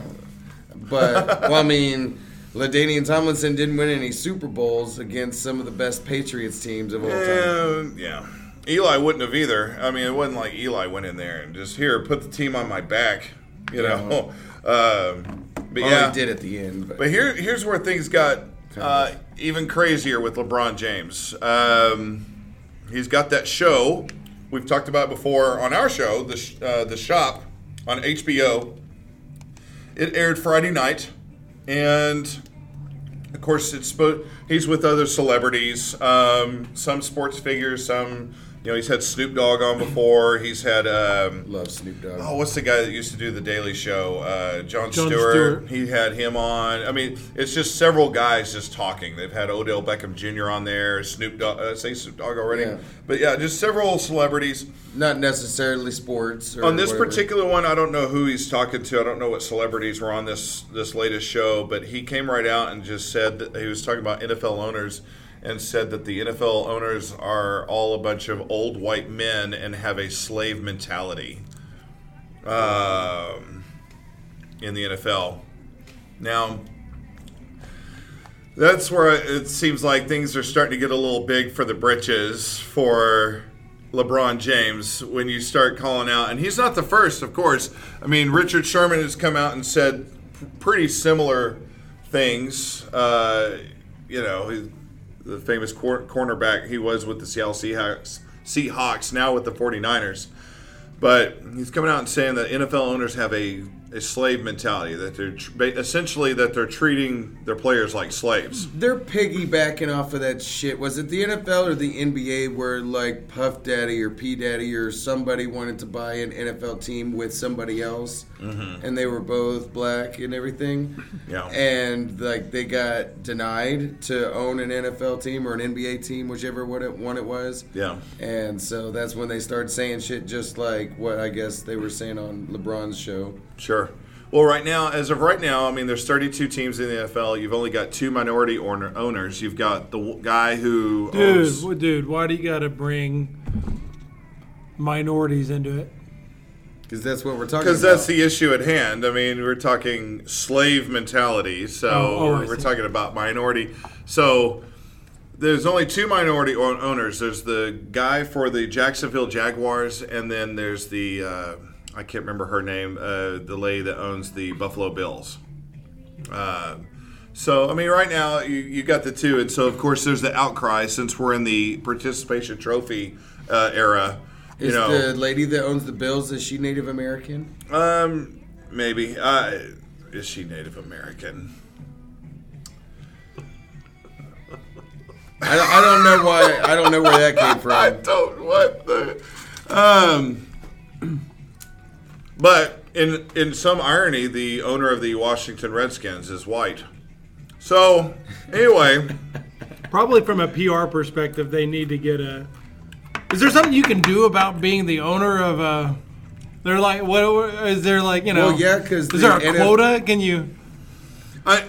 S4: but well I mean Ladanian Tomlinson didn't win any Super Bowls against some of the best Patriots teams of all time.
S3: And, Uh, yeah. Eli wouldn't have either. I mean, it wasn't like Eli went in there and just here put the team on my back, you know. Um, but
S4: Well, Oh, he
S3: yeah,
S4: did at the end, but-
S3: But here, here's where things got uh, even crazier with LeBron James. Um, he's got that show we've talked about before on our show, the Sh- uh, the Shop on HBO. It aired Friday night, and of course, it's spo- he's with other celebrities, um, some sports figures, some you know he's had Snoop Dogg on before. He's had um,
S4: love Snoop Dogg.
S3: Oh, what's the guy that used to do the Daily Show? Uh, John,
S2: Jon
S3: Stewart.
S2: Stewart.
S3: He had him on. I mean, it's just several guys just talking. They've had Odell Beckham Jr. on there, Snoop Dogg. Uh, say Snoop Dogg already,
S4: Yeah.
S3: but yeah, just several celebrities.
S4: Not necessarily sports. Or
S3: on this
S4: whatever.
S3: particular one, I don't know who he's talking to. I don't know what celebrities were on this this latest show, but he came right out and just said that he was talking about NFL owners and said that the NFL owners are all a bunch of old white men and have a slave mentality um, in the NFL. Now, that's where it seems like things are starting to get a little big for the britches for LeBron James when you start calling out. And he's not the first, of course. I mean, Richard Sherman has come out and said p- pretty similar things. Uh, you know, he- the famous cor- cornerback he was with the Seattle Seahawks, Seahawks, now with the 49ers. But he's coming out and saying that NFL owners have a, a slave mentality that they're tr- ba- essentially that they're treating their players like slaves.
S4: They're piggybacking off of that shit. Was it the NFL or the NBA where like Puff Daddy or P Daddy or somebody wanted to buy an NFL team with somebody else,
S3: Mhm.
S4: and they were both black and everything,
S3: Yeah.
S4: and like they got denied to own an NFL team or an NBA team, whichever what it, one it was.
S3: Yeah.
S4: And so that's when they started saying shit just like what I guess they were saying on LeBron's show.
S3: Sure. Well, right now, as of right now, I mean, there's 32 teams in the NFL. You've only got two minority orner- owners. You've got the w- guy who
S2: Dude,
S3: owns-
S2: w- dude, why do you gotta bring minorities into it?
S4: Because that's what we're talking
S3: Because that's the issue at hand. I mean, we're talking slave mentality, so
S2: Oh, oh, I
S3: we're, we're
S2: see.
S3: talking about minority. So there's only two minority o- owners. There's the guy for the Jacksonville Jaguars, and then there's the uh, I can't remember her name, uh, the lady that owns the Buffalo Bills. Uh, so I mean, right now you, you got the two, and so of course there's the outcry since we're in the participation trophy uh, era. You
S4: Is
S3: know,
S4: the lady that owns the Bills is she Native American?
S3: um, maybe. Uh, is she Native American?
S4: I don't, I don't know why. I don't know where that came from. I
S3: don't. What the? Um, but in in some irony, the owner of the Washington Redskins is white. So anyway,
S2: Probably from a PR perspective, they need to get a. Is there something you can do about being the owner of a? They're like, what- what is there like? You know,
S3: Well, yeah, 'cause
S2: is
S3: the
S2: there a
S3: NF
S2: quota? Can you?
S3: I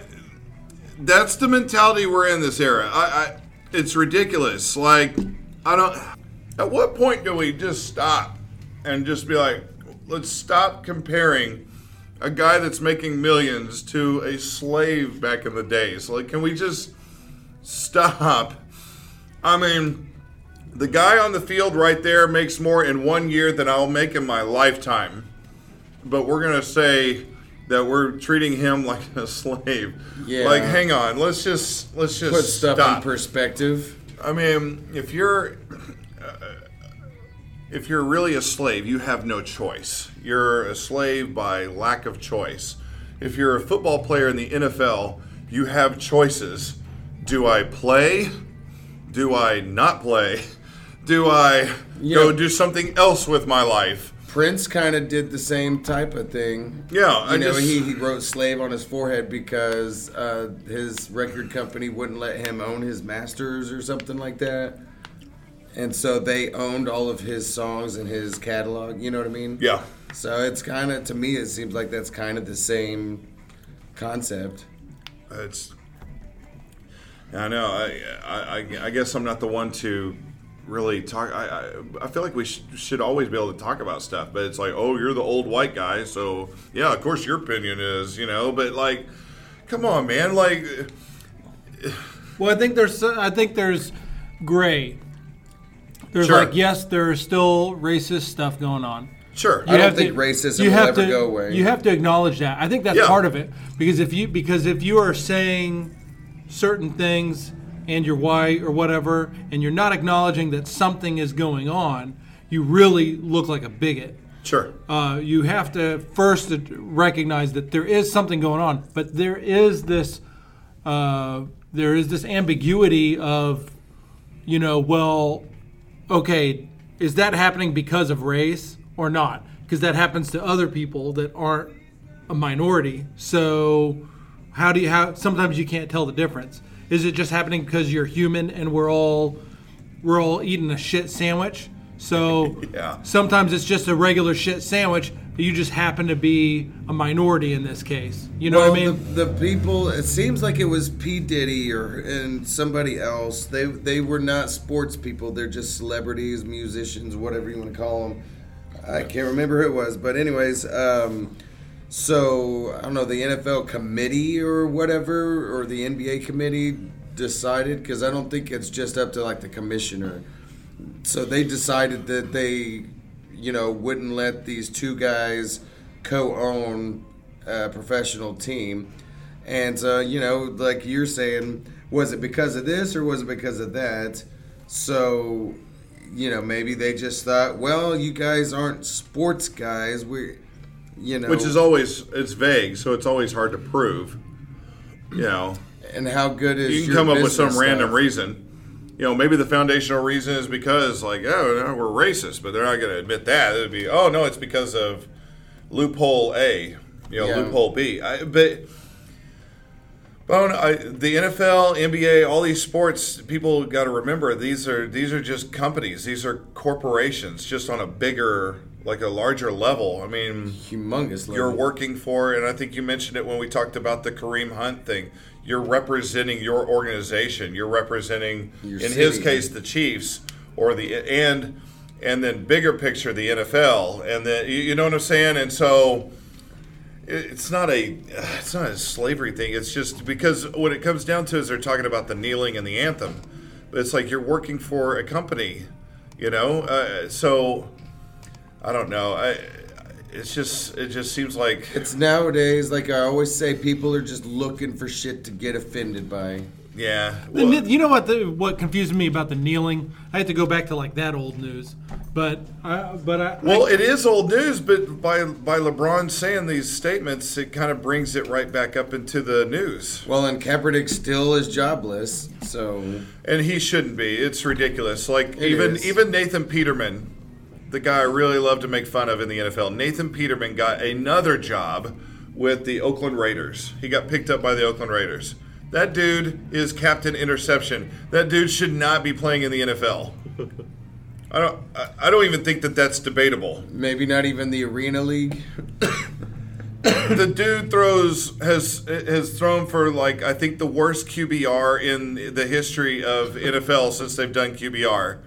S3: that's the mentality we're in this era. I, I it's ridiculous. Like I don't. At what point do we just stop and just be like, let's stop comparing a guy that's making millions to a slave back in the days? Like, can we just stop? I mean, the guy on the field right there makes more in one year than I'll make in my lifetime. But we're gonna say that we're treating him like a slave.
S4: Yeah.
S3: Like, hang on. Let's just let's just
S4: Put stuff in
S3: stop.
S4: perspective.
S3: I mean, if you're uh, if you're really a slave, you have no choice. You're a slave by lack of choice. If you're a football player in the NFL, you have choices. Do I play? Do I not play? Do I go do something else with my life?
S4: Prince kind of did the same type of thing.
S3: Yeah,
S4: you
S3: I
S4: know,
S3: just-
S4: he, he wrote "slave" on his forehead because uh, his record company wouldn't let him own his masters or something like that, and so they owned all of his songs and his catalog. You know what I mean?
S3: Yeah.
S4: So it's kind of to me, it seems like that's kind of the same concept.
S3: It's I know. I, I, I- I guess I'm not the one to really talk. I, I, I feel like we sh- should always be able to talk about stuff, but it's like, oh, you're the old white guy, so yeah, of course your opinion is, you know. But like, Come on, man. Like,
S2: Well, I think there's I think there's gray. There's
S3: Sure.
S2: like yes, there's still racist stuff going on.
S3: Sure.
S2: You
S4: I don't
S2: have
S4: think racism
S2: you
S4: will
S2: have
S4: ever
S2: to-
S4: go away.
S2: You have to acknowledge that. I think that's
S4: Yeah.
S2: part of it because if you because if you are saying certain things and your why or whatever, and you're not acknowledging that something is going on, you really look like a bigot.
S3: Sure.
S2: Uh, you have to first recognize that there is something going on, but there is this uh, there is this ambiguity of you know, well, okay, is that happening because of race or not? Because that happens to other people that aren't a minority. So how do you how sometimes you can't tell the difference. Is it just happening because you're human and we're all we're all eating a shit sandwich? So sometimes it's just a regular shit sandwich. but You just happen to be a minority in this case. You know
S4: well,
S2: what I mean?
S4: The, the people. It seems like it was P Diddy or and somebody else. They they were not sports people. They're just celebrities, musicians, whatever you want to call them. I can't remember who it was, but anyways. Um, so I don't know the NFL committee or whatever or the NBA committee decided because I don't think it's just up to like the commissioner. So they decided that they, you know, wouldn't let these two guys co-own a professional team. And so, you know, like you're saying, was it because of this or was it because of that? So, you know, maybe they just thought, well, you guys aren't sports guys. We, you know,
S3: which is always it's vague, so it's always hard to prove. You know.
S4: And how good is
S3: you can
S4: your
S3: come up with some
S4: business
S3: random
S4: stuff?
S3: reason. You know, maybe the foundational reason is because like, oh, no, we're racist, but they're not going to admit that. It would be, oh no, it's because of loophole A, you know,
S13: Yeah.
S3: loophole B. I, but but I don't know, I, the NFL, NBA, all these sports people got to remember these are these are just companies. These are corporations, just on a bigger, like a larger level. I mean,
S4: humongous.
S3: You're
S4: level.
S3: working for, and I think you mentioned it when we talked about the Kareem Hunt thing. You're representing your organization. You're representing,
S13: Your
S3: in his
S13: city.
S3: case, the Chiefs or the and and then bigger picture the NFL, and then you, you know what I'm saying. And so it- it's not a it's not a slavery thing. It's just because what it comes down to is they're talking about the kneeling and the anthem, but it's like you're working for a company, you know. Uh, so I don't know. I it's just it just seems like
S4: It's nowadays, like I always say, people are just looking for shit to get offended by.
S3: yeah.
S2: The kne- you know what? The, what confused me about the kneeling? I had to go back to like that old news, but I, but I.
S3: Well,
S2: I-
S3: it is old news, but by by LeBron saying these statements, it kind of brings it right back up into the news.
S4: Well, and Kaepernick still is jobless, so
S3: and he shouldn't be. It's ridiculous. Like
S4: It
S3: even
S4: is.
S3: even Nathan Peterman, the guy I really love to make fun of in the NFL. Nathan Peterman got another job with the Oakland Raiders. He got picked up by the Oakland Raiders. That dude is captain interception. That dude should not be playing in the NFL. I don't. I, I don't even think that that's debatable.
S4: Maybe not even the Arena League.
S3: the dude throws has has thrown for like I think the worst QBR in the history of NFL since they've done QBR.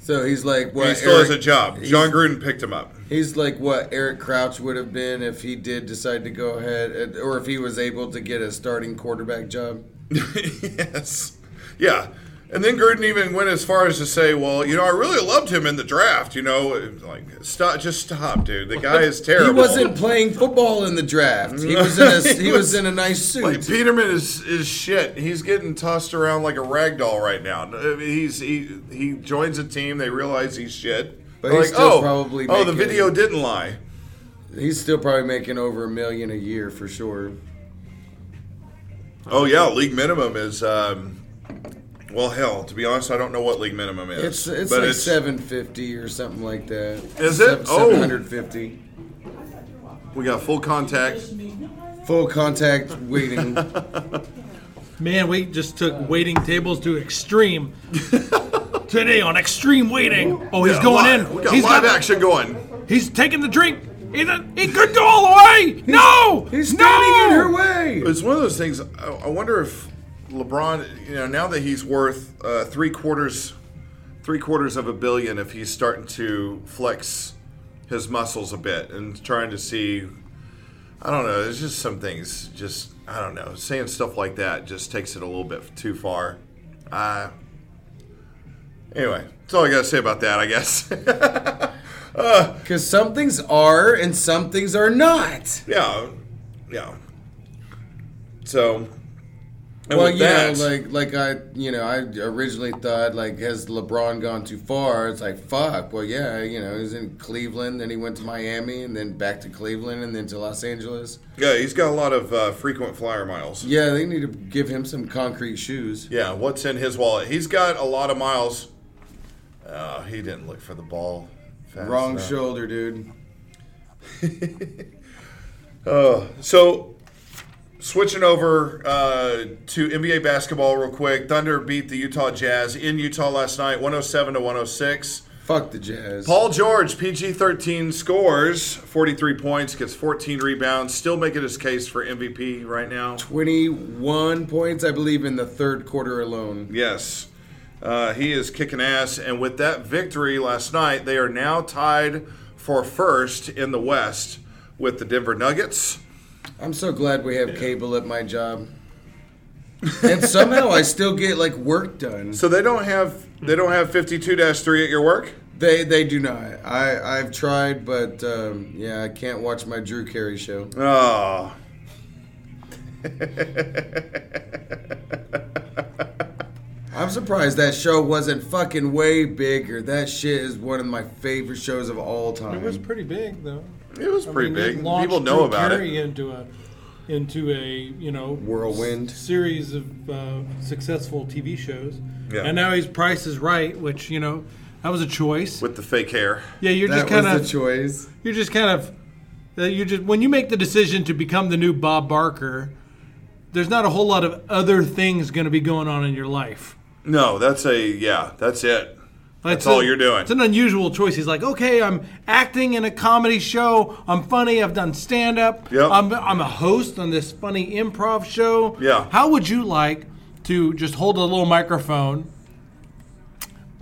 S4: So he's like what?
S3: he still has a
S4: Eric-
S3: job.
S4: he's-
S3: John Gruden picked him up.
S4: He's like what Eric Crouch would have been if he did decide to go ahead, and- or if he was able to get a starting quarterback job.
S3: yes. Yeah. And then Gruden even went as far as to say, "Well, you know, I really loved him in the draft. You know, like stop, just stop, dude. The guy is terrible.
S4: He wasn't playing football in the draft. He was in a he, was, in a nice suit.
S3: Like, Peterman is is shit. He's getting tossed around like a rag doll right now. I mean, He's he he joins a team. They realize he's shit.
S4: But
S3: They're
S4: he's
S3: like,
S4: still
S3: oh,
S4: probably
S3: oh, the
S4: making-
S3: video didn't lie.
S4: He's still probably making over a million a year for sure.
S3: Oh yeah, league minimum is. Um, well, hell, to be honest, I don't know what league minimum is.
S4: It's it's
S3: but
S4: like seven fifty or something like that.
S3: Is it? Oh.
S4: Seven hundred fifty.
S3: We got full contact.
S4: Full contact waiting.
S2: Man, we just took waiting tables to extreme. Today on extreme waiting. Oh, he's
S3: Yeah,
S2: going
S3: live.
S2: in.
S3: We got
S2: he's
S3: live action going.
S2: He's taking the drink. He, he could go all the way. no,
S4: he's
S2: standing
S3: in
S4: her way.
S3: It's one of those things. I, I wonder if LeBron, you know, now that he's worth uh, three quarters, three quarters of a billion, if he's starting to flex his muscles a bit and trying to see I don't know. There's just some things. Just I don't know. Saying stuff like that just takes it a little bit too far. Uh, anyway, that's all I gotta say about that. I guess.
S4: Because some things are and some things are not.
S3: Yeah, yeah. So, and
S4: well,
S3: with
S4: you
S3: that-
S4: know, like like I, you know, I originally thought like, has LeBron gone too far? It's like, fuck. Well, yeah, you know, he's in Cleveland, then he went to Miami, and then back to Cleveland, and then to Los Angeles.
S3: yeah, he's got a lot of uh, frequent flyer miles.
S4: Yeah, they need to give him some concrete shoes.
S3: Yeah, what's in his wallet? He's got a lot of miles. Uh, he didn't look for the ball. fast
S4: Wrong
S3: enough.
S4: shoulder, dude.
S3: Oh, so switching over uh, to NBA basketball real quick. Thunder beat the Utah Jazz in Utah last night, 107 to 106.
S4: Fuck the Jazz.
S3: Paul George, PG 13 scores 43 points, gets 14 rebounds, still making his case for MVP right now.
S4: Twenty-one points, I believe, in the third quarter alone.
S3: Yes. Uh, he is kicking ass. And with that victory last night, they are now tied for first in the West with the Denver Nuggets.
S4: I'm so glad we have cable at my job. and somehow I still get like work done.
S3: So they don't have they don't have 52-3 at your work?
S4: They they do not. I I've tried, but um, yeah, I can't watch my Drew Carey show.
S3: Oh.
S4: I'm surprised that show wasn't fucking way bigger. That shit is one of my favorite shows of all time.
S2: It was pretty big though.
S3: It was pretty
S2: they
S3: big.
S2: launched
S3: People know
S2: Drew
S3: about it.
S2: Carey into a into a you know
S4: Whirlwind.
S2: s- series of uh, successful TV shows.
S3: Yeah.
S2: And now he's Price is Right, which you know that was a choice
S3: with the fake hair.
S2: Yeah, you're
S4: That
S2: just kind
S4: was
S2: of
S4: the choice.
S2: You're just kind of uh, you just when you make the decision to become the new Bob Barker. There's not a whole lot of other things going to be going on in your life.
S3: No, that's a yeah, that's it. That's
S2: It's
S3: all
S2: a-
S3: you're doing.
S2: It's an unusual choice. He's like, okay, I'm acting in a comedy show. I'm funny. I've done stand up.
S3: Yep.
S2: I'm, I'm a host on this funny improv show.
S3: Yeah.
S2: How would you like to just hold a little microphone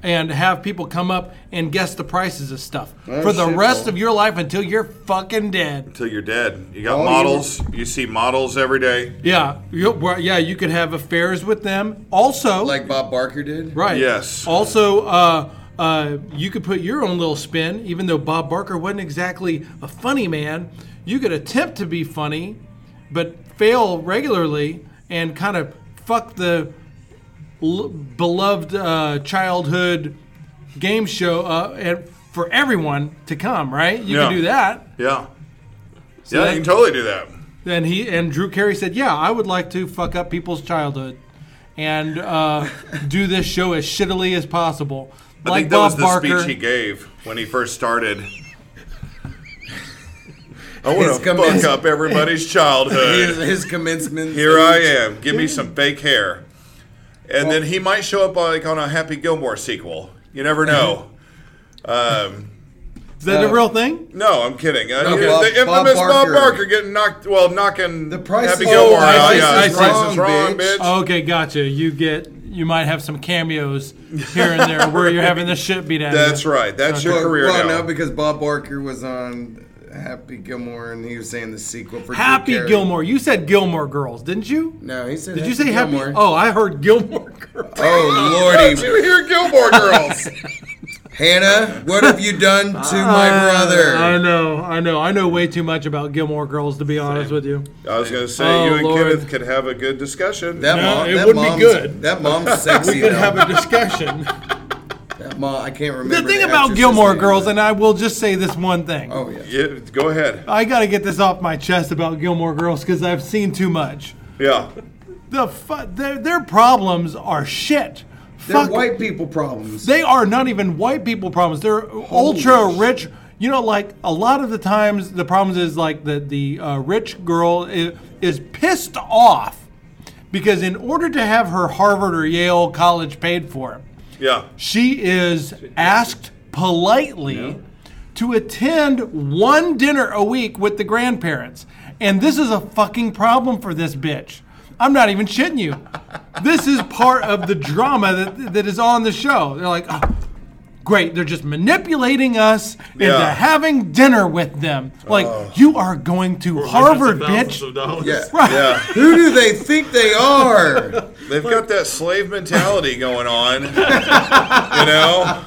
S2: and have people come up and guess the prices of stuff
S3: Oh,
S2: for the
S3: shit,
S2: rest
S3: bro.
S2: of your life until you're fucking dead?
S3: Until you're dead. You got
S2: All you-
S3: models. You see models every day.
S2: Yeah, you, well, yeah, you could have affairs with them. Also,
S4: like Bob Barker did,
S2: right?
S3: Yes.
S2: Also, uh, uh, you could put your own little spin. Even though Bob Barker wasn't exactly a funny man, you could attempt to be funny, but fail regularly and kind of fuck the l- beloved uh, childhood game show uh, and for everyone to come. Right? You
S3: Yeah.
S2: can do that.
S3: Yeah.
S2: So
S3: yeah,
S2: that-
S3: you can totally do that.
S2: And he and Drew Carey said, "Yeah, I would like to fuck up people's childhood and uh, do this show as shittily as possible."
S3: I
S2: like
S3: think that
S2: Bob
S3: was the
S2: Barker.
S3: speech he gave when he first started. I
S4: His
S3: want to
S4: commence-
S3: fuck up everybody's childhood.
S4: his, his commencement.
S3: Here I
S4: speech.
S3: am. Give me some fake hair. And then he might show up like on a Happy Gilmore sequel. You never know. Um,
S2: Is that a real thing?
S3: No, I'm kidding. Uh,
S2: Okay.
S3: yeah,
S2: Bob-
S3: the infamous
S2: Bob
S3: Bob
S2: Barker.
S3: Barker. getting knocked, well, knocking the
S4: price
S3: Happy
S4: is-
S3: Gilmore
S4: Oh, I
S3: out.
S4: see,
S3: Yeah,
S4: I
S3: the
S4: see.
S3: price is wrong, bitch. Oh,
S2: Okay, gotcha. You get you might have some cameos here and there where you're having the shit beat out. of you.
S4: well,
S2: Okay.
S4: Well, no, because Bob Barker was on Happy Gilmore, and he was saying the sequel for Drew
S2: Happy
S4: Carey.
S2: Gilmore. You said Gilmore Girls, didn't you?
S4: No, he said.
S2: Did
S4: Happy
S2: you say
S4: Gilmore.
S2: Happy? Oh, I heard Gilmore Girls.
S4: Oh lordy!
S3: you hear Gilmore Girls?
S4: Hannah, what have you done to my
S2: Uh,
S4: brother?
S2: I know, I know, I know way too much about Gilmore Girls to be honest with you.
S3: I was going to say,
S2: Oh,
S3: you and
S2: Lord.
S3: Kenneth could have a good discussion.
S4: That
S2: No,
S4: mom,
S2: it
S4: that
S2: would be
S4: mom's,
S2: good.
S4: That mom's sexy.
S2: We could
S4: though.
S2: have a discussion.
S4: That mom, I can't remember.
S2: the thing
S4: actress's
S2: about Gilmore
S4: name.
S2: Girls, and I will just say this one thing.
S4: Oh yeah.
S3: Yeah, go ahead.
S2: I gotta get this off my chest about Gilmore Girls because I've seen too much.
S3: Yeah.
S2: The fu- their, their problems are shit.
S4: They're
S2: Fuck-
S4: white people problems.
S2: They are not even white people problems. They're ultra rich. You know, like a lot of the times, the problems is like the the uh, rich girl is, is pissed off because in order to have her Harvard or Yale college paid for,
S3: Yeah.
S2: she is asked politely to attend one dinner a week with the grandparents. And this is a fucking problem for this bitch. I'm not even shitting you. This is part of the drama that, that is on the show. They're like, "Oh, great. They're just manipulating us into
S14: Yeah.
S2: having dinner with them. Like,
S14: Oh.
S2: you are going to Harvard, bitch.
S3: Yeah.
S2: Right.
S3: yeah.
S4: Who do they think they are?
S3: They've got that slave mentality going on. you know?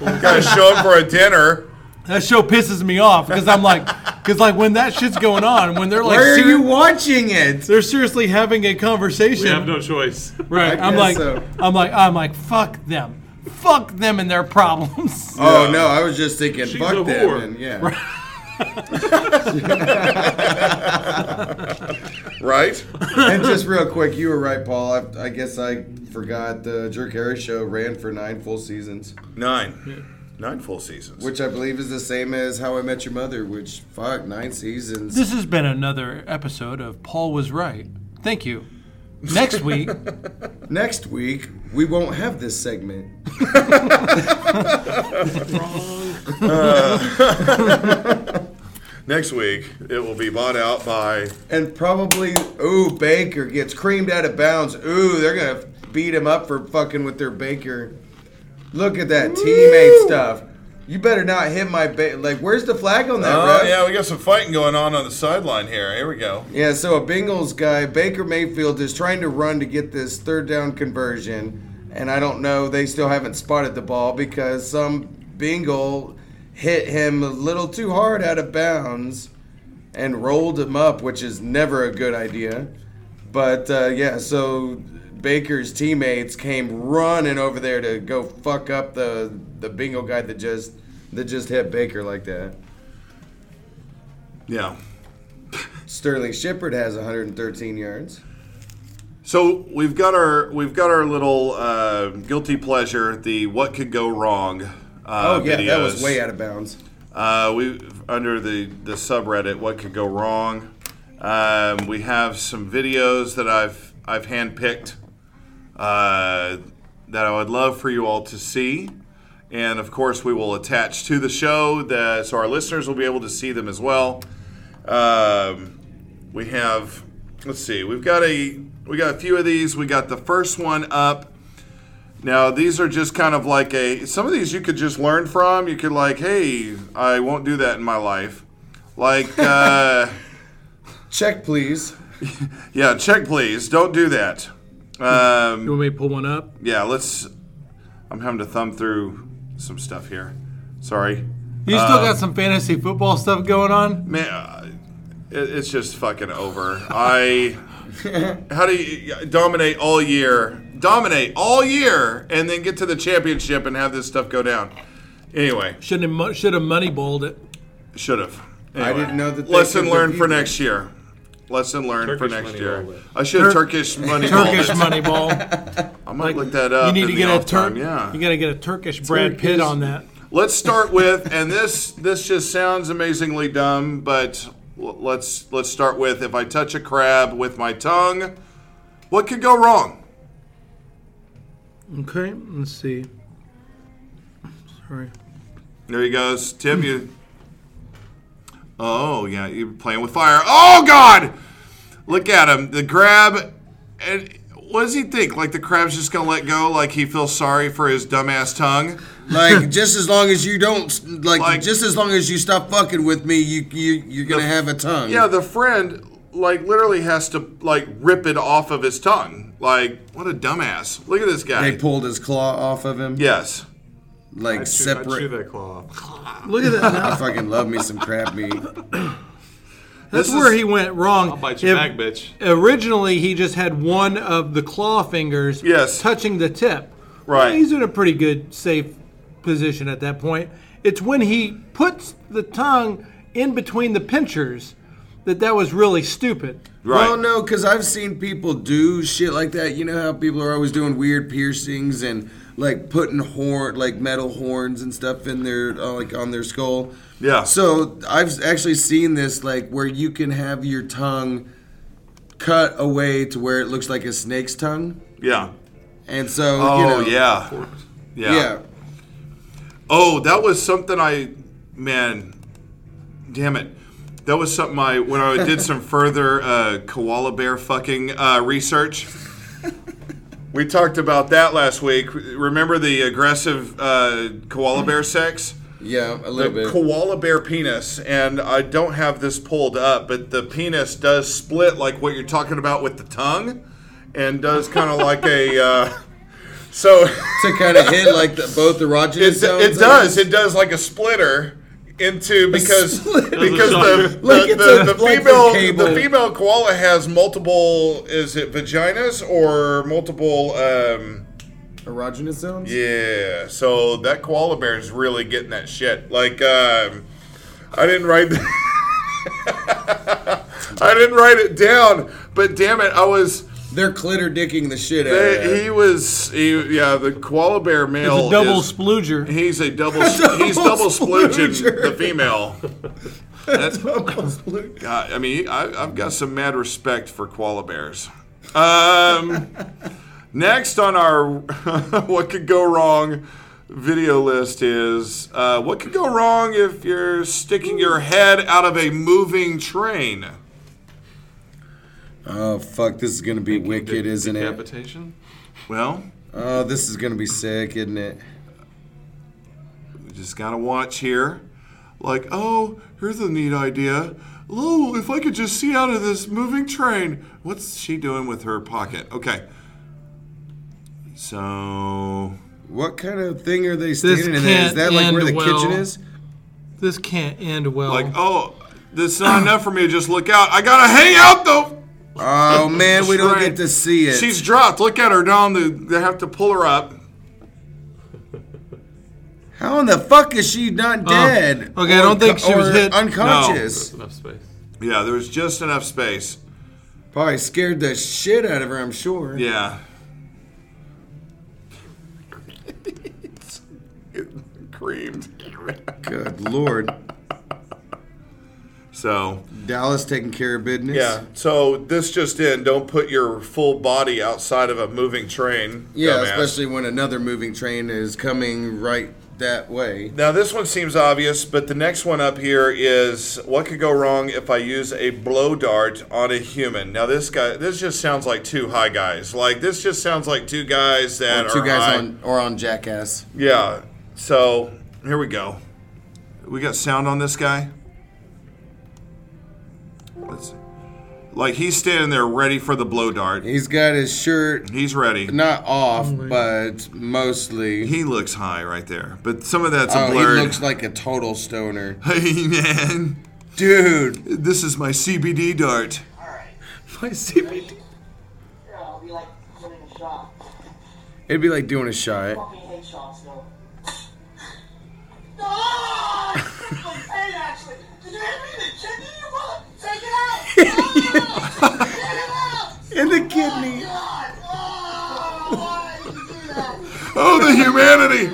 S3: Gotta show up for a dinner.
S2: That show pisses me off because I'm like, because like when that shit's going on, when they're like,
S7: Where are you
S4: watching it?
S2: They're seriously having a conversation.
S7: We have no choice.
S2: Right. I'm like, I'm like, I'm like, fuck them, fuck them and their problems.
S4: Oh no, I was just thinking,
S2: She's a
S4: fuck
S2: whore.
S4: them. And, yeah.
S3: right.
S4: And just real quick, you were right, Paul. I, I guess I forgot the Jerk Harry show ran for nine full seasons.
S3: Nine. Nine full seasons.
S4: Which I believe is the same as How I Met Your Mother, which, fuck, nine seasons.
S2: This has been another episode of Paul was right. Thank you. Next week,
S4: Next week, we won't have this segment.
S3: Uh, next week, it will be bought out by.
S4: And probably, ooh, Baker gets creamed out of bounds. Ooh, they're gonna beat him up for fucking with their Baker. Look at that teammate stuff. You better not hit my ba- like. Where's the flag on that?
S3: Oh,
S4: ref?
S3: yeah, we got some fighting going on on the sideline here. Here we go.
S4: Yeah, so a Bengals guy, Baker Mayfield, is trying to run to get this third down conversion. And I don't know, they still haven't spotted the ball because some Bengal hit him a little too hard out of bounds and rolled him up, which is never a good idea. But uh, yeah, so Baker's teammates came running over there to go fuck up the the Bengal guy that just that just hit Baker like that.
S3: Yeah.
S4: Sterling Shepard has 113 yards.
S3: So we've got our we've got our little uh, guilty pleasure, the what could go wrong. Uh,
S4: oh yeah, that was
S3: videos.
S4: way out of bounds.
S3: Uh, we under the the subreddit what could go wrong. Um, we have some videos that I've I've handpicked uh, that I would love for you all to see, and of course we will attach to the show the, so our listeners will be able to see them as well. Um, we have let's see, we've got a we got a few of these. We got the first one up. Now, these are just kind of like a. Some of these you could just learn from. You could, like, hey, I won't do that in my life. Like, uh,
S4: check, please.
S3: yeah, check, please. Don't do that. Um,
S2: you want me to pull one up?
S3: Yeah, let's. I'm having to thumb through some stuff here. Sorry.
S2: you still got some fantasy football stuff going on.
S3: Man, uh, It, it's just fucking over. I. How do you dominate all year? Dominate all year and then get to the championship and have this stuff go down. Anyway.
S2: Should have should have money bowled it.
S3: Should have.
S2: I didn't know that they
S3: Lesson
S2: could
S3: learned for
S2: review
S3: next year. Lesson learned
S2: Turkish
S3: for next
S2: money
S3: year.
S2: ball.
S3: I should
S2: Tur-
S3: have Turkish money.
S2: Turkish
S3: ball.
S2: money ball.
S3: I might look that up.
S2: you need
S3: in
S2: to
S3: the
S2: get a
S3: off time,
S2: Turk.
S3: Yeah.
S2: You got to get a Turkish Brad Pitt on that.
S3: Let's start with, and this this just sounds amazingly dumb, but l- let's let's start with if I touch a crab with my tongue, what could go wrong?
S2: Okay, let's see. Sorry.
S3: There he goes, Tim. You. Oh yeah, you're playing with fire. Oh God! Look at him. The crab. And what does he think? Like the crab's just gonna let go? Like he feels sorry for his dumbass tongue?
S4: Like just as long as you don't like, just as long as you stop fucking with me, you you you're gonna have a tongue.
S3: Yeah, the friend like literally has to like rip it off of his tongue. Like what a dumbass! Look at this guy.
S4: they pulled his claw off of him.
S3: Yes.
S4: Like
S3: I'd chew- I'd
S4: separate.
S3: chew
S7: that claw.
S2: Look at that now.
S4: I fucking love me some crab meat.
S2: That's where he went wrong. I'll
S7: bite you back, bitch.
S2: Originally, he just had one of the claw fingers yes. touching the tip.
S3: Right.
S2: He's in a pretty good, safe position at that point. It's when he puts the tongue in between the pinchers that that was really stupid.
S4: Well, no, because I've seen people do shit like that. You know how people are always doing weird piercings and like putting horn, like metal horns and stuff in their uh, like on their skull.
S3: Yeah.
S4: So I've actually seen this like where you can have your tongue cut away to where it looks like a snake's tongue,
S3: Yeah.
S4: and so
S3: oh
S4: you know,
S3: yeah. yeah.
S4: yeah.
S3: Oh, that was something I, man, damn it. That was something I, when I did some further uh, koala bear fucking uh, research, We talked about that last week. Remember the aggressive uh, koala bear sex?
S4: Yeah, a little
S3: the
S4: bit.
S3: Koala bear penis, and I don't have this pulled up, but the penis does split like what you're talking about with the tongue, and does kind of like a. Uh, so
S4: to kind of hit like the, both erogenous
S3: It,
S4: zones,
S3: it
S4: I
S3: does.
S4: guess?
S3: It does like a splitter into because
S4: splitter.
S3: because
S4: That's a
S3: the
S4: shocker.
S3: the,
S4: Like it's
S3: the,
S4: a-
S3: the
S4: like the
S3: female
S4: cable.
S3: the female koala has multiple is it vaginas or multiple um
S4: erogenous zones.
S3: yeah so that koala bear is really getting that shit like um I didn't write I didn't write it down but damn it I was
S4: they're clitter dicking the shit out of
S3: they,
S4: that.
S3: he was he, yeah the koala bear male
S4: It's a double
S3: is- he's a double he's double
S4: Double
S3: splooging
S4: splooger.
S3: the female that's God, I mean, I, I've got some mad respect for koala bears. Um, next on our what could go wrong video list is uh, what could go wrong if you're sticking your head out of a moving train.
S4: Oh fuck, this is gonna be wicked, isn't it?
S7: Decapitation?
S3: Well,
S4: Oh, this is gonna be sick, isn't it?
S3: we just gotta watch here. Like,
S1: Oh, here's a neat idea. Oh, if I could just see out of this moving train.
S3: what's she doing with her pocket? Okay. So,
S4: what kind of thing are they
S2: This
S4: standing in there? Is
S2: can't
S4: that like
S2: end
S4: where the
S2: well.
S4: kitchen is?
S2: This can't end well.
S3: like, oh, that's not enough for me to just look out. I gotta hang out though.
S4: Oh man, we don't
S3: Train.
S4: get to see it.
S3: She's dropped. Look at her, Dom. They, they have to pull her up.
S4: How in the fuck is she not dead?
S2: Oh, okay, I don't think she was
S4: or
S2: hit.
S4: Unconscious.
S7: Enough space.
S3: Yeah, there was just enough space.
S4: Probably scared the shit out of her. I'm sure.
S3: Yeah. Creamed.
S4: Good lord.
S3: So
S4: Dallas taking care of business.
S3: Yeah. So this just in: don't put your full body outside of a moving train.
S4: Yeah,
S3: dumbass.
S4: especially when another moving train is coming right that way.
S3: Now this one seems obvious, but the next one up here is what could go wrong if I use a blow dart on a human. Now this guy, this just sounds like two high guys. Like this just sounds like two guys that
S4: Or two
S3: are
S4: guys
S3: high.
S4: on or on Jackass.
S3: Yeah. So here we go. We got sound on this guy. Let's, like he's standing there ready for the blow dart.
S4: He's got his shirt
S3: He's ready.
S4: not off, but mostly.
S3: He looks high right there, but some of that's
S4: oh,
S3: a blurred.
S4: he looks like a total stoner.
S3: hey man,
S4: dude,
S3: this is my CBD dart.
S4: My CBD. It'd be like doing a shot. In the kidney.
S1: Oh, the humanity!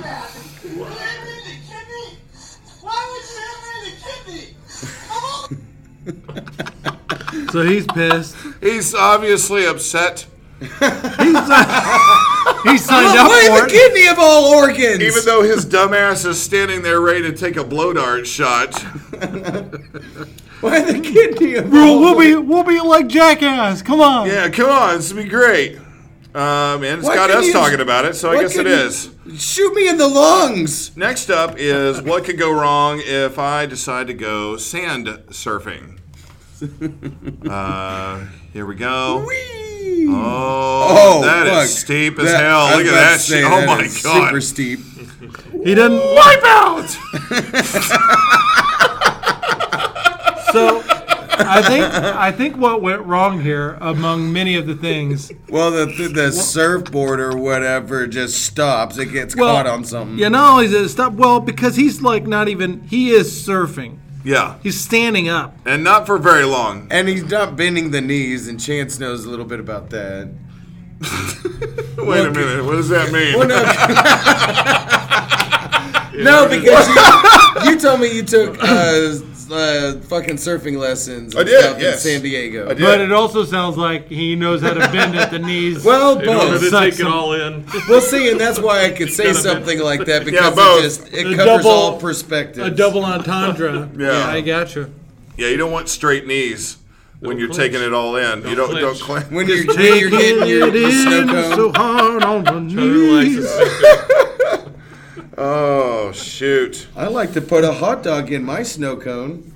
S2: So he's pissed.
S3: He's obviously upset.
S2: He signed up
S4: Why
S2: for
S4: the
S2: it.
S4: kidney of all organs?
S3: Even though his dumbass is standing there ready to take a blow dart shot.
S4: Why the kidney of
S2: Bro,
S4: all
S2: we'll be we'll be like jackass. Come on.
S3: Yeah, come on, this would be great. Um, and it's
S4: Why
S3: got
S4: couldn't
S3: us
S4: you-
S3: talking about it, so I
S4: why
S3: guess it
S4: couldn't you-
S3: is.
S4: Shoot me in the lungs.
S3: Next up is what could go wrong if I decide to go sand surfing. Uh, here we go. Oh,
S4: Oh,
S3: that is
S4: fuck.
S3: steep as
S4: That-
S3: hell.
S4: I was
S3: Look at
S4: about to
S3: that
S4: say,
S3: shit. Oh
S4: that
S3: my
S4: is
S3: god.
S4: Super steep.
S2: He doesn't.
S3: Wipe out.
S2: So I think I think what went wrong here, among many of the things,
S4: Well, the, the, the surfboard or whatever just stops. It gets
S2: well,
S4: caught on something.
S2: Yeah, not only does it stop. Well, because he's like not even. He is surfing.
S3: Yeah,
S2: He's standing up.
S3: and not for very long.
S4: And he's not bending the knees, and Chance knows a little bit about that.
S3: Wait a minute. What does that mean?
S4: No, because you, you told me you took uh, uh, fucking surfing lessons. and
S3: I did,
S4: stuff
S3: yes.
S4: in San Diego.
S3: I did.
S2: But it also sounds like he knows how to bend at the knees.
S4: Well,
S7: In order
S4: both.
S7: to
S2: Sucks
S7: take it
S2: him.
S7: all in.
S4: We'll see, and that's why I could say
S7: Gotta bend.
S4: something like that because
S3: both.
S4: it just it
S2: A
S4: covers
S2: double-
S4: all perspectives.
S2: a double entendre.
S3: Yeah.
S2: I gotcha.
S3: Yeah, you don't want straight knees. when you're taking it all in. you don't don't clench
S4: When you're, when you're getting your your snow cone.
S14: hard on the
S3: Oh shoot!
S4: I like to put a hot dog in my snow cone.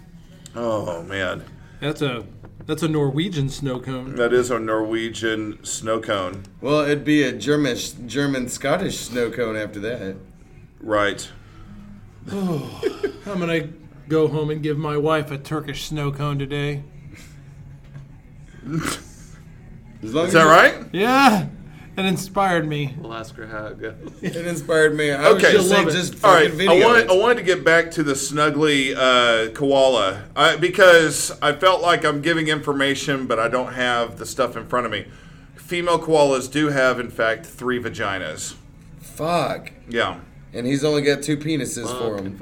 S3: Oh man,
S2: That's a that's a Norwegian snow cone.
S3: that is a Norwegian snow cone,
S4: Well, it'd be a German, German Scottish snow cone after that.
S3: right?
S2: Oh, I'm gonna go home and give my wife a Turkish snow cone today.
S4: long Is that as- right?
S2: Yeah, it inspired me.
S7: We'll ask her how it goes.
S4: It inspired me. I
S3: Okay,
S4: was
S3: so-
S4: just, just
S3: all
S4: fucking
S3: right.
S4: video.
S3: I wanted,
S4: it.
S3: I wanted to get back to the snuggly uh, koala I, because I felt like I'm giving information, but I don't have the stuff in front of me. Female koalas do have, in fact, three vaginas.
S4: Fuck.
S3: Yeah.
S4: And he's only got two penises for him.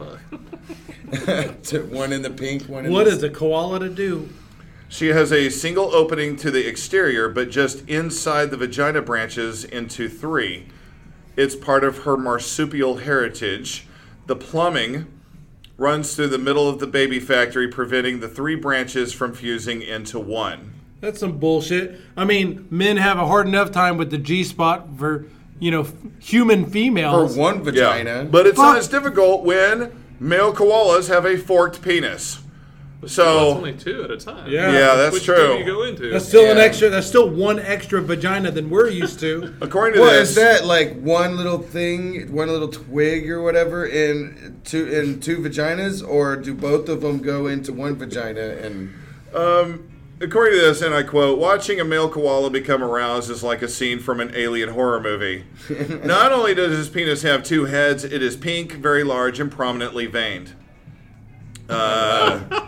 S4: Two- one in the pink, one in
S2: What
S4: the
S2: is a koala to do?
S3: She has a single opening to the exterior, but just inside the vagina branches into three. It's part of her marsupial heritage. The plumbing runs through the middle of the baby factory, preventing the three branches from fusing into one.
S2: That's some bullshit. I mean, men have a hard enough time with the G spot for you know f- human females.
S3: Yeah. But it's not as difficult when male koalas have a forked penis.
S7: Well,
S3: So
S7: it's only two at a time.
S3: Yeah. Oh. Yeah, that's
S7: Which
S3: true.
S7: Two you go into.
S2: That's still an extra. That's still one extra vagina than we're used to.
S3: According
S4: What is that? Like one little thing, one little twig or whatever in two in two vaginas, or do both of them go into one vagina? And
S3: Um, according to this, and I quote, watching a male koala become aroused is like a scene from an alien horror movie. Not only does his penis have two heads, it is pink, very large, and prominently veined. Uh,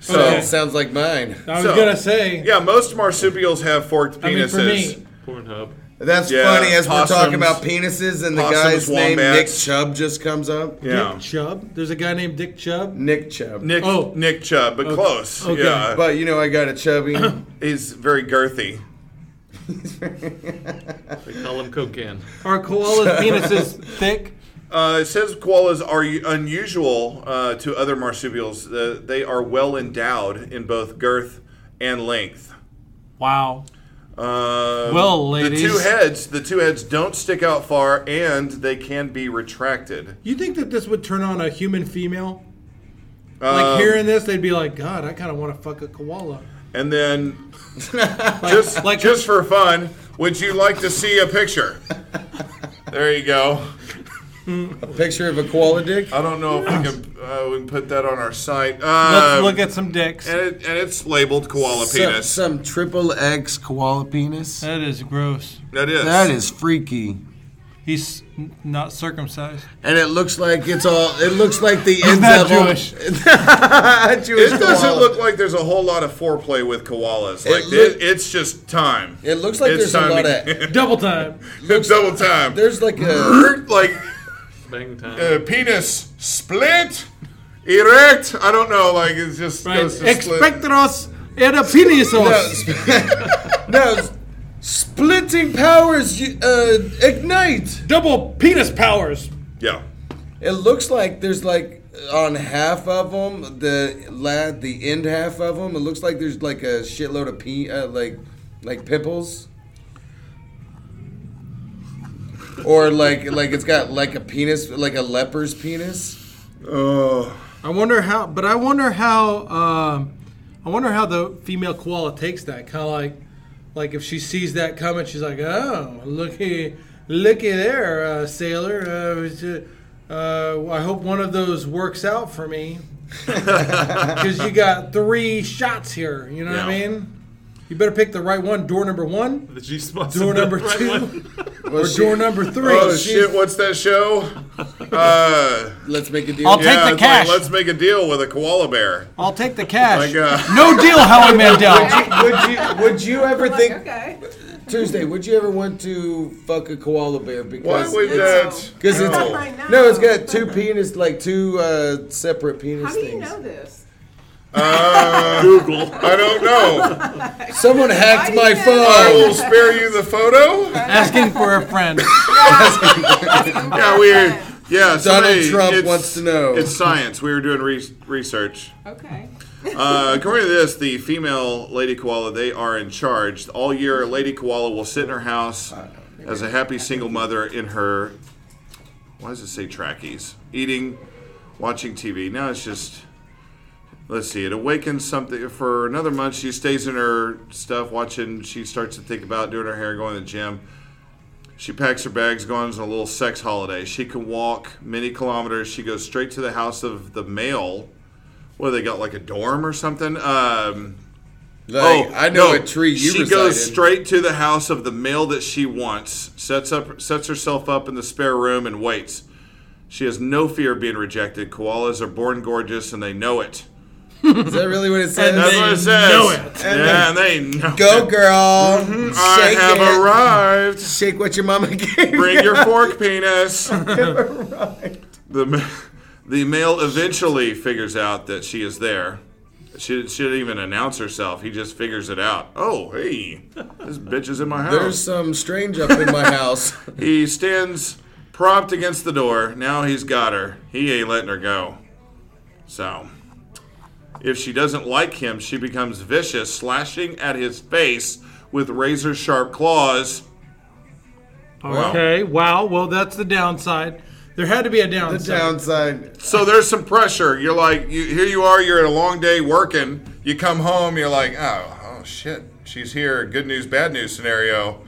S3: so
S4: Okay. Sounds like mine. I was gonna
S2: say.
S3: Yeah, most marsupials have forked penises.
S4: I mean, for me.
S7: Pornhub.
S4: that's
S3: Yeah,
S4: funny as we're
S3: possums-
S4: talking about penises and the
S3: possums,
S4: guy's name Nick
S3: wombats.
S4: Chubb just comes up.
S3: Yeah.
S2: Dick Chubb. There's a guy named Dick Chubb.
S4: Nick Chubb.
S3: Nick
S2: Oh.
S3: Nick Chubb, but
S2: Okay.
S3: close.
S2: Okay.
S3: Yeah.
S4: But you know, I got a chubby.
S3: He's very girthy.
S7: They call him Cocan.
S2: Are koalas' penises thick?
S3: Uh, it says koalas are u- unusual uh, to other marsupials. Uh, they are well endowed in both girth and length.
S2: Wow.
S3: Uh,
S2: Well,
S3: the two
S2: ladies.
S3: heads, the two heads don't stick out far, and they can be retracted.
S2: You think that this would turn on a human female?
S3: Um,
S2: like hearing this, they'd be like, God, I kind of want to fuck a koala.
S3: And then, just just for fun, would you like to see a picture? there you go.
S4: A picture of a koala dick.
S3: I don't know if we can uh, we can put that on our site.
S4: Let's
S3: Um,
S4: look at
S2: some dicks.
S3: and, it, and it's labeled koala
S4: Some-
S3: penis.
S4: Some triple X koala penis.
S2: That is gross.
S3: That is.
S4: That is freaky.
S2: He's n- not circumcised.
S4: And it looks like it's all. It looks like the
S2: He's
S4: ends
S2: not
S4: of all-
S2: Jewish.
S4: Jewish
S3: it doesn't
S4: koala.
S3: look like there's a whole lot of foreplay with koalas.
S4: It
S3: Like
S4: look-
S3: it it's just time.
S4: It looks like
S3: It's
S4: there's a
S3: time
S4: lot
S3: to-
S4: of
S2: double time.
S3: double time.
S4: There's like a
S3: like
S7: Bang time.
S3: uh, penis split, erect. I don't know. Like it's just goes to split.
S2: Expectoros and a penis.
S4: no s- splitting powers. You, uh, ignite
S2: double penis powers.
S3: Yeah.
S4: It looks like there's like on half of them the la- the end half of them. It looks like there's like a shitload of pe- uh, like like pimples. Or like like it's got like a penis like a leper's penis.
S3: Oh.
S2: I wonder how, but I wonder how, um, I wonder how the female koala takes that. Kind of like, like if she sees that coming, she's like, oh, looky, looky there, uh, sailor. Uh, it's, uh, uh, I hope one of those works out for me, because you got three shots here. You know what I
S7: Yeah.
S2: mean? You better pick the right one. Door number one.
S7: The G spot's
S2: Door
S7: in the
S2: number
S7: right
S2: two.
S7: one.
S2: or
S3: she-
S2: door number three.
S3: Oh shit! What's that show? Uh,
S4: let's make a
S2: deal. I'll take the cash.
S3: let's make a deal with a koala bear.
S2: I'll take the cash.
S7: Oh
S3: Like, uh,
S2: no deal, Howie
S4: Would
S2: Mandel.
S4: you, would you would you ever think
S9: okay.
S4: Tuesday? Would you ever want to fuck a koala bear? Because
S3: Why would that?
S4: Because it's
S3: No.
S4: no, it's got two penis, like two uh, separate penis
S9: How do you
S4: things.
S9: know this?
S3: Uh, Google. I don't know.
S4: Someone hacked my
S3: I will
S4: phone.
S3: spare you the photo.
S2: Asking for a friend.
S3: yeah, we Yeah,
S4: Donald
S3: somebody-
S4: Trump
S3: it's-
S4: wants to know.
S3: It's science. We were doing re- research.
S9: Okay.
S3: Uh, according to this, the female lady koala, they are in charge. All year, a lady koala will sit in her house as a happy single mother in her, why does it say trackies? Eating, watching TV. Now it's just, let's see, it awakens something. For another month, she stays in her stuff, watching. She starts to think about doing her hair, going to the gym. She packs her bags, goes on a little sex holiday. She can walk many kilometers. She goes straight to the house of the male. What do they got? Like a dorm or something? Um,
S4: Like, I know a tree you
S3: Oh, she
S4: reside
S3: goes
S4: in.
S3: straight to the house of the male that she wants. Sets up, sets herself up in the spare room and waits. She has no fear of being rejected. Koalas are born gorgeous and they know it.
S4: Is that really what it says?
S3: And That's they what it says. know it. Yeah, and they know
S4: Go,
S3: it.
S4: girl.
S3: Mhm. I have arrived.
S4: Shake what your mama gave.
S3: Bring
S4: you.
S3: your fork, penis.
S4: I have arrived.
S3: The ma- the male eventually figures out that she is there. She, she didn't even announce herself. He just figures it out. Oh, hey, this bitch is in my house.
S4: There's some strange up in my house.
S3: he stands propped against the door. Now he's got her. He ain't letting her go. So, if she doesn't like him, she becomes vicious, slashing at his face with razor sharp claws. Wow.
S14: Okay. Wow. Well, that's the downside. There had to be a downside.
S4: downside.
S3: So there's some pressure. You're like, you, here you are. You're at a long day working. You come home. You're like, oh, oh shit, she's here. Good news, bad news scenario.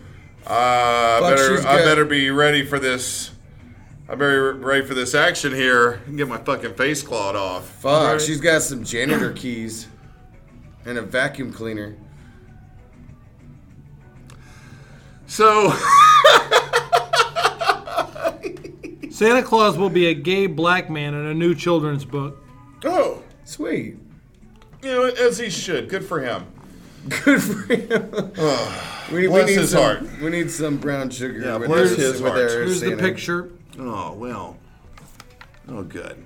S3: Uh, I
S4: Fuck,
S3: better,
S4: she's
S3: I
S4: good.
S3: better be ready for this. I better be ready for this action here and get my fucking face clawed off.
S4: Fuck,
S3: Right?
S4: she's got some janitor keys and a vacuum cleaner.
S3: So
S14: Santa Claus will be a gay black man in a new children's book.
S3: Oh,
S4: sweet.
S3: You know, as he should. Good for him. Good for him.
S4: We,
S3: bless
S4: we need
S3: his
S4: some,
S3: heart.
S4: We need some brown sugar.
S3: Yeah,
S4: with
S3: bless
S4: our-
S3: his
S4: with
S3: heart.
S4: our
S3: Here's the
S4: Santa.
S14: picture.
S3: Oh well. Oh good.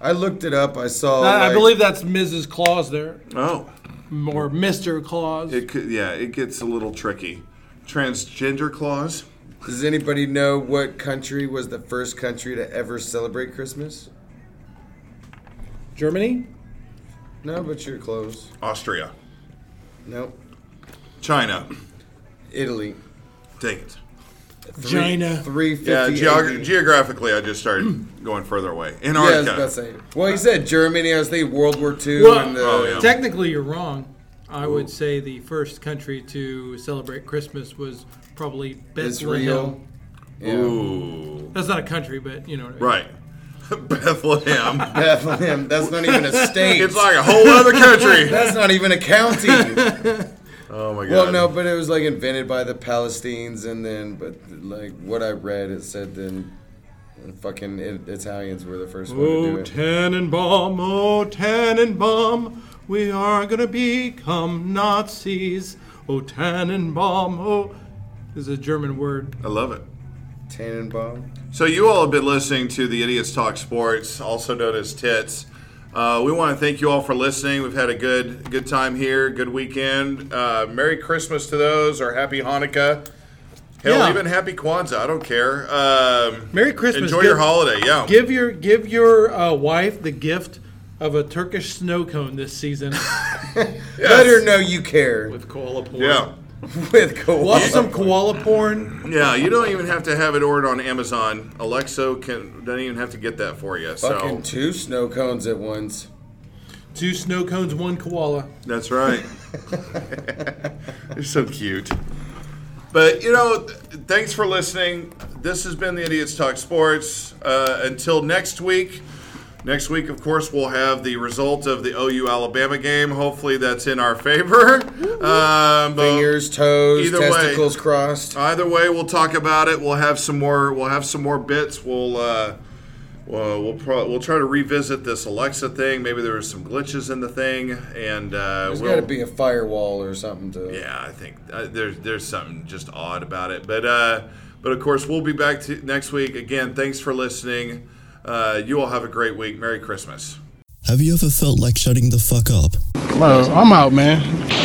S4: I looked it up. I saw.
S14: I, I
S4: like-
S14: believe that's Mrs. Claus there.
S3: Oh.
S14: Or Mr. Claus.
S3: It could, yeah, it gets a little tricky. Transgender clause.
S4: Does anybody know what country was the first country to ever celebrate Christmas?
S14: Germany?
S4: No, but you're close.
S3: Austria.
S4: Nope.
S3: China.
S4: Italy.
S3: Dang it.
S4: Three- China. 350
S3: Yeah, geog-
S4: AD.
S3: geographically, I just started going further away.
S4: Yeah, I
S3: Antarctica.
S4: was about to say. Well, he said Germany. I was thinking World War II.
S14: Well,
S4: and the,
S3: Oh,
S14: technically, you're wrong. I would say the first country to celebrate Christmas was probably Bethlehem.
S4: Israel. Yeah.
S3: Ooh.
S14: That's not a country, but you know what I mean.
S3: Right. Bethlehem.
S4: Bethlehem. That's not even a state.
S3: It's like a whole other country.
S4: That's not even a county.
S3: oh my god.
S4: Well, no, but it was like invented by the Palestinians, and then, but like what I read, it said then, fucking it, Italians were the first one to do
S14: Oh,
S4: it.
S14: Tannenbaum, oh, Tannenbaum, we are going to become Nazis. Oh, Tannenbaum, oh. This is a German word.
S3: I love it.
S4: Tannenbaum.
S3: So you all have been listening to the Idiots Talk Sports, also known as Tits. Uh, we want to thank you all for listening. We've had a good good time here, good weekend. Uh, Merry Christmas to those, or Happy Hanukkah. Hell,
S14: Yeah.
S3: even Happy Kwanzaa. I don't care. Um,
S14: Merry Christmas.
S3: Enjoy
S14: Give-
S3: your holiday. Yeah.
S14: Give your give your uh, wife the gift of a Turkish snow cone this season.
S4: Let her know you care.
S7: With koala porn.
S3: Yeah.
S4: With koala.
S14: Watch some koala porn.
S3: Yeah, you don't even have to have it ordered on Amazon. Alexa can doesn't even have to get that for you.
S4: Fucking
S3: So
S4: two snow cones at once.
S14: Two snow cones, one koala.
S3: that's right. They're so cute. But you know, th- thanks for listening. This has been the Idiots Talk Sports. Uh, until next week. Next week, of course, we'll have the result of the OU Alabama game. Hopefully, that's in our favor. Um, but
S4: Fingers, toes,
S3: either way- uh,
S4: testicles crossed.
S3: Either way, we'll talk about it. We'll have some more. We'll have some more bits. We'll uh, we'll we'll, pro- we'll try to revisit this Alexa thing. Maybe there were some glitches in the thing, and uh,
S4: There's
S3: we'll,
S4: got to be a firewall or something to.
S3: yeah, I think uh, there's there's something just odd about it. But uh, but of course, we'll be back to next week again. Thanks for listening. Uh, you all have a great week. Merry Christmas.
S15: Have you ever felt like shutting the fuck up?
S16: Bro, I'm out, man.